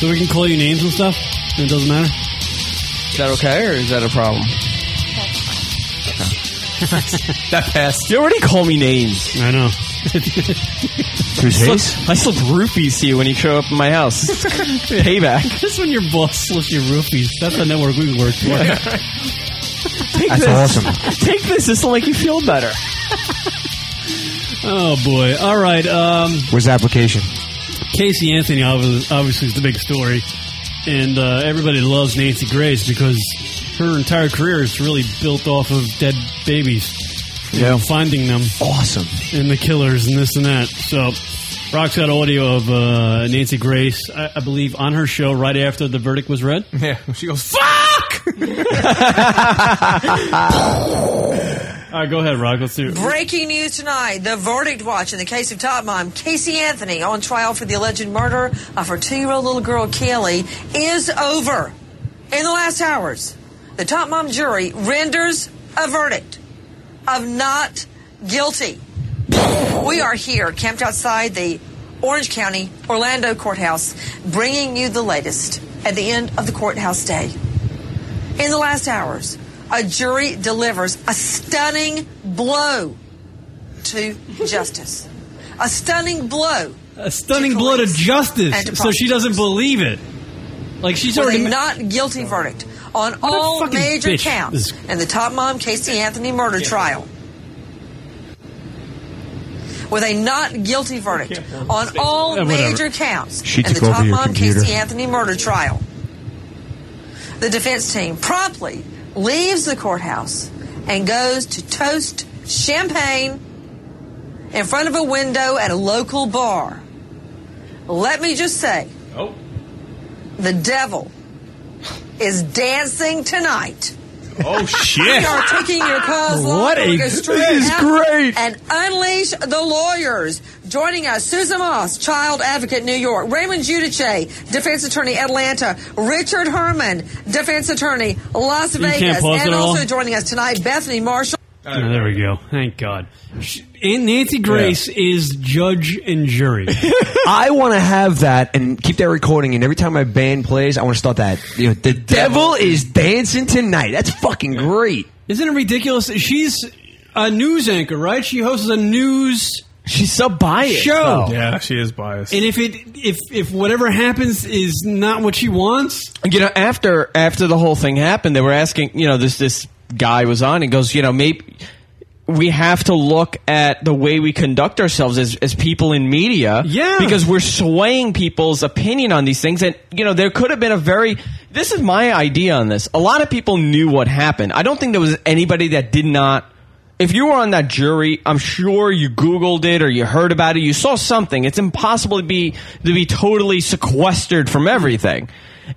A: So we can call you names and stuff. And it doesn't matter. *laughs*
Q: Is that okay, or is that a problem?
B: that passed.
Q: You already call me names.
A: I
Q: *laughs*
A: know.
Q: I slipped, I slipped rupees to you when you show up at my house. *laughs* Payback.
A: That's when your boss slips you roofies. That's the network we work for. *laughs*
Q: Take
A: That's
Q: this.
A: awesome.
Q: Take this. This will make you feel better.
A: Oh boy! All right. Um,
J: Where's the application?
A: Casey Anthony obvi- obviously is the big story, and uh, everybody loves Nancy Grace because her entire career is really built off of dead babies, and
J: Yeah.
A: finding them,
J: awesome,
A: and the killers and this and that. So, Rock's got audio of uh, Nancy Grace, I-, I believe, on her show right after the verdict was read.
B: Yeah, *laughs* she goes fuck.
A: All right, go ahead, Rock. Let's do it.
I: Breaking news tonight. The verdict watch in the case of top mom Casey Anthony on trial for the alleged murder of her two year old little girl Kelly is over. In the last hours, the top mom jury renders a verdict of not guilty. We are here, camped outside the Orange County Orlando courthouse, bringing you the latest at the end of the courthouse day. In the last hours, a jury delivers a stunning blow to justice. A stunning blow.
A: A stunning blow to
I: and to
A: justice. So she doesn't believe it. Like she's
I: with
A: already
I: a not guilty verdict on
A: a
I: all
A: fucking
I: major
A: bitch.
I: counts
A: This-
I: in the top mom Casey Anthony murder trial. With a not guilty verdict on all
L: Yeah, whatever.
I: major counts
L: She
I: in the
L: took over
I: top
L: your
I: mom
L: computer.
I: Casey Anthony murder trial. The defense team promptly leaves the courthouse and goes to toast champagne in front of a window at a local bar. Let me just say,
A: Oh.
I: the devil is dancing tonight.
B: Oh shit!
I: We are taking your calls.
B: What
I: live.
B: a-
I: We're gonna straight
B: this is
I: out
B: great.
I: And unleash the lawyers. Joining us, Susan Moss, child advocate, New York. Raymond Judice, defense attorney, Atlanta. Richard Herman, defense attorney, Las
A: You can't
I: Vegas.
A: pause
I: And
A: it all?
I: also joining us tonight, Bethany Marshall.
A: Oh, there we go. Thank God. Sh- And Nancy Grace is judge and jury.
J: *laughs*
Q: *laughs*
J: I want to have that and keep that recording. And every time my band plays, I want to start that. You know, the devil is dancing tonight. That's fucking great.
A: Isn't it ridiculous? She's a news anchor, right? She hosts a news.
Q: She's so biased.
A: Show.
B: Oh. Yeah, she is biased.
A: And if it if if whatever happens is not what she wants,
Q: You know, after after the whole thing happened, they were asking. You know, this this guy was on and goes, you know, maybe we have to look at the way we conduct ourselves as as people in media, yeah, because we're swaying people's opinion on these things, and you know, there could have been a very. This is my idea on this. A lot of people knew what happened. I don't think there was anybody that did not. If you were on that jury, I'm sure you Googled it or you heard about it. You saw something. It's impossible to be to be totally sequestered from everything.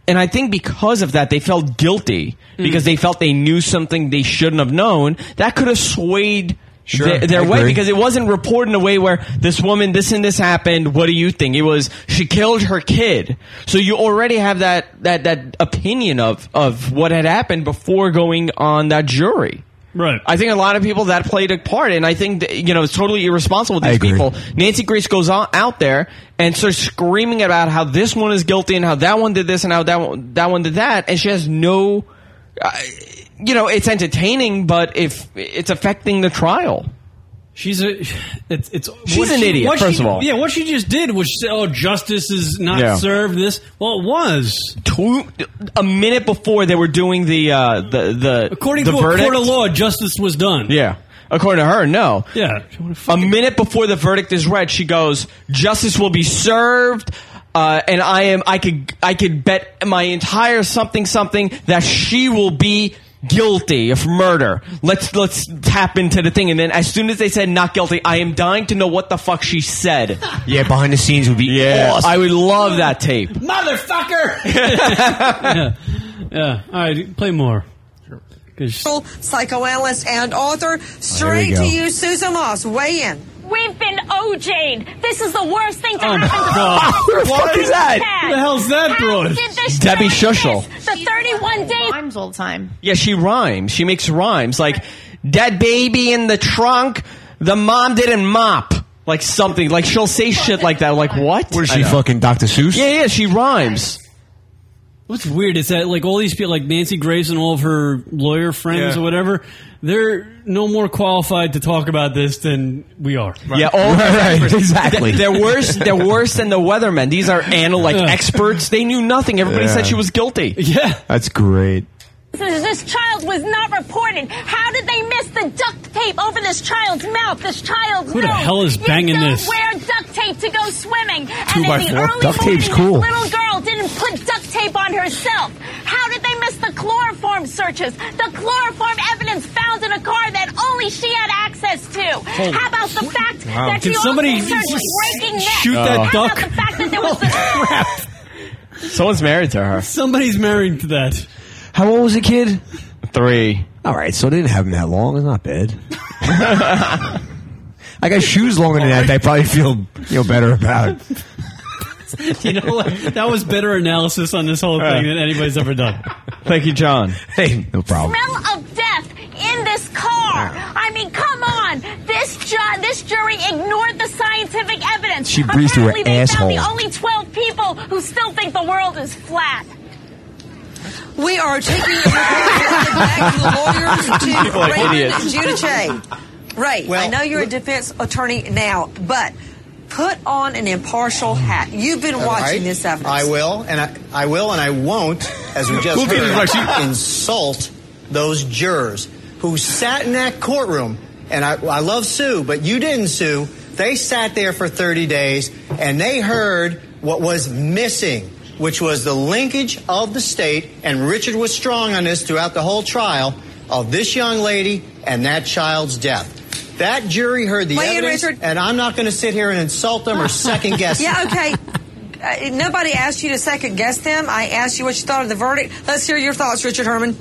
Q: And I think because of that, they felt guilty
J: Hmm.
Q: because they felt they knew something they shouldn't have known. That could have swayed
J: Sure,
Q: their, their
J: I
Q: way
J: agree.
Q: because it wasn't reported in a way where this woman, this and this happened. What do you think? It was she killed her kid. So you already have that that that opinion of of what had happened before going on that jury.
A: Right.
Q: I think a lot of people that played a part, and I think that, you know it's totally irresponsible with these people. Nancy Grace goes on, out there and starts screaming about how this one is guilty and how that one did this and how that one that one did that, and she has no. Uh, you know, it's entertaining, but if it's affecting the trial,
A: she's a it's it's
Q: She's
A: what
Q: an
A: she-
Q: idiot,
A: what
Q: first
A: she-
Q: of all.
A: Yeah, what she just did was say, "Oh, justice is not
Q: Yeah.
A: served." This well, it was
Q: two a minute before they were doing the uh, the the
A: according
Q: the
A: to
Q: verdict,
A: a court of law, justice was done.
Q: Yeah. According to her, no.
A: Yeah.
Q: A minute before the verdict is read, she goes, "Justice will be served." Uh, and I am. I could. I could bet my entire something something that she will be guilty of murder. Let's let's tap into the thing. And then as soon as they said not guilty, I am dying to know what the fuck she said.
J: *laughs* Yeah, behind the scenes would be
Q: yeah.
J: awesome.
Q: I would love that tape.
A: motherfucker. *laughs* yeah. yeah. All right, play more. 'Cause-
I: psychoanalyst and author. Straight
A: go.
I: to you, Susan Moss. Weigh in.
N: We've been OJ'd. "Oh, This is the worst thing to happen to
A: God.
N: the
A: Oh, What the fuck is that? Who the hell's that,
N: bro?
A: broad?
Q: Debbie Shushel.
N: The 31 days.
R: Times old time.
Q: Yeah, she rhymes. She makes rhymes like dead baby in the trunk. The mom didn't mop. Like something. Like she'll say shit like that. Like what?
J: What is
Q: I
J: she
Q: know.
J: fucking Dr. Seuss?
Q: Yeah, yeah. She rhymes.
A: What's weird is that like all these people, like Nancy Grace and all of her lawyer friends
Q: Yeah.
A: or whatever, they're no more qualified to talk about this than we are.
Q: Yeah, all *laughs* Th- They're worse. They're
A: worse.
Q: worse than the weathermen. These are anal like experts. They knew nothing. Everybody
K: Yeah.
Q: said she was guilty.
A: Yeah,
J: That's great.
N: This this child was not reported. How did they miss the duct tape over this child's mouth? This child's
A: Who the
N: nose.
A: hell is banging
N: you don't
A: this?
N: Wear duct tape to go swimming. and
A: by
N: in the
A: four?
N: early
A: Duct tape's
N: morning,
A: cool.
N: This little girl didn't put duct tape on herself. How did they miss the chloroform searches? The chloroform evidence found in a car that only she had access to.
A: Holy
N: How about the fact
A: Wow. Uh,
N: that
A: Can
N: you
A: somebody
N: also searched
A: just
N: breaking neck?
A: shoot that
N: How
A: duck?
N: About the fact that there was the
Q: Someone's married to her.
A: Somebody's married to that.
J: How old was the kid?
Q: Three.
J: All right, so it didn't have him that long. It's not bad. *laughs* I got shoes longer than that. that I probably feel you know better about.
A: *laughs* you know, like, that was better analysis on this whole thing than anybody's ever done.
Q: Thank you, John.
J: Hey, no problem.
N: smell of death in this car. I mean, come on. This ju- this jury ignored the scientific evidence.
J: She breathed through her
N: Apparently, they found the
J: asshole.
N: only 12 people who still think the world is flat.
I: We are taking it back
O: *laughs*
I: to the lawyers to
O: People are
I: Raymond
O: idiots.
I: Giudice. Ray, I know you're a defense attorney now, but put on an impartial hat. You've been
L: All
I: watching
L: right.
I: this evidence. *laughs*
L: I will, and I, I will, and I won't, as we just
I: Who did it,
L: heard,
I: like she-
L: insult those jurors who sat in that courtroom. And I, I love Sue, but you didn't, Sue. They sat there for 30 days, and they heard what was missing, which was the linkage of the state, and Richard was strong on this throughout the whole trial, of this young lady and that child's death. That jury heard the
I: Wait,
L: evidence,
I: Richard.
L: and I'm not going to sit here and insult
I: *laughs*
L: them or second guess them.
I: Yeah, okay. Uh, nobody asked you to second guess them. I asked you what you thought of the verdict. Let's hear your thoughts, Richard Herman.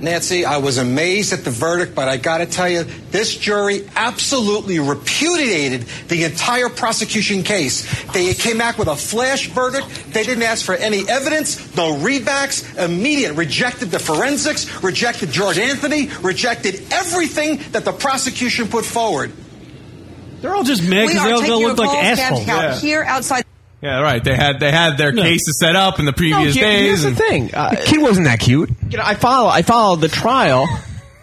S: Nancy, I was amazed at the verdict, but I got to tell you, this jury absolutely repudiated the entire prosecution case. They came back with a flash verdict. They didn't ask for any evidence, no readbacks, immediate. Rejected the forensics, rejected George Anthony, rejected everything that the prosecution put forward.
A: They're all just mad
I: we
A: because
I: are
A: they all
I: taking
A: they
I: your
A: look like
I: calls
A: assholes.
I: back out here outside.
B: Yeah, right. They had they had their cases set up in the previous
Q: here-
B: days.
Q: here's the
B: and-
Q: thing. Uh,
J: the kid wasn't that cute.
Q: You know, I follow. I followed the trial.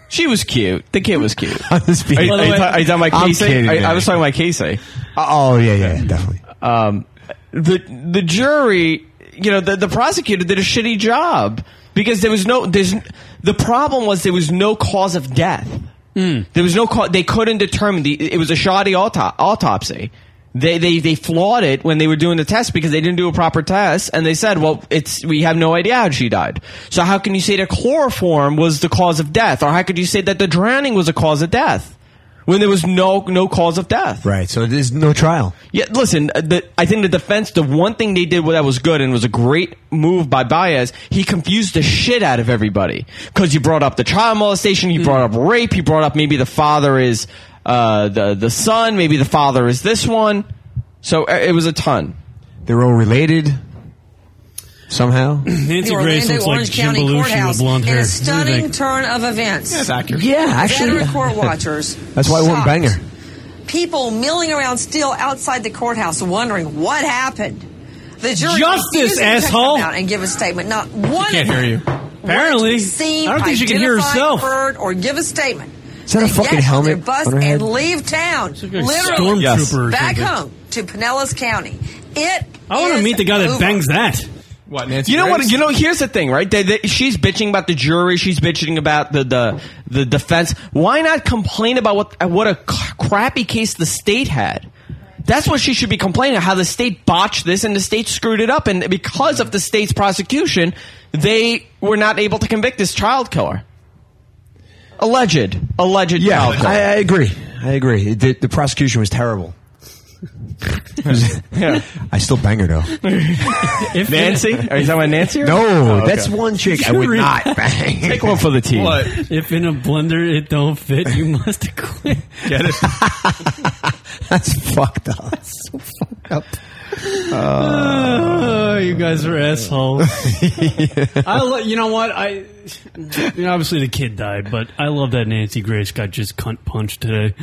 Q: She was cute. The kid was cute.
J: I'm just
Q: Are,
J: being-
Q: you- are you ta- are you talking about
J: I'm
Q: Casey?
J: kidding,
Q: Are you- I,
J: man.
Q: was talking about Casey.
J: Oh yeah, yeah, definitely.
Q: Um, the the jury, you know, the, the prosecutor did a shitty job because there was no. There's the problem was there was no cause of death. There was no cause. They couldn't determine the. It was a shoddy auto- autopsy. They, they they flawed it when they were doing the test because they didn't do a proper test, and they said, "Well, it's we have no idea how she died. So how can you say that chloroform was the cause of death, or how could you say that the drowning was a cause of death when there was no no cause of death?"
J: Right. So there's no trial.
Q: Yeah, listen. uh, The, I think the defense. The one thing they did that was good and was a great move by Baez. He confused the shit out of everybody because he brought up the child molestation, he brought up rape, he brought up maybe the father is uh, the the son, maybe the father is this one. So uh, it was a ton.
J: They're all related
Q: *clears throat*
J: somehow.
A: Nancy
I: the
A: Grace looks
I: Orlando
A: like
I: Orange
A: Jim
I: County
A: Belushi
I: courthouse
A: with blonde
I: in
A: hair.
I: a
A: What do you
I: stunning
A: think?
I: turn of events. That's
B: accurate.
J: Yeah, actually,
I: Veteran
A: *laughs*
I: court watchers.
J: That's why I won't
I: shocked.
J: bang her.
I: People milling around still outside the courthouse, wondering what happened. The jury
A: Justice,
I: refuses to come
A: asshole.
I: out and give a statement. Not one.
A: can't hear you. Apparently,
I: seen,
A: I don't think she can hear
I: identified,
A: herself.
I: Heard or give a statement.
J: Is that a
I: They
J: fucking
I: get on their
J: helmet
I: bus
J: on her head?
I: and leave town.
A: like a
I: Literally,
A: stormtrooper or
I: back
A: something.
I: home to Pinellas County. It.
A: I want to meet the guy that
I: over.
A: bangs that.
B: *laughs*
A: *laughs*
B: What Nancy?
Q: You know what? You know, here's the thing, right? They, they, she's bitching about the jury. She's bitching about the the, the defense. Why not complain about what what a c- crappy case the state had? That's what she should be complaining. How the state botched this and the state screwed it up, and because of the state's prosecution, they were not able to convict this child killer. Alleged, alleged
J: Yeah,
Q: child killer.
J: I, I agree. I agree. The, the prosecution was
Q: *laughs*
J: terrible. I still bang her though.
Q: Nancy, are you talking
A: *laughs*
Q: about Nancy? or-
J: No,
Q: Oh, okay.
J: that's one chick I would not bang.
Q: Take one for the team.
A: If in a blender it don't fit, you *laughs* must quit.
B: Get it?
J: *laughs* That's fucked up. *laughs* That's so fucked up.
O: Ah,
A: Oh, you guys are
J: *laughs*
A: assholes. I, lo- you know what? I, you know, obviously the kid died, but I love that Nancy Grace got just cunt punched today.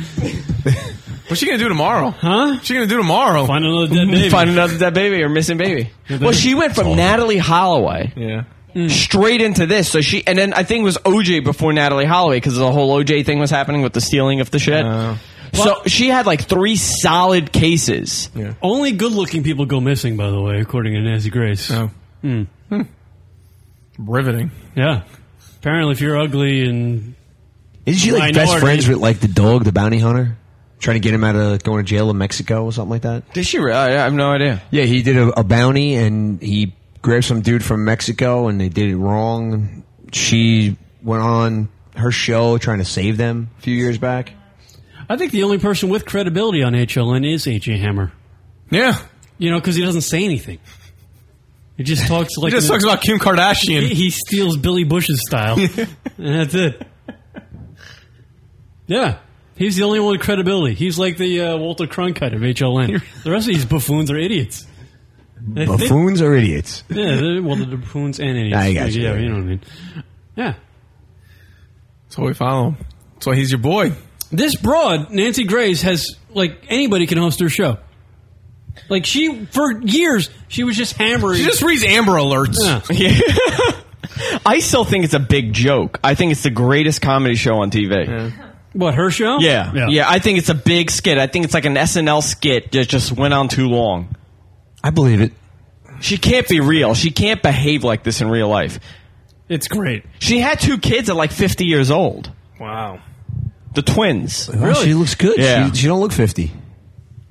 B: What's she gonna do tomorrow? Huh? What's she gonna do tomorrow?
A: Find another
B: dead baby.
Q: *laughs* Find another dead baby or
A: *laughs*
Q: missing baby. Well, she went from Natalie Holloway
B: Yeah.
Q: straight into this. So she, and then I think it was OJ before Natalie Holloway because the whole OJ thing was happening with the stealing of the shit. so she had like three solid cases.
A: Only good-looking people go missing, by the way, according to Nancy Grace. Oh.
B: Riveting.
A: Yeah. Apparently, if you're ugly and
J: Isn't she like best
A: minority-
J: friends with like the dog, the bounty hunter, trying to get him out of going to jail in Mexico or something like that?
Q: Did she? Re- I I have no idea.
J: Yeah, he did a, a bounty and he grabbed some dude from Mexico and they did it wrong. She went on her show trying to save them a few years back.
A: I think the only person with credibility on HLN is AJ Hammer.
B: Yeah.
A: You know, because he doesn't say anything. He
B: *laughs*
A: just talks like
B: just talks about Kim Kardashian.
A: He, he steals Billy Bush's
B: *laughs*
A: style, and that's it. Yeah, he's the only one with credibility. He's like the uh, Walter Cronkite of HLN. The rest of these buffoons are idiots. They- they-
J: Buffoons are idiots.
A: yeah, they're- well, the buffoons and idiots.
J: Nah, I got you.
A: Yeah, you know what I mean. Yeah.
B: That's why we follow him. That's why he's your boy.
A: This broad, Nancy Grace, has like anybody can host her show. Like she for years, she was just hammering.
B: She just reads Amber Alerts. *laughs*
Q: Yeah. I still think it's a big joke. I think it's the greatest comedy show on TV.
A: What her show?
Q: Yeah. yeah, I think it's a big skit. I think it's like an SNL skit that just went on too long.
J: I believe it.
Q: She can't be real. She can't behave like this in real life.
A: It's great.
Q: She had two kids at like 50 years old.
A: Wow.
Q: The twins.
J: Oh,
A: Wow, Really? she looks good.
Q: Yeah.
A: She-
J: don't look 50.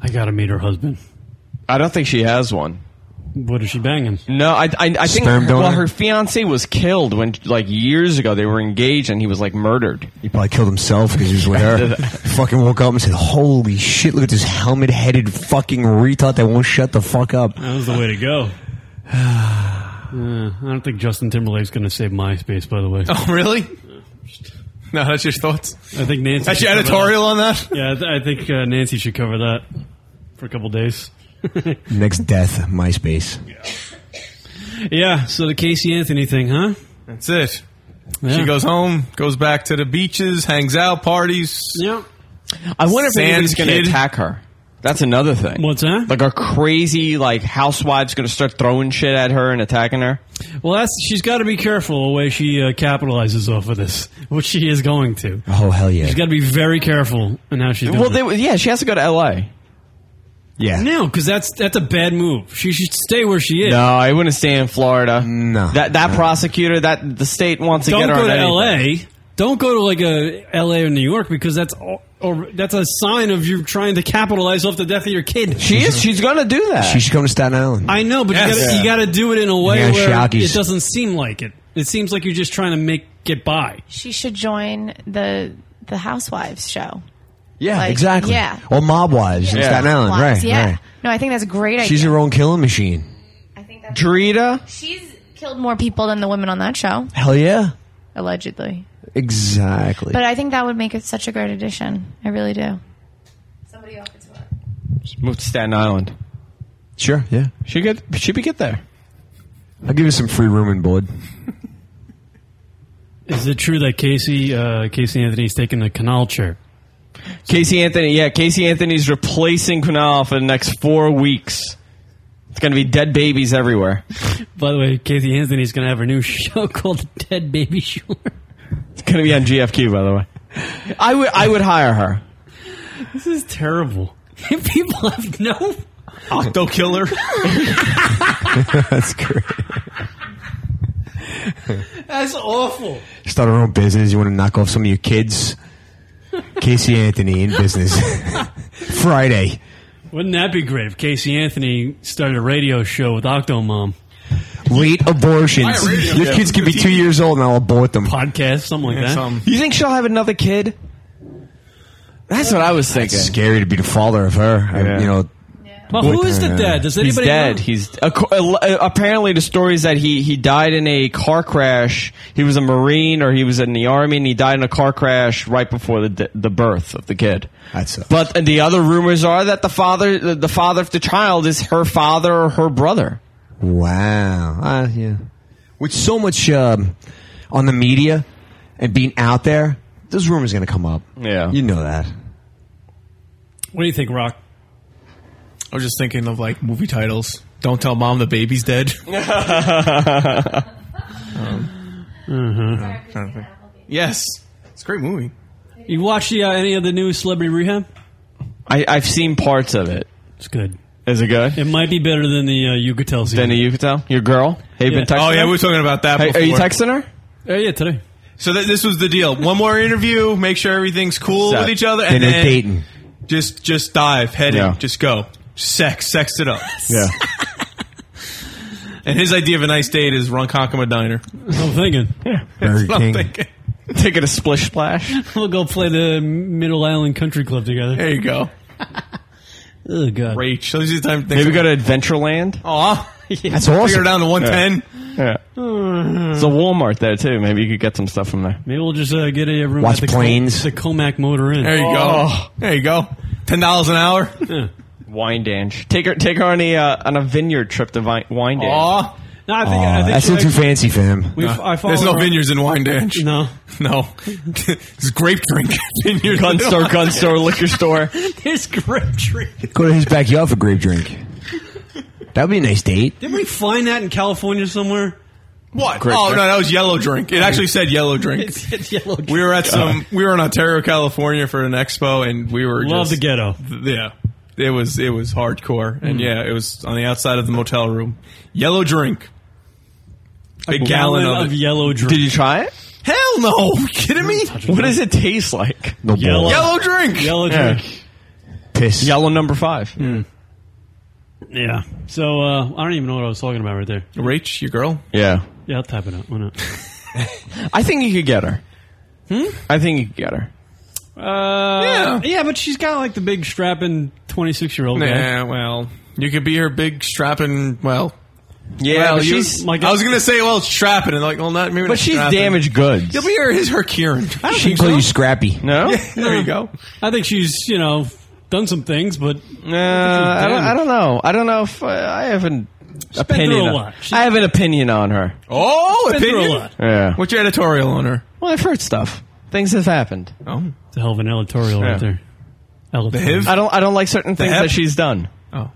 A: I gotta meet her husband.
Q: I don't think she has one.
A: What is she banging?
Q: No, I, I, I think
A: Sperm donor?
Q: well, her fiance was killed when like years ago they were engaged and he was like murdered.
J: He probably killed himself because he was with her. *laughs* fucking woke up and said, "Holy shit! Look at this helmet-headed fucking retard that won't shut the fuck up."
A: That was the way to *sighs* go. Uh, I don't think Justin Timberlake's going to save MySpace. By the way,
B: *laughs* Oh, really? No, that's your thoughts.
A: I think Nancy.
B: That's
A: should
B: your
A: cover
B: editorial on that.
A: Yeah, I, th- I think uh, Nancy should cover that for a couple
B: *laughs*
A: days.
J: Next death, MySpace.
A: yeah. So the Casey Anthony thing, huh?
B: That's it.
A: Yeah.
B: She goes home, goes back to the beaches, hangs out, parties.
A: Yeah.
Q: I wonder if anybody's going to
B: kid.
Q: attack her. That's another thing.
A: What's that?
Q: Like our crazy like housewives going to start throwing shit at her and attacking her.
A: Well, that's she's got to be careful the way she uh, capitalizes off of this, which she is going to.
J: Oh hell yeah!
A: She's got to be very careful in how she's. Doing
Q: Well, they, yeah, she has to go to L.A.
J: Yeah.
A: No, because that's that's a bad move. She should stay where she is.
Q: No, I wouldn't stay in Florida.
J: No,
Q: that that prosecutor, that the state wants to
A: Don't
Q: get her.
A: go
Q: on
A: to
Q: anything.
A: L.A. Don't go to like a L.A. or New York because that's all, or that's a sign of you trying to capitalize off the death of your kid.
Q: She is. She's going to do that.
J: She should come to Staten Island.
A: I know, but
J: Yes.
A: you, gotta,
J: Yeah.
A: you gotta do it in a way
J: Yeah,
A: where
J: shockies.
A: it doesn't seem like it. It seems like you're just trying to make get by.
R: She should join the the Housewives show.
J: Yeah,
R: Like,
J: exactly.
R: yeah.
J: Or mob wives in
Q: Yeah.
J: Staten Island,
R: Wives,
J: right?
R: Yeah.
J: right.
R: No, I think that's a great idea.
J: She's her own killing machine.
Q: Drita.
R: She's killed more people than the women on that show,
J: Hell yeah.
R: allegedly.
J: Exactly.
R: But I think that would make it such a great addition. I really do.
Q: Move to Staten Island.
J: Sure, yeah.
Q: She get she be get there.
J: I'll give you some free room and *laughs* board.
A: Is it true that Casey uh, Casey Anthony's taking the canal chair?
Q: Casey Anthony, yeah, Casey Anthony's replacing Kunal for the next four weeks. It's gonna be dead babies everywhere.
A: *laughs* By the way, Casey Anthony's gonna have her new *laughs* show called The Dead Baby Shore.
Q: It's gonna be on GFQ, by the way. I would I would hire her.
A: *laughs* This is terrible. People have no
B: Octo Killer.
J: That's great.
A: That's awful.
J: *laughs* Start her own business. You want to knock off some of your kids? Casey Anthony in business. *laughs* Friday.
A: Wouldn't that be great if Casey Anthony started a radio show with Octomom?
J: Late abortions.
A: Fire radio.
J: Your kids could be two years old and I'll abort them.
A: Podcast, something like that.
Q: You think she'll have another kid? That's what I was thinking.
J: It's scary to be the father of her. I- you know.
A: Well, who is the dad? Does anybody
Q: He's dead.
A: know?
Q: He's ac- uh, apparently the story is that he he died in a car crash. He was a marine or he was in the army, and he died in a car crash right before the d- the birth of the kid.
J: That's a-
Q: But the other rumors are that the father the- the father of the child is her father or her brother.
J: Wow. Uh, yeah. With so much um, on the media and being out there, this rumor's going to come up.
Q: Yeah.
J: You know that.
A: What do you think, Rock?
B: I was just thinking of like movie titles. Don't tell mom the baby's dead. um, I'm trying to
Q: Mm-hmm.
B: think.
A: Yes, it's a great movie. You watch the, uh, any of the new Celebrity Rehab?
Q: I, I've seen parts of it.
A: It's good.
Q: Is it good?
A: It might be better than the uh, Yucatel season.
Q: Then you could tell your girl. Have you been texting?
B: oh yeah,
Q: her?
B: we were talking about that.
Q: Hey,
B: before.
Q: are you texting her?
A: Oh yeah, today.
B: So th- this was the deal. One more interview. Make sure everything's cool
Q: Set.
B: with each other,
Q: Then
B: and
Q: they're
B: then
Q: dating.
B: Just just dive head
Q: Yeah.
B: in. Just go. Sex, sex it up. *laughs*
Q: Yeah.
B: and his idea of a nice date is Ron Conkema diner.
A: I'm thinking.
B: That's what I'm
A: King.
B: thinking. *laughs*
Q: Taking a splish splash.
A: we'll go play the Middle Island Country Club together.
B: There you go.
A: *laughs* oh god.
B: Rach. Those are the time things.
Q: Maybe go to Adventureland.
B: Aw. *laughs*
A: That's awesome.
B: Figure it down to one ten.
Q: Yeah. There's a Walmart there too. Maybe you could get some stuff from there.
A: Maybe we'll just uh, get a room
Q: Watch
A: at the
Q: planes.
A: Co- the Comac Motor
Q: *laughs*
A: Inn.
Q: There you go.
A: Oh.
B: There you go. Ten dollars an
A: *laughs*
B: hour.
Q: Wine Dange. Take her. Take her on a uh, on a vineyard trip to vi- Wine Dange.
B: Aw.
A: No, I think,
J: Aw,
A: I think
J: that's
A: she
J: still too
A: actually-
J: fancy for him.
A: We've- I follow
B: There's no
A: her-
B: vineyards in Wine Dange.
A: No.
B: *laughs* No. it's grape drink. *laughs* vineyards
Q: Gun
B: in
Q: store,
B: Wine
Q: gun
B: Dange.
Q: store, liquor store.
A: There's grape drink.
J: Go to his backyard for grape
B: *laughs*
J: drink. That would be a nice date.
A: Didn't we find that in California somewhere?
B: What? oh no, that was yellow drink. It actually said yellow drink.
A: It's, it's yellow drink.
B: We were at some. um, We were in Ontario, California, for an expo, and we were
A: Love
B: just-
A: the ghetto.
B: th- yeah, it was it was hardcore, and
A: Mm.
B: yeah, it was on the outside of the motel room. Yellow drink, big
A: A
B: gallon,
A: gallon
B: of,
A: of yellow drink.
Q: Did you try it?
B: Hell no! *laughs* you kidding me?
Q: What does it taste like?
J: No
A: Yellow.
B: Yellow Hmm. drink.
A: Yellow
Q: Yeah.
A: drink.
J: Piss.
Q: Yellow number five.
A: Yeah. So uh, I don't even know what I was talking about right there.
B: Rach, your girl.
Q: Yeah.
A: Yeah, I'll type it out. Why not?
Q: *laughs* I think you could get her. Hmm? I think you could get her.
A: Uh, yeah. but she's got like the big strapping twenty-six-year-old.
B: Nah, well, you could be her big strapping. Well,
Q: Yeah,
B: well,
Q: but
B: you-
Q: she's- my
B: I was gonna say, well, strapping, and like, well, not maybe.
Q: But
B: not
Q: she's
B: strapping.
Q: damaged goods.
B: You'll be her his her Kieran.
A: I don't
J: She
A: think
J: call
A: so.
J: you Scrappy.
Q: *laughs* No,
B: Yeah, there you go.
A: I think she's you know done some things, but
Q: Uh, I, don't, I don't know. I don't know if uh, I have an opinion.
A: through a
Q: on-
A: lot.
Q: I have an opinion on her.
B: Oh,
A: Been through a
B: opinion.
A: lot.
Q: Yeah.
B: What's your editorial on her?
Q: Well, I've heard stuff. Things have happened.
B: Oh,
A: it's a hell of an editorial
Q: Yeah.
A: right there.
Q: The
A: Editorial.
Q: I don't. I don't like certain things
A: hep?
Q: that she's done.
B: Oh.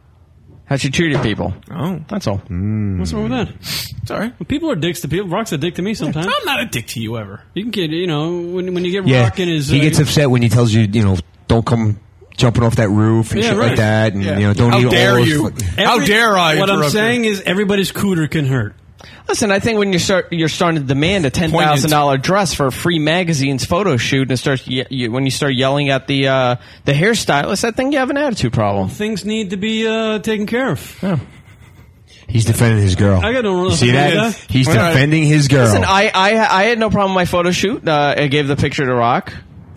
Q: How she treated people.
B: Oh,
Q: That's all.
J: Hmm.
A: What's wrong with that?
B: Mm-hmm. Sorry.
A: When people are dicks to people. Rock's a dick to me sometimes.
B: I'm not a dick to you ever.
A: You can get you know when when you get
J: Yeah,
A: Rock in his
J: he
A: uh,
J: gets upset when he tells you, you know, don't come jumping off that roof and
A: Yeah,
J: shit
A: right.
J: like that, and you know, don't
B: How
J: eat
B: dare
J: all those
B: you?
J: fucking-
B: How
A: Every-
B: dare I?
A: What I'm
B: interrupt you?
A: saying is everybody's cooter can hurt.
Q: Listen, I think when you start, you're starting to demand a ten thousand dollar dress for a free magazine's photo shoot, and it starts ye- you, when you start yelling at the uh, the hairstylist. I think you have an attitude problem.
A: Things need to be uh, taken care of.
J: He's defending his girl.
A: I got no real
J: You See
A: opinion
J: that?
A: with that.
J: He's
A: All right.
J: defending his girl.
Q: Listen, I, I I had no problem with my photo shoot. Uh, I gave the picture to Rock.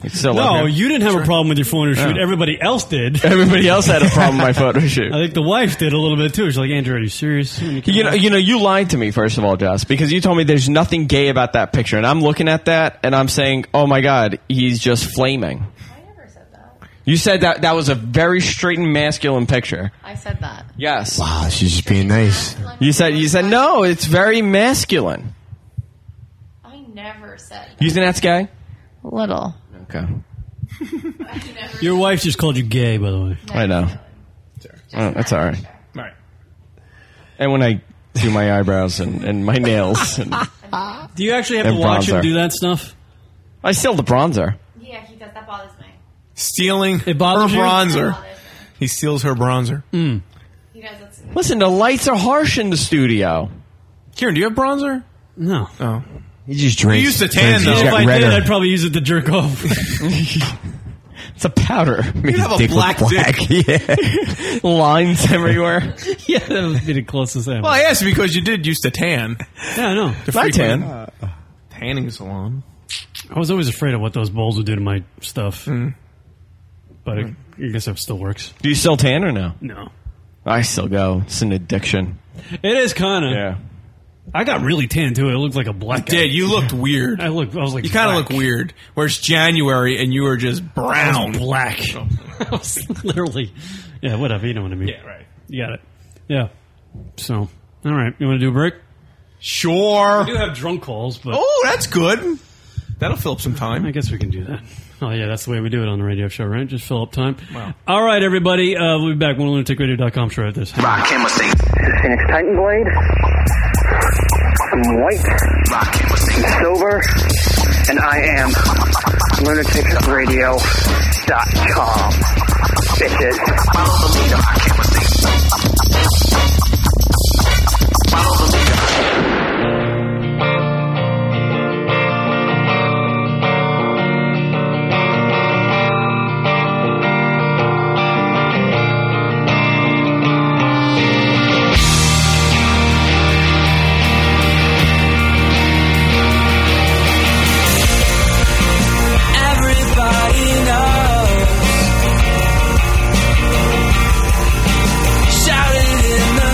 Q: It's still up
A: No,
Q: here.
A: you didn't have a problem with your phone shoot.
Q: Yeah.
A: Everybody else
J: *laughs*
A: did.
Q: Everybody else had a problem with my
A: *laughs*
Q: photo shoot.
A: I think the wife did a little bit too. She's like, Andrew, are you serious?
Q: You know, you know, you lied to me first of all, Joss, because you told me there's nothing gay about that picture, and I'm looking at that and I'm saying, oh my god, he's just flaming. You said that that was a very straight and masculine picture.
R: I said that.
Q: Yes.
J: Wow, she's just being nice.
Q: You said you said no, it's very masculine.
R: I never said
Q: You think that's gay?
R: little.
Q: Okay.
A: *laughs* Your wife just called you gay, by the way.
Q: I know. Oh, that's all right.
B: All right.
Q: And when I do my eyebrows and, and my nails, and
A: Do you actually have
Q: And
A: to watch him
Q: bronzer.
A: do that stuff?
Q: I still the bronzer.
R: Yeah, he does. That bothers me.
B: Stealing her
A: bothers you? Hmm.
B: bronzer. He steals her bronzer.
R: He does. That's
Q: Listen, the lights are harsh in the studio.
B: Kieran, do you have bronzer?
A: No.
B: Oh.
J: He just
B: You used
J: drinks.
B: to tan,
J: He's
B: though.
J: got
A: If I
J: redder.
A: did, I'd probably use it to jerk *laughs* off.
Q: It's a powder.
J: Make
B: You'd
J: his
B: have a
J: dick look
B: black dick.
Q: *laughs*
J: Yeah.
Q: Lines everywhere.
A: yeah, that would be the closest I
B: Well, I asked because you did used to tan.
A: Yeah, I Uh, know.
B: The
Q: I tan.
B: frequent Tanning salon.
A: I was always afraid of what those bowls would do to my stuff. But I, I guess it still works.
Q: Mm. Do you still tan or no?
A: No.
Q: I still go. It's an addiction.
A: It is kind of. I got really tan, too. I looked like a black guy.
B: Did you
A: *laughs*
B: looked weird?
A: I looked, I was like,
B: You kind of
A: black.
B: look weird. Where it's January and you were just
A: I
B: brown.
A: was
B: *laughs*
A: black. *laughs* I was literally. Yeah, whatever. You know what I mean.
B: Yeah, right.
A: You got it. Yeah. So, all right. You want to do a break?
B: Sure.
A: We do have drunk calls, but
B: Oh, that's good. That'll fill up some
A: I
B: time.
A: guess we can do that. Oh yeah, that's the way we do it on the radio show, right? Just fill up time. Wow. All right, everybody, uh, we'll be back on lunaticradio.com straight after this.
W: Rock chemistry.
O: Phoenix Titan Blade. I'm white. I'm sober. And I am lunaticradio.com. Bitches.
X: Everybody knows.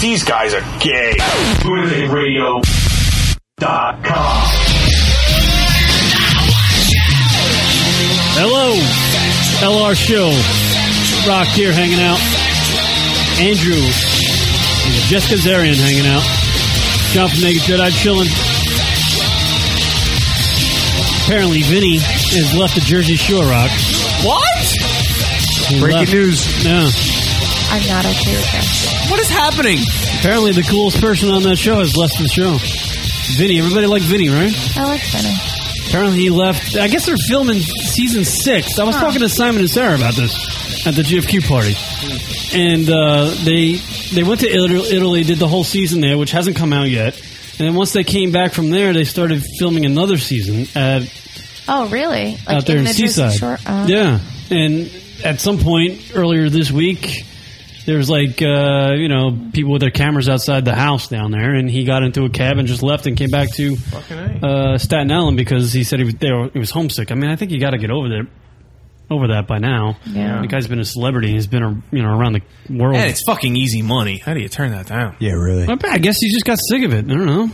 P: These guys are gay. BlueandThinRadio.com.
A: Hello, LR Show. Rock here hanging out. Andrew and Jessica Zarian hanging out. John from Naked Jedi chilling. Apparently, Vinny has left the Jersey Shore Rock.
B: What?
A: He
B: Breaking
A: news. Yeah.
R: I'm not okay with this.
B: What is happening?
A: Apparently, the coolest person on that show has left the show. Vinny. Everybody liked Vinny, right?
R: I like Benny.
A: Apparently, he left. I guess they're filming season six. I was talking to Simon and Sarah about this at the GFQ party, and uh, they they went to Italy, Italy, did the whole season there, which hasn't come out yet. And then once they came back from there, they started filming another season at
R: Oh, really? Like
A: out there in,
R: the Jersey
A: Seaside.
R: Shore? Oh.
A: yeah, and at some point earlier this week, there was like uh, you know people with their cameras outside the house down there, and he got into a cab and just left and came back to uh, Staten Island because he said he was they were- he was homesick. I mean, I think you got to get over there. Over that by now.
R: Yeah.
A: The guy's been a celebrity. He's been, a, you know, around the world.
B: And it's fucking easy money. How do you turn that down?
A: yeah, really. I guess he just got sick of it. I don't know.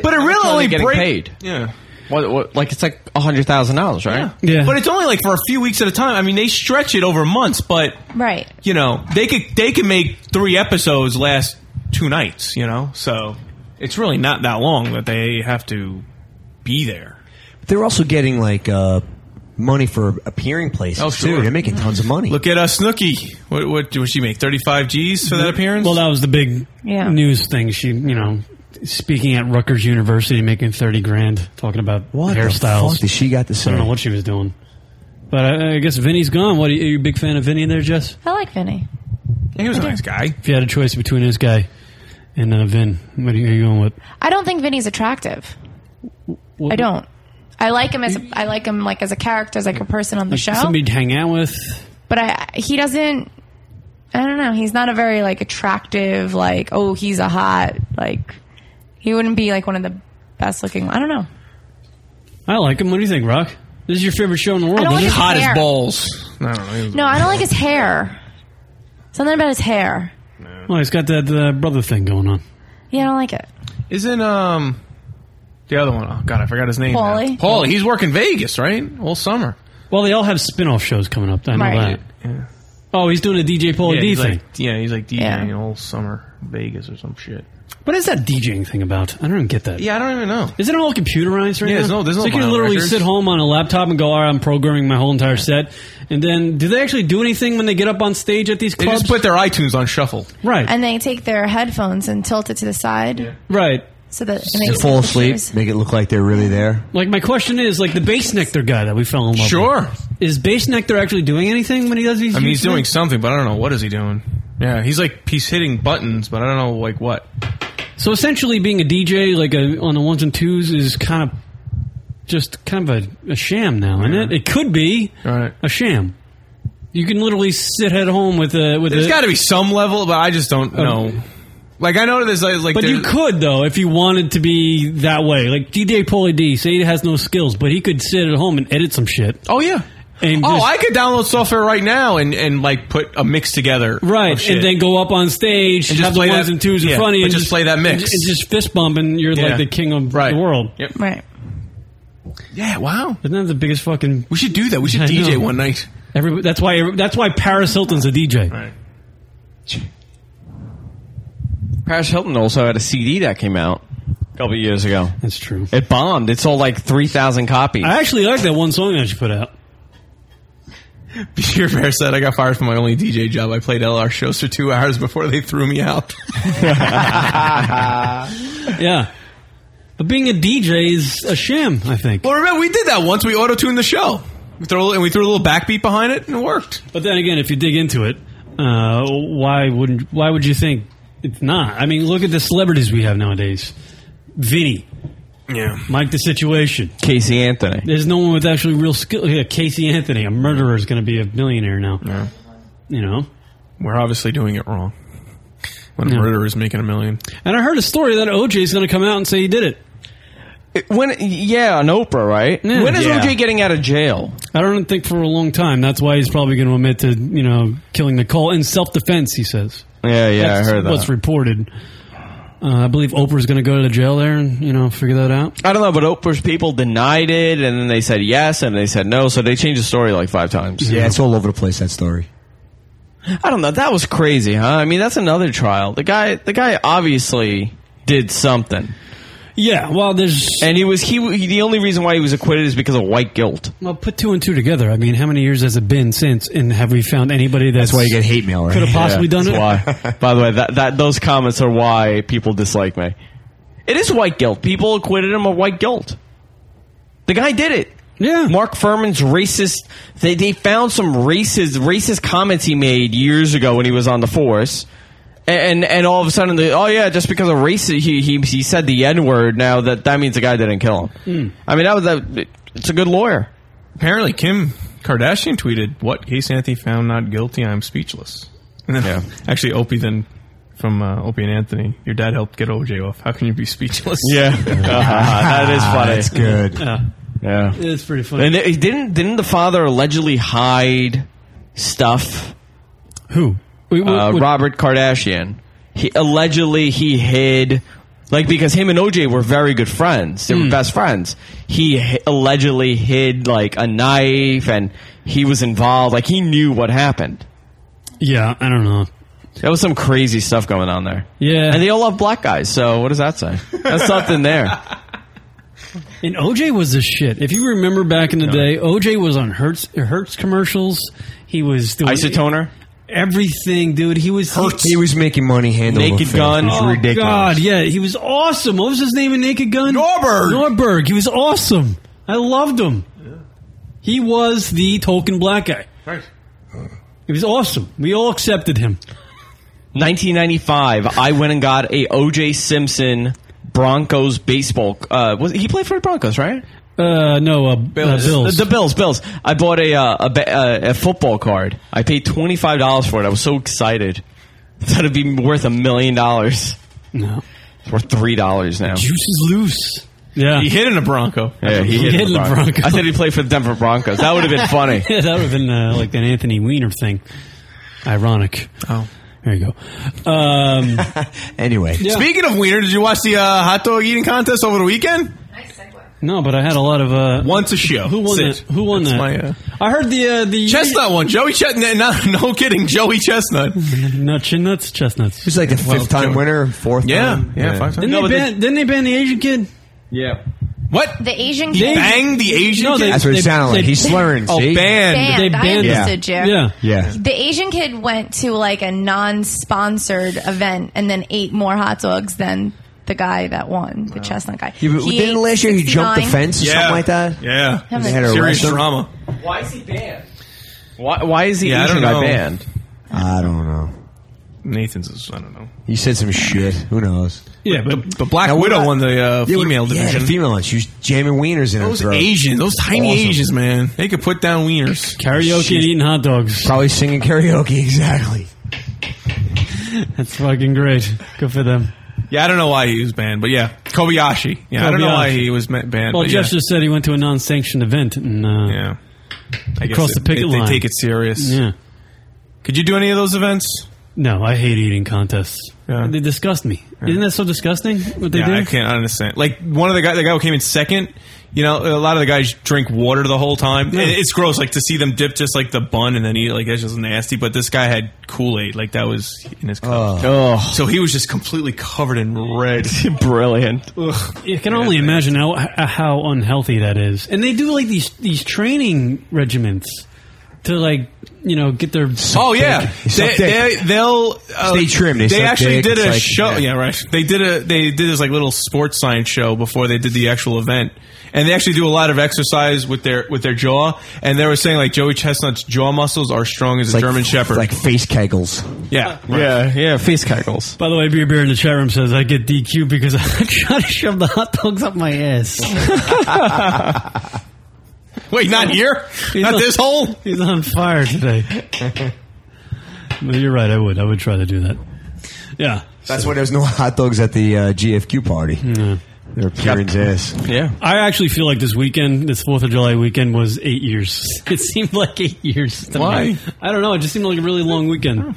B: But it really only
Q: getting
B: break-
Q: paid.
B: Yeah.
Q: What, what, like it's like hundred thousand dollars, right?
A: Yeah.
B: But it's only like for a few weeks at a time. I mean, they stretch it over months, but
R: Right.
B: you know, they could they could make three episodes last two nights. You know, so it's really not that long that they have to be there.
J: They're also getting like uh, money for appearing places
B: Oh, sure.
J: too. They're making tons of money.
B: Look at uh, Snooky. What what did she make? Thirty five G's for that appearance.
A: Well, that was the big
B: Yeah.
A: news thing. She, you know, speaking at Rutgers University, making thirty grand, talking about
J: What the
A: hairstyles.
J: fuck did she got to
A: I
J: say?
A: don't know what she was doing. But I, I guess Vinny's gone. What are you, are you a big fan of Vinny there, Jess?
R: I like Vinny.
B: He was a nice guy.
A: If you had a choice between this guy and uh, Vin, what are you, are you going with?
R: I don't think Vinny's attractive. I don't. I like him as a, I like him like as a character, as like a person on the
A: Like,
R: show.
A: Somebody to hang out with?
R: but I he doesn't. I don't know. He's not a very like attractive. Like oh, he's a hot. Like he wouldn't be like one of the best looking. I don't know.
A: I like him. What do you think, Rock? This is your favorite show in the world.
R: I don't
A: isn't
R: like
A: it?
R: his Hot as hair.
B: balls. I don't
R: No, I don't like his hair. Something about his hair.
A: Well, he's got that uh, brother thing going on.
R: Yeah, I don't like it.
B: Isn't um the other one? Oh God, I forgot his name. now.
R: Paulie?
B: Paulie. He's working Vegas, right? All summer.
A: Well, they all have spin-off shows coming up. I know
B: Right.
A: that. Oh, he's doing a DJ Paul
B: yeah,
A: D
B: he's
A: thing.
B: Like, yeah, he's like DJing
A: Yeah.
B: all summer, Vegas or some shit.
A: What is that DJing thing about? I don't even get that.
B: Yeah, I don't even know.
A: Is it all computerized right
B: Yeah,
A: now?
B: there's no- there's no
A: so you can
B: vinyl
A: literally
B: records.
A: sit home on a laptop and go, all right, I'm programming my whole entire set. And then, do they actually do anything when they get up on stage at these
B: They
A: clubs?
B: just put their iTunes on shuffle.
A: right.
R: And they take their headphones and tilt it to the side.
A: right.
R: So that and
J: They
R: they
J: fall asleep, make it look like they're really there.
A: Like, my question is, like, the bass nectar guy that we fell in love
B: Sure.
A: with. Is bass nectar actually doing anything when he does these
B: I mean, he's doing
A: things?
B: something, but I don't know what is he doing. Yeah, he's like he's hitting buttons, but I don't know like what.
A: So essentially, being a DJ, like, a, on the ones and twos is kind of just kind of a, a sham now, isn't it? It could be a sham. You can literally sit at home with a with
B: There's
A: a,
B: got to be some level, but I just don't know. Like I know there's like, like
A: Um, but
B: there's-
A: you could though if you wanted to be that way. Like DJ Paulie D, say he has no skills, but he could sit at home and edit some shit.
B: Oh yeah.
A: And
B: Oh,
A: just-
B: I could download software right now and, and like put a mix together. of
A: right,
B: Oh, shit.
A: and then go up on stage,
B: And just
A: have the
B: play
A: ones
B: that-
A: and twos in
B: yeah,
A: front of you,
B: but
A: and
B: just play that mix.
A: and just, and just fist bump, and you're
B: Yeah.
A: like the king of the world.
B: Yep.
R: Right.
B: Yeah. Wow.
A: Isn't that the biggest fucking?
B: We should do that. We should
A: I
B: DJ
A: know.
B: one night.
A: Every, that's why. That's why Paris Hilton's a DJ.
Q: Paris Hilton also had a CD that came out a couple years ago.
A: That's true.
Q: It bombed. It sold like three thousand copies.
A: I actually like that one song that she put
B: *laughs*
A: out.
B: Pierre Bear said, I got fired from my only DJ job. I played LR shows for two hours before they threw me out. *laughs*
A: yeah. But being a DJ is a sham, I think.
B: Well, remember, we did that once. We auto tuned the show. We throw, a little- and we threw a little backbeat behind it, and it worked.
A: But then again, if you dig into it, uh, why wouldn't? Why would you think it's not? I mean, look at the celebrities we have nowadays: Vinny,
B: yeah,
A: Mike the Situation,
Q: Casey Anthony.
A: There's no one with actually real skill. Yeah, Casey Anthony, a murderer, is going to be a millionaire now. You know,
B: We're obviously doing it wrong. When a
A: Yeah.
B: murderer is making a million.
A: and I heard a story that OJ is going to come out and say he did it.
Q: When yeah, on Oprah, right?
A: Yeah.
Q: When is
A: Yeah.
Q: OJ getting out of jail?
A: I don't think for a long time. That's why he's probably going to admit to you know killing Nicole in self defense. He says.
Q: Yeah, yeah, I
A: That's
Q: heard that.
A: What's reported? Uh, I believe Oprah's going to go to the jail there and you know figure that out.
Q: I don't know, but Oprah's people denied it, and then they said yes, and they said no, so they changed the story like five times.
J: Yeah, it's all over the place that story.
Q: I don't know. That was crazy, huh? I mean, that's another trial. The guy, the guy obviously did something.
A: Yeah, well, there's
Q: and he was he. The only reason why he was acquitted is because of white guilt.
A: Well, put two and two together. I mean, how many years has it been since? And have we found anybody that's,
Q: That's why you
J: get hate mail, right?
A: Could have possibly
Q: *laughs* Yeah,
A: done it.
Q: that's Why? By the way, that, that those comments are why people dislike me. It is white guilt. People acquitted him of white guilt. The guy did it.
A: Yeah.
Q: Mark Furman's racist. They they found some racist racist comments he made years ago when he was on the force. And and all of a sudden, the, oh yeah, just because of racist, he he, he said the n word. Now that that means the guy didn't kill
A: Hmm.
Q: him. I mean, that was that. It's a good lawyer.
B: Apparently, Kim Kardashian tweeted, "What Case Anthony found not guilty. I'm speechless." *laughs* And then, actually, Opie then from uh, Opie and Anthony, your dad helped get OJ off. How can you be *laughs* speechless?
Q: *laughs* Yeah.
A: *laughs*
Q: That is funny. That's good.
A: Yeah.
Q: Yeah,
A: It's pretty funny.
Q: And they- didn't didn't the father allegedly hide stuff?
A: Who?
Q: uh, Robert Kardashian. He allegedly he hid like because him and OJ were very good friends.
A: Hmm.
Q: They were best friends. He h- allegedly hid like a knife and he was involved. Like he knew what happened.
A: Yeah, I don't know.
Q: That was some crazy stuff going on there.
A: Yeah.
Q: And they all love black guys, so what does that say? That's something
A: *laughs*
Q: there.
A: And OJ was the shit. If you remember back in the day, OJ was on Hertz Hertz commercials. He was doing
Q: Isotoner?
A: Everything, dude. He was Hertz.
J: He was making money hand over
A: Naked
J: fist.
A: Gun.
J: It was
A: Oh
J: ridiculous.
A: God, yeah, he was awesome. What was his name in Naked Gun? Norberg. Norberg. He was awesome. I loved him. He was the token black guy.
B: Right.
A: He was awesome. We all accepted him.
Q: 1995, I went and got a OJ Simpson Broncos baseball. Uh, was he played for the Broncos, right?
A: Uh, no, uh, Bills. Bills.
Q: The, the Bills, Bills. I bought a uh, a, ba- uh, a football card. I paid twenty five dollars for it. I was so excited. *laughs* Thought it'd be worth a million dollars.
A: No,
Q: it's worth three dollars now.
A: Juice is loose. Yeah,
B: he hit in a Bronco.
Q: Yeah, he, hit, the Broncos. I thought he played for the Denver Broncos. That would have been funny.
A: yeah, *laughs* that would have been uh, like an Anthony Weiner thing. Ironic.
B: Oh,
A: there you go. Um,
J: *laughs* anyway,
B: Speaking of wiener, did you watch the uh, hot dog eating contest over the weekend?
A: no, but I had a lot of uh,
B: once a show.
A: Who won
B: Sit.
A: that? Who won
B: That's
A: that? *laughs*
B: my, uh,
A: I heard the uh, the
B: Chestnut one. Joey Chestnut. No, *laughs* no kidding. Joey Chestnut.
A: Nuts and nuts, chestnuts.
J: He's like the fifth time winner, fourth
B: Yeah,
J: time.
B: yeah, five
A: Didn't, they ban, didn't they ban the Asian kid?
Q: Yeah.
B: What?
R: The Asian
A: They
R: kid.
A: banged the Asian No, kid? they-
J: That's what it
A: they-
J: sounded like.
A: they-
J: He's slurring.
A: Oh,
J: see?
A: banned.
R: Banned.
A: They
R: I
A: banned-
R: understood, Jer.
J: Yeah. Yeah.
R: The Asian kid went to like a non-sponsored event and then ate more hot dogs than the guy that won, the chestnut guy.
J: Yeah, but
R: He
J: didn't
R: ate
J: last year he jumped
R: 69.
J: the fence or
B: Yeah.
J: something like that?
B: Yeah.
R: They
J: had to
B: Serious
J: arrest him.
B: drama.
Q: Why is he banned? Why, why is he
B: Yeah, I
Q: Asian
B: don't
Q: guy
B: know.
Q: banned?
J: I don't know.
B: Nathan's. Is, I don't know.
J: You said some shit. Who knows?
A: Yeah,
B: but the, the Black
J: Now, what
B: Widow
J: about-
B: won the uh,
J: Yeah,
B: female
J: yeah,
B: division.
J: the female one. She was jamming wieners in
B: Those
J: her throat.
B: Asians, those tiny
J: Awesome.
B: Asians, man, they could put down wieners.
A: Karaoke and eating hot dogs.
J: Probably singing karaoke, *laughs* exactly.
A: That's fucking great. Good for them.
B: Yeah, I don't know why he was banned, but yeah, Kobayashi. Yeah, I don't know
A: Kobayashi.
B: why he was ma- banned.
A: well,
B: but
A: Jeff
B: yeah.
A: just said he went to a non-sanctioned event and uh,
B: yeah, I guess
A: across
B: it-
A: the picket
B: they,
A: line.
B: They take it serious.
A: Yeah.
B: Could you do any of those events?
A: No, I hate eating contests. They disgust me. Isn't that so disgusting? What they
B: yeah,
A: do?
B: I can't understand. Like one of the guy, the guy who came in second. You know, a lot of the guys drink water the whole time. And It's gross, like to see them dip just like the bun and then eat. it, Like that's just nasty. But this guy had Kool Aid, like that was in his cup. So he was just completely covered in red.
Q: Brilliant.
A: You can only imagine how how unhealthy that is. And they do like these these training regimens to like you know get their
B: Oh yeah, they, they, they'll uh,
A: Stay trim, they suck
B: actually
A: dick,
B: did
A: it's
B: a
A: like-
B: show.
A: yeah.
B: Yeah. right. They did a they did this like little sports science show before they did the actual event, and they actually do a lot of exercise with their with their jaw. And they were saying like Joey Chestnut's jaw muscles are strong as a German Shepherd.
J: Like face kegels.
H: *laughs*
B: yeah,
Q: yeah, yeah. Face kegels.
A: By the way, Beer Beer in the chat room says I get DQ because I *laughs* try to shove the hot dogs up my
B: *laughs*
A: ass. *laughs*
B: Wait, not here? Not this hole?
A: He's on fire
B: *laughs*
A: today. Well, you're right. I would. I would try to do that. Yeah.
J: That's why there was no hot dogs at the uh, GFQ party.
B: Mm.
J: They were Kieran's ass.
Q: Yeah.
A: I actually feel like this weekend, this Fourth of July weekend, was eight *laughs* years. It seemed like eight years. To
B: Why?
A: Me. I don't know. It just seemed like a really long weekend.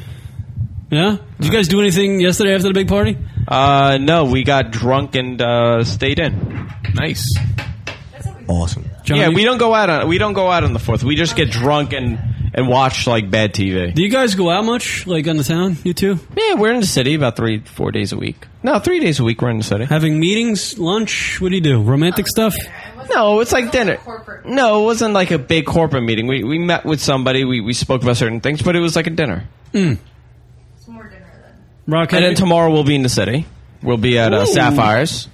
A: Yeah? Did you guys do anything yesterday after the big party?
Q: Uh, no, we got drunk and uh, stayed in.
H: Nice.
J: Awesome.
Q: yeah, we don't go out on we don't go out on the fourth. We just get drunk and and watch like bad TV.
A: Do you guys go out much, like on the town, you two?
Q: Yeah, we're in the city about three four days a week. No, three days a week we're in the city.
A: Having meetings, lunch, what do you do? Romantic stuff?
Q: No, it's like dinner. No, it wasn't like a big corporate meeting. We we met with somebody. We we spoke about certain things, but it was like a dinner.
A: Mm. Rock
Q: and then tomorrow we'll be in the city. We'll be at
A: Ooh.
Q: uh, Sapphires.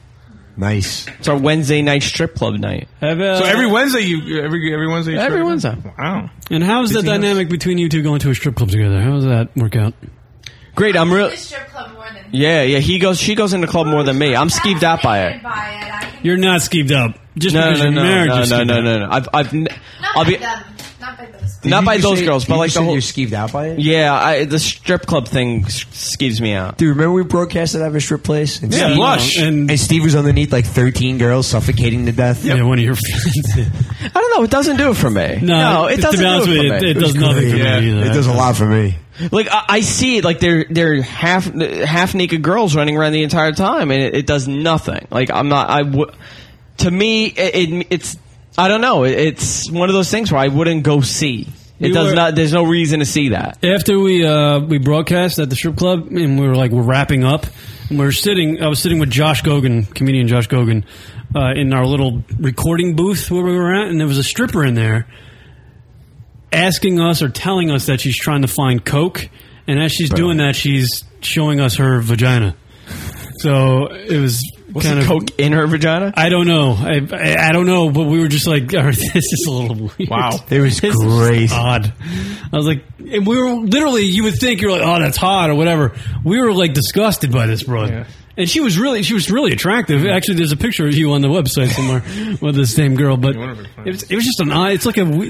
J: Nice.
Q: It's our Wednesday night strip club night.
A: uh,
H: so every Wednesday, you every every Wednesday, you
Q: Every
H: try-
Q: Wednesday.
H: Wow.
A: And how's the
H: Disney House.
A: dynamic between you two going to a strip club together? How does that work out?
Q: Great. I'm real. Yeah, yeah. He goes. She goes into club more than me. I'm skeeved out by it.
A: You're not skeeved up. Just
Q: no,
A: because
Q: no,
A: you're
Q: no,
A: married,
Q: no,
A: you're
Q: no,
A: skeeved
Q: no,
A: up.
Q: no, no. I've, I've, n- I'll be
J: Did
Q: not
J: you
Q: by
J: just
Q: those
J: say-
Q: girls, but
J: you
Q: like
J: just
Q: the
J: said
Q: whole.
J: You're skeeved out by it?
Q: Yeah, I, the strip club thing s- skeeves me out.
J: Dude, remember we broadcasted out of a strip place? And
Q: Yeah,
J: Steve,
Q: Lush.
J: And, Steve was underneath like 13 girls suffocating to death.
A: Yeah, one of your friends.
Q: I don't know. It doesn't do it for me.
J: No,
Q: it
J: to
Q: doesn't
J: be honest
Q: do it
J: with
Q: for
J: you,
Q: me.
J: it- it does It was nothing for me great. either. It does a lot for me.
Q: Like I, I see it, like they're they're half half naked girls running around the entire time, and it, it does nothing. Like I'm not. I w- to me, it, it it's I don't know. It, it's one of those things where I wouldn't go see. It
A: You
Q: does
A: were-
Q: not. There's no reason to see that.
A: After we uh, we broadcast at the strip club, and we were like we're wrapping up, and we are sitting. I was sitting with Josh Gogan, comedian Josh Gogan, uh, in our little recording booth where we were at, and there was a stripper in there asking us or telling us that she's trying to find coke, and as she's doing that, she's showing us her vagina. So it was
Q: Was
A: kind
Q: the
A: of
Q: coke in her vagina.
A: I don't know. I, I I don't know, but we were just like, *laughs* "All right, this is a little weird. *laughs*
J: Wow. It was
A: This is
J: great.
A: odd. I was like, and we were literally. You would think you're like, oh, that's hot or whatever. We were like disgusted by this broad. And she was really, she was really attractive. Actually, there's a picture of you on the website somewhere with the same girl. But it was, it was just an odd. It's like a. we-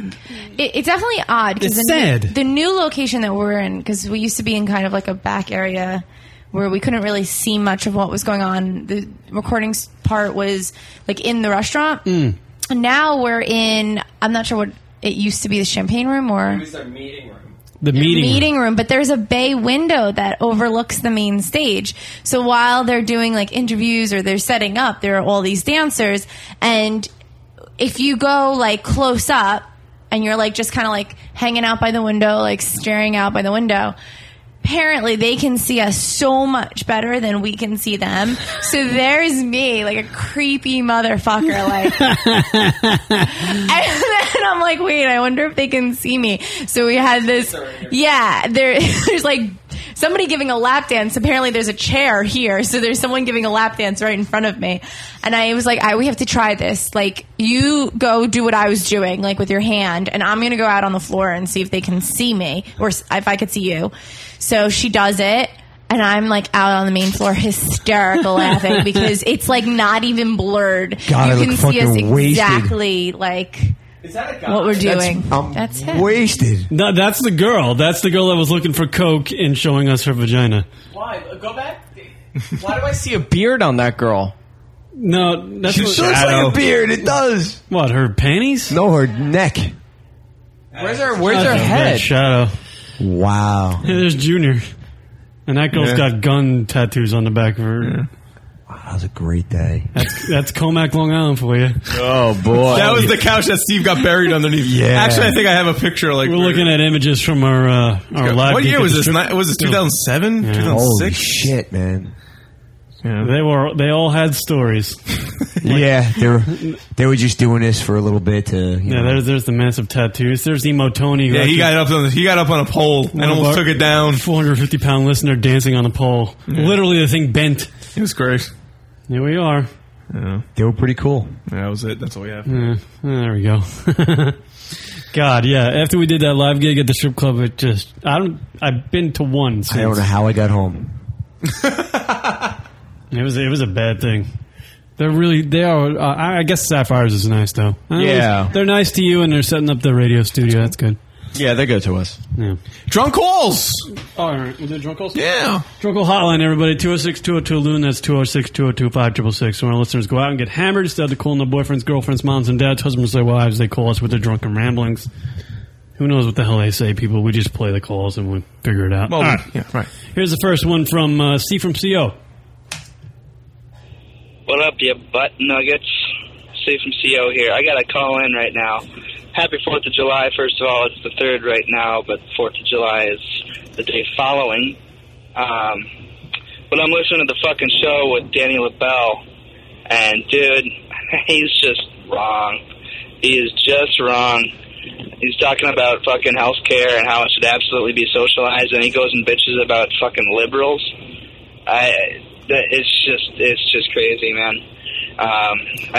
R: It, it's definitely odd. 'cause
A: It's
R: the,
A: sad.
R: The new location that we're in, because we used to be in kind of like a back area where we couldn't really see much of what was going on. The recording s- part was like in the restaurant.
A: Mm.
R: Now we're in. I'm not sure what it used to be. The champagne room or
A: The meeting.
R: meeting room, but there's a bay window that overlooks the main stage. So while they're doing like interviews or they're setting up, there are all these dancers. And if you go like close up and you're like just kind of like hanging out by the window, like staring out by the window, apparently they can see us so much better than we can see them. So there's me, like a creepy motherfucker, like. *laughs* and then I'm like, wait, I wonder if they can see me. So we had this, yeah, there, *laughs* there's like somebody giving a lap dance. Apparently there's a chair here. So there's someone giving a lap dance right in front of me. And I was like, I, we have to try this. Like you go do what I was doing, like with your hand, and I'm going to go out on the floor and see if they can see me or s- if I could see you. So she does it. And I'm like out on the main floor, hysterical laughing because it's like not even blurred.
J: God, I
R: you
J: look
R: can see us
J: fucking wasted.
R: exactly like what we're doing. That's, it.
J: wasted.
A: No, that's the girl. That's the girl that was looking for coke and showing us her vagina.
Q: Why go back? Why do I see a beard on *laughs* that girl?
A: No, that's
Q: She
A: what-
Q: looks like a beard,
J: It does.
A: What her panties?
J: No, her neck.
Q: Where's her Where's
A: That's
Q: her
A: a
Q: head?
A: red Shadow.
J: Wow.
A: Yeah, there's Junior. And that girl's
J: Yeah.
A: got gun tattoos on the back of her.
J: That was a great day.
A: That's that's Comac Long Island for you.
J: Oh boy,
H: that was the couch that Steve got buried underneath.
A: Yeah.
H: Actually, I think I have a picture. Like
A: We're looking at images from our uh, our live.
H: What
A: geek
H: year
A: at
H: was
A: the
H: this?
A: strip-
H: Ni- Was this 2007?
A: Yeah.
H: 2006?
J: shit, man.
A: They were they all had
H: *laughs*
A: stories.
J: yeah, they were they were just doing this for a little bit to. You
A: Yeah,
J: know.
A: there's there's the massive tattoos. There's emo Tony. who
H: Yeah,
A: actually-
H: he got up on he got up on a pole and
A: one of
H: almost
A: our
H: took it down.
A: 450 pound listener dancing on a pole. Literally, the thing bent.
H: It was great.
A: Here we are.
J: They were pretty cool.
H: Yeah, that was it. That's all we have.
A: Yeah, there we go. *laughs* God, yeah. After we did that live gig at the strip club, it just I don't. I've been to one. Since.
J: I don't know how I got home.
A: It was it was a bad thing. They're really they are. Uh, I I guess Sapphires is nice though. I don't know,
Q: Yeah.
A: they're nice to you, and they're setting up the radio studio. That's good.
Q: Yeah, they go to us.
A: Yeah.
H: Drunk calls.
A: All right, we'll do drunk calls.
H: Yeah.
A: Drunk call hotline, everybody 206 202 Loon. That's 206 202 5666. So, our listeners go out and get hammered instead of calling their boyfriends, girlfriends, moms, and dads, husbands, their wives. They call us with their drunken ramblings. Who knows what the hell they say, people? We just play the calls and we figure it out.
B: Well,
A: All right.
B: yeah, right.
A: Here's the first one from uh, C from CO.
T: What up, you butt nuggets? Steve from CO here. I got to call in right now. Happy 4th of July, first of all. It's the 3rd right now, but 4th of July is the day following. Um, but I'm listening to the fucking show with Danny LaBelle, and dude, *laughs* he's just wrong. He is just wrong. He's talking about fucking health care and how it should absolutely be socialized, and he goes and bitches about fucking liberals. I, that, it's just, it's just crazy, man. Um,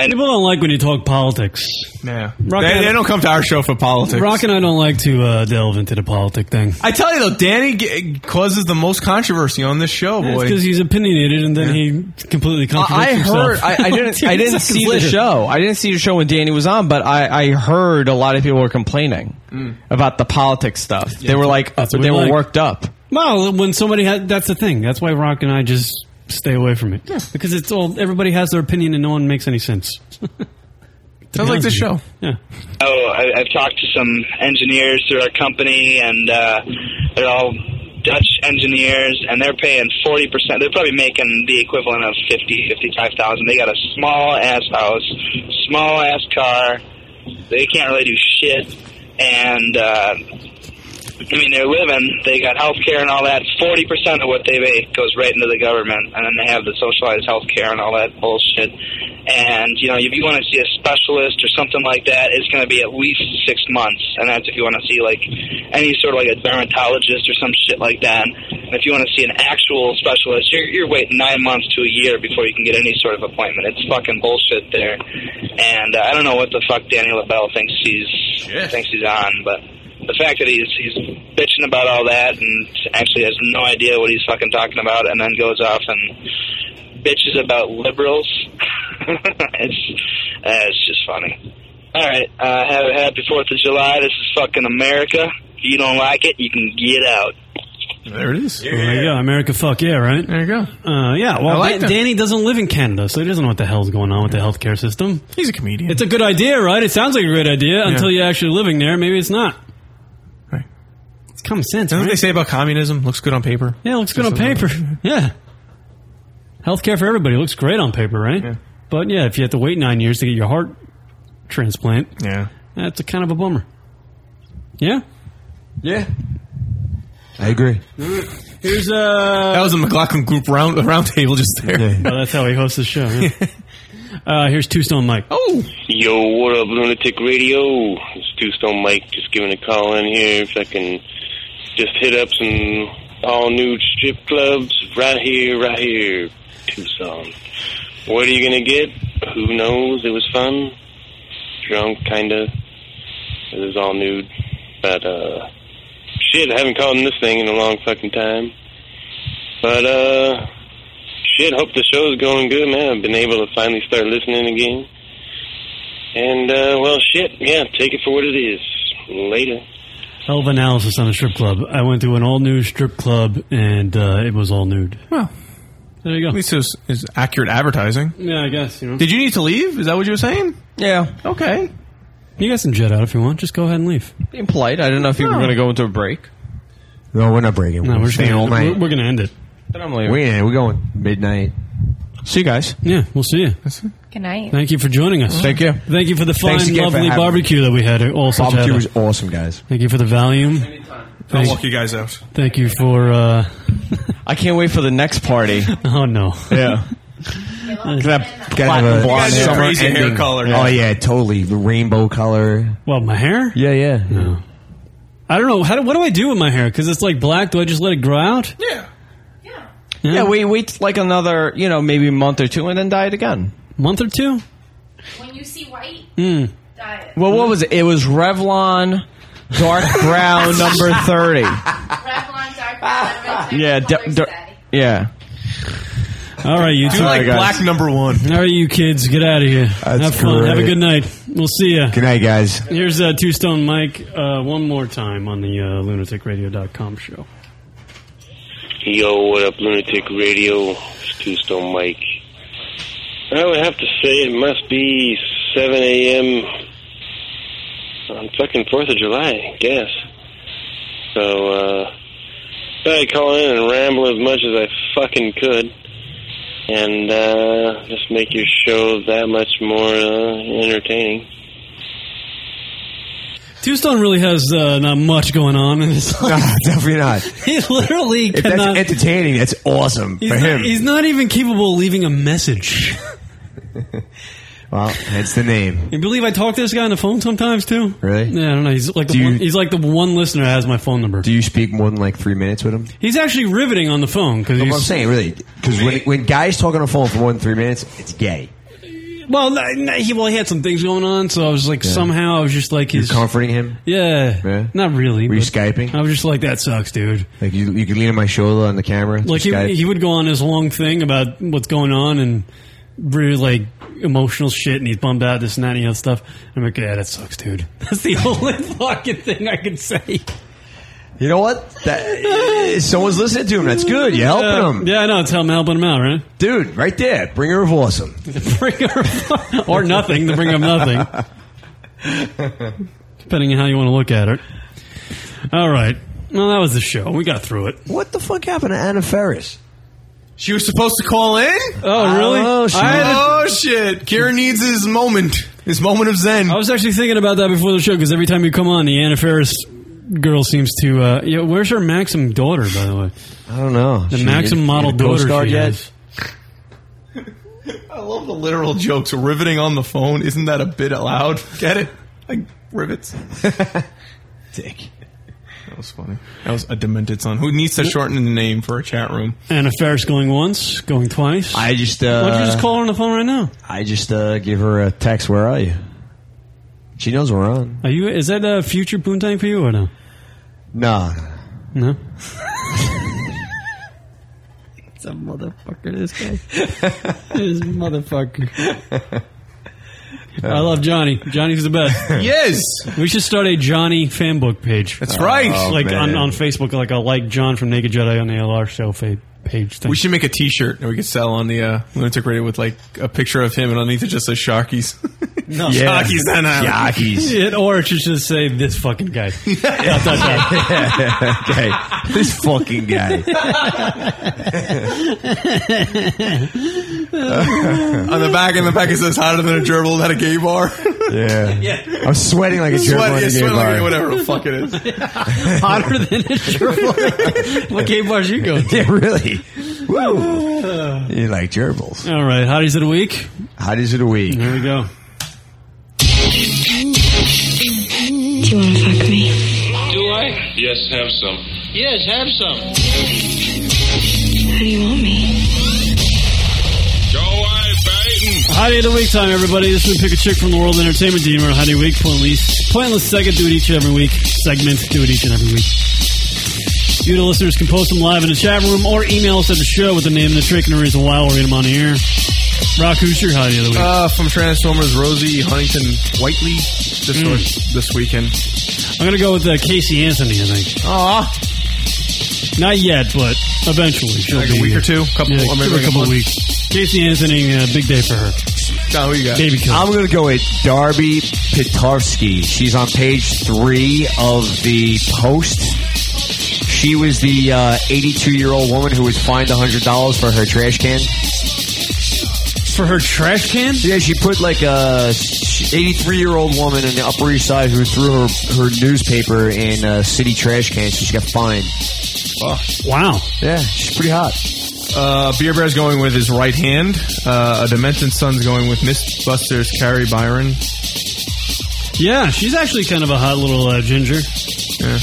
A: People don't like when you talk politics.
B: Yeah.
A: Rock
B: They,
A: and-
B: they don't come to our show for politics.
A: Rock and I don't like to uh, delve into the politic thing.
B: I tell you though, Danny g- causes the most controversy on this show, boy.
A: because he's opinionated, and then he completely contradicts
Q: I heard.
A: himself.
Q: I,
A: *laughs*
Q: I didn't. I
A: 10
Q: didn't
A: seconds
Q: see the
A: later.
Q: show. I didn't see the show when Danny was on, but I, I heard a lot of people were complaining
A: Mm.
Q: about the politics stuff. They were like,
A: That's
Q: they
A: what we
Q: were
A: like.
Q: worked up.
A: Well, when somebody has, that's the thing. That's why Rock and I just stay away from it because it's all everybody has their opinion and no one makes any sense. *laughs* To be honest with you. Yeah.
T: Oh, I, I've talked to some engineers through our company, and uh, they're all Dutch engineers, and they're paying forty percent. They're probably making the equivalent of fifty, fifty-five thousand. They got a small ass house, small ass car. They can't really do shit, and uh, I mean they're living. They got health care and all that. Forty percent of what they make goes right into the government, and then they have the socialized health care and all that bullshit. And you know, if you want to see a specialist or something like that, it's going to be at least six months, and that's if you want to see like any sort of like a dermatologist or some shit like that. And if you want to see an actual specialist, you're, you're waiting nine months to a year before you can get any sort of appointment. It's fucking bullshit there. And uh, I don't know what the fuck Danny LaBelle thinks he's thinks he's on, but the fact that he's he's bitching about all that and actually has no idea what he's fucking talking about, and then goes off and bitches about liberals. *laughs* it's uh, it's just funny. All right, uh, have a happy Fourth of July. This is fucking America. If you don't like it, you can get out.
A: There it is. There you go. America, fuck yeah, right? There you go. Uh, yeah,
T: I
A: well,
T: like
A: Dan-
T: that.
A: Danny doesn't live in Canada, so he doesn't know what the hell's going on with the healthcare system.
B: He's a comedian.
A: It's a good idea, right? It sounds like a great idea
B: Yeah.
A: until you're actually living there. Maybe it's not. Right. It's common sense,
B: You know what
A: right?
B: they say about communism? Looks good on paper.
A: Yeah, it looks good on paper. *laughs* Yeah. Healthcare for everybody looks great on paper, right? But yeah, if you have to wait nine years to get your heart transplant,
B: yeah,
A: that's a kind of a bummer. Yeah?
Q: Yeah.
J: I agree.
A: Here's uh That
B: was a McLaughlin group round roundtable just there.
A: Well, that's how he hosts the show.
B: *laughs*
A: yeah. uh, here's Two Stone Mike.
B: Oh,
H: Yo, what up, Lunatic Radio? It's Two Stone Mike just giving a call in here. If I can just hit up some all nude strip clubs right here, right here, Tucson. What are you going to get? Who knows? It was fun. Drunk, kind of. It was all nude. But, uh, shit, I haven't called in this thing in a long fucking time. But, uh, shit, hope the show's going good, man. I've been able to finally start listening again. And, uh, well, shit, yeah, take it for what it is. Later.
A: Hell of analysis on a strip club. I went to an all nude strip club and uh, it was all nude. There you go.
B: At least it was, it was accurate advertising.
A: Yeah, I guess. You know.
B: Hmm? Did you need to leave? Is that what you were saying?
Q: Yeah.
B: Okay.
A: You guys can jet out if you want. Just go ahead and leave.
Q: Being polite. I didn't know if you were
A: No.
Q: going to go into a break.
J: No, we're not breaking.
A: No, we're just
J: staying
A: gonna,
J: all night.
A: We're, we're gonna end it.
J: We're, we're going midnight.
Q: See you guys.
A: Yeah, we'll see you.
R: Good night.
A: Thank you *laughs* for joining us.
J: Thank you.
A: Thank you for the
J: Thanks
A: fine,
J: again for
A: lovely
J: having me.
A: barbecue that we had. All such
J: Barbecue
A: had.
J: was awesome, guys.
A: Thank you for the Valium.
B: I'll
A: Thank-
B: walk you guys out.
A: Thank you for. Uh,
Q: I can't wait for the next party.
A: *laughs* oh no! *laughs*
Q: Yeah.
J: Gotta have a
Q: blonde
J: summer
Q: crazy hair
J: ending.
Q: color.
J: Oh yeah, totally. The rainbow color.
A: Well, my hair.
J: Yeah, yeah.
A: I don't know. How do, what do I do with my hair? Because it's like black. Do I just let it grow out?
Q: Yeah. wait, wait like another, you know, maybe a month or two and then dye it again.
A: Month or two? Hmm.
R: When you see white,
Q: Mm.
R: dye it.
Q: Well, what was it? It was Revlon
A: *laughs*
Q: Dark Brown number 30.
R: Revlon dark brown.
Q: Yeah. d- d- yeah.
A: All right, you
Q: Do
A: two.
Q: like All right, guys. black
B: number one.
A: All right, you kids, get out of here. Have fun.
J: great.
A: Have a good night. *laughs* We'll see you.
J: Good night, guys.
A: Here's uh, Two Stone Mike uh, one more time on the uh, lunaticradio.com show.
H: Yo, what up, Lunatic Radio? It's Two Stone Mike. I would have to say it must be 7 a.m.
U: on fucking Fourth of July, I guess. So uh, I call in and ramble as much as I fucking could, and uh, just make your show that much more uh, entertaining.
A: Two Stone really has uh, not much going on in
J: *laughs*
A: his life.
J: definitely
A: *laughs*
J: not.
A: he literally
J: If that's
A: cannot.
J: entertaining, that's awesome
A: he's
J: for
A: not-
J: him.
A: he's not even capable of leaving a message.
J: *laughs* well, that's the name.
A: You believe I talk to this guy on the phone sometimes too?
J: Really?
A: Yeah, I don't know. He's like the
J: Do you-
A: one, he's like the one listener that has my phone number.
J: Do you speak more than like three minutes with him?
A: He's actually riveting on the phone because
J: That's
A: he's
J: what I'm saying, really. Because when, when guys talk on the phone for more than three minutes, it's gay.
A: Well, no, no, he well he had some things going on, so I was like
J: Yeah.
A: somehow I was just like
J: You're
A: his
J: comforting him?
A: Yeah,
J: Yeah?
A: not really.
J: Were you
A: but
J: Skyping?
A: I was just like that sucks, dude.
J: Like you, you could lean on my shoulder on the camera.
A: Like
J: just
A: he,
J: Skype.
A: he would go on his long thing about what's going on and really like emotional shit, and he's bummed out this and that and the other stuff. I'm like, yeah, that sucks, dude. That's the only *laughs* fucking thing I can say.
J: *laughs* You know what?
A: *laughs*
J: That, someone's listening to him. That's good. You're helping
A: yeah,
J: him.
A: Yeah, I know. It's helping, helping him out, right?
J: Dude, right there. Bringer of awesome.
A: *laughs* or nothing to bring up
J: *laughs*
A: nothing. Depending on how you want to look at it. All right. Well, that was the show. We got through it.
J: What the fuck happened to Anna Ferris?
B: She was supposed to call in?
A: Oh, really?
B: Oh,
A: I had a-
B: shit. Kieran needs his moment. His moment of zen.
A: I was actually thinking about that before the show because every time you come on, the Anna Ferris girl seems to. Uh, yeah, where's her Maxim daughter, by the way?
J: I don't know.
A: The
J: She-
A: Maxim
J: she
A: model
J: in the Coast
A: daughter.
J: Guard
A: she
J: yet?
A: has.
B: *laughs* I love the literal jokes. Riveting on the phone. Isn't that a bit allowed? *laughs* Get it? Like rivets. *laughs* Dick. That was funny. That was a demented son. Who needs to shorten the name for a chat room?
A: Anna Ferris going once, going twice.
J: I just. Uh,
A: Why don't you just call her on the phone right now?
J: I just uh, give her a text. Where are you? She knows we're on.
A: Are you? Is that a future poontang for you or no?
J: Nah.
A: No.
O: It's a motherfucker, this guy. this motherfucker.
A: I love Johnny. Johnny's the best.
B: *laughs* yes.
A: We should start a Johnny fan book page.
B: That's right. Oh,
A: like on,
B: man.
A: on Facebook, like a like John from Naked Jedi on the LR show fa- page thing.
B: We should make a T-shirt that we could sell on the uh, Lunatic Radio with like a picture of him, and underneath it just says Sharkies.
A: *laughs* No.
B: Yeah. *laughs* Sharkies, then, uh, Sharkies.
A: *laughs*
B: *laughs*
A: Yeah, or it should just say this fucking guy. Dot, dot,
B: *laughs*
A: dot.
J: okay. This fucking guy.
B: *laughs* on the back, in the back it says hotter than a gerbil at a gay bar. *laughs*
J: Yeah. I'm sweating like a
B: Sweat-
J: gerbil at a
B: yeah,
J: gay
B: sweating like
J: bar.
B: a- whatever the fuck it is.
A: Hotter than a gerbil. *laughs* what gay bars you go to?
J: Yeah, really. Woo. You like gerbils.
A: All right, hotties of the week.
J: Hotties of the week.
A: Here we go.
O: Do you want to fuck me?
P: Do I? Yes, have some.
O: Yes, have some. How do you want me?
A: Hottie of the Week time, everybody. This is Pick a Chick from the World Entertainment Team, or Hottie Week, pointless, pointless segment, do it each and every week. Segment, do it each and every week. You, the listeners, can post them live in the chat room or email us at the show with the name and the trick and the reason why. We'll read them on the air. Rock, who's your Hottie of the Week?
B: *laughs* Uh, from Transformers, Rosie Huntington Whiteley this
A: Mm.
B: week- this weekend.
A: I'm going to go with uh, Casey Anthony, I think.
B: Aw.
A: Not yet, but eventually. She'll
B: Like a
A: be
B: week
A: here.
B: or two? Couple-
A: yeah,
B: or
A: give her a
B: maybe like a
A: couple
B: month?
A: weeks. Casey Anthony, uh, big day for her.
B: John, who you got?
A: Baby killer.
J: I'm going to go with Darby Pitarski. She's on page three of the post. She was the uh, 82 year old woman who was fined $100 for her trash can.
A: For her trash can?
J: Yeah, she put like a 83 year old woman in the Upper East Side who threw her, her newspaper in a city trash can, so she got fined.
A: Wow.
J: Yeah, she's pretty hot.
B: Uh, Beer Bear's going with his right hand. Uh, a Demented Son's going with Mythbusters Carrie Byron.
A: Yeah, she's actually kind of a hot little uh, ginger.
B: Yeah.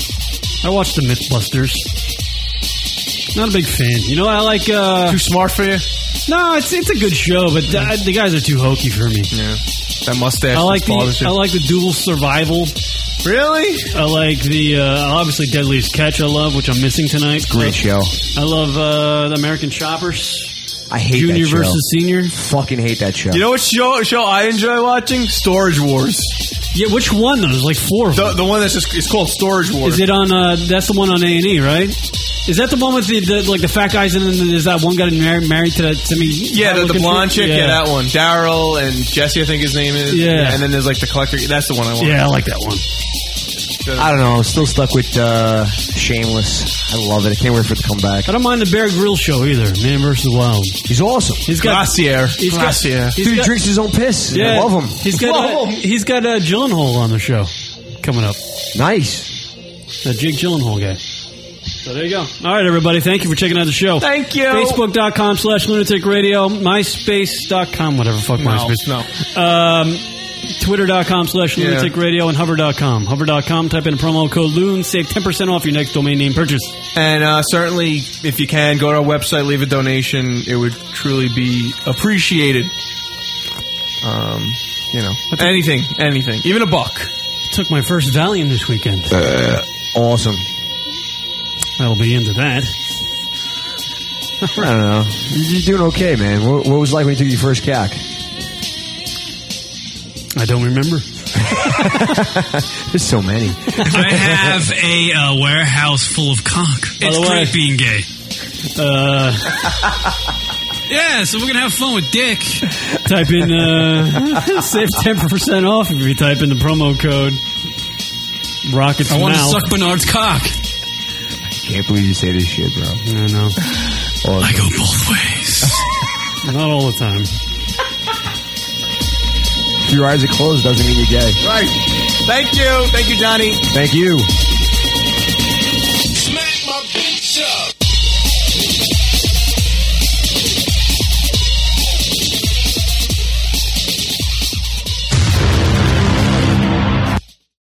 A: I watched the Mythbusters. Not a big fan. You know, I like. Uh,
B: too smart for you?
A: No, it's it's a good show, but uh, the guys are too hokey for me.
B: Yeah, that mustache.
A: I like
B: just
A: the
B: bothers you.
A: I like the dual survival.
B: Really?
A: I like the uh, obviously Deadliest Catch. I love, which I'm missing tonight.
J: Great show.
A: I love uh, the American Shoppers.
J: I hate
A: Junior
J: that show.
A: versus Senior.
J: Fucking hate that show.
B: You know what show show I enjoy watching? Storage Wars.
A: Yeah, which one though? There's like four. Of
B: the, the one that's just it's called Storage Wars.
A: Is it on? Uh, that's the one on A and E, right? Is that the one with the, the like the fat guys and then there's that one guy married, married to that to me?
B: Yeah, the, the blonde chick. Yeah. that one. Daryl and Jesse, I think his name is.
A: Yeah.
B: And then there's like the collector. That's the one I want.
A: Yeah, I like that one.
J: I don't know. I'm still stuck with uh, Shameless. I love it. I can't wait for it to come back.
A: I don't mind the Bear Grill show either. Man versus the Wild.
J: He's awesome.
A: He's got
J: Glacier.
A: He's got-
J: Glacier.
A: he's
J: Dude, he
A: got-
J: drinks his own piss.
A: Yeah,
J: I love him.
A: He's got
J: Love
A: uh, he's got uh, Gyllenhaal on the show coming up. Nice, the Jake Gyllenhaal guy. So there you go. All right, everybody. Thank you for checking out the show. Thank you. Facebook.com slash lunatic radio. MySpace.com, whatever the fuck
B: No,
A: MySpace. No. Um, Twitter.com slash
B: Yeah.
A: lunatic radio and hover.com. Hover.com, type in promo code LUN, save 10% off your next domain name purchase.
B: And uh, certainly, if you can, go to our website, leave a donation. It would truly be appreciated. Um, you know, anything, anything, even a buck.
A: Took my first Valium this weekend.
J: Uh, awesome.
A: That'll be into that.
J: *laughs* I don't know. You're doing okay, man. What, what was it like when you took your first cack?
A: I don't remember.
J: *laughs* There's so many.
O: I have a uh, warehouse full of conch.
A: By
O: It's
A: the way-
O: great being gay.
A: Uh,
O: Yeah, so we're gonna have fun with Dick.
A: type in uh, *laughs* save ten percent off if you type in the promo code Rockets
O: I want to
A: Mouth.
O: suck Bernard's cock.
J: Can't believe you say this shit, bro.
A: I know.
O: I go both ways.
A: *laughs* Not all the time.
J: If your eyes are closed, doesn't mean you're gay.
B: Right. Thank you. Thank you, Johnny.
J: Thank you.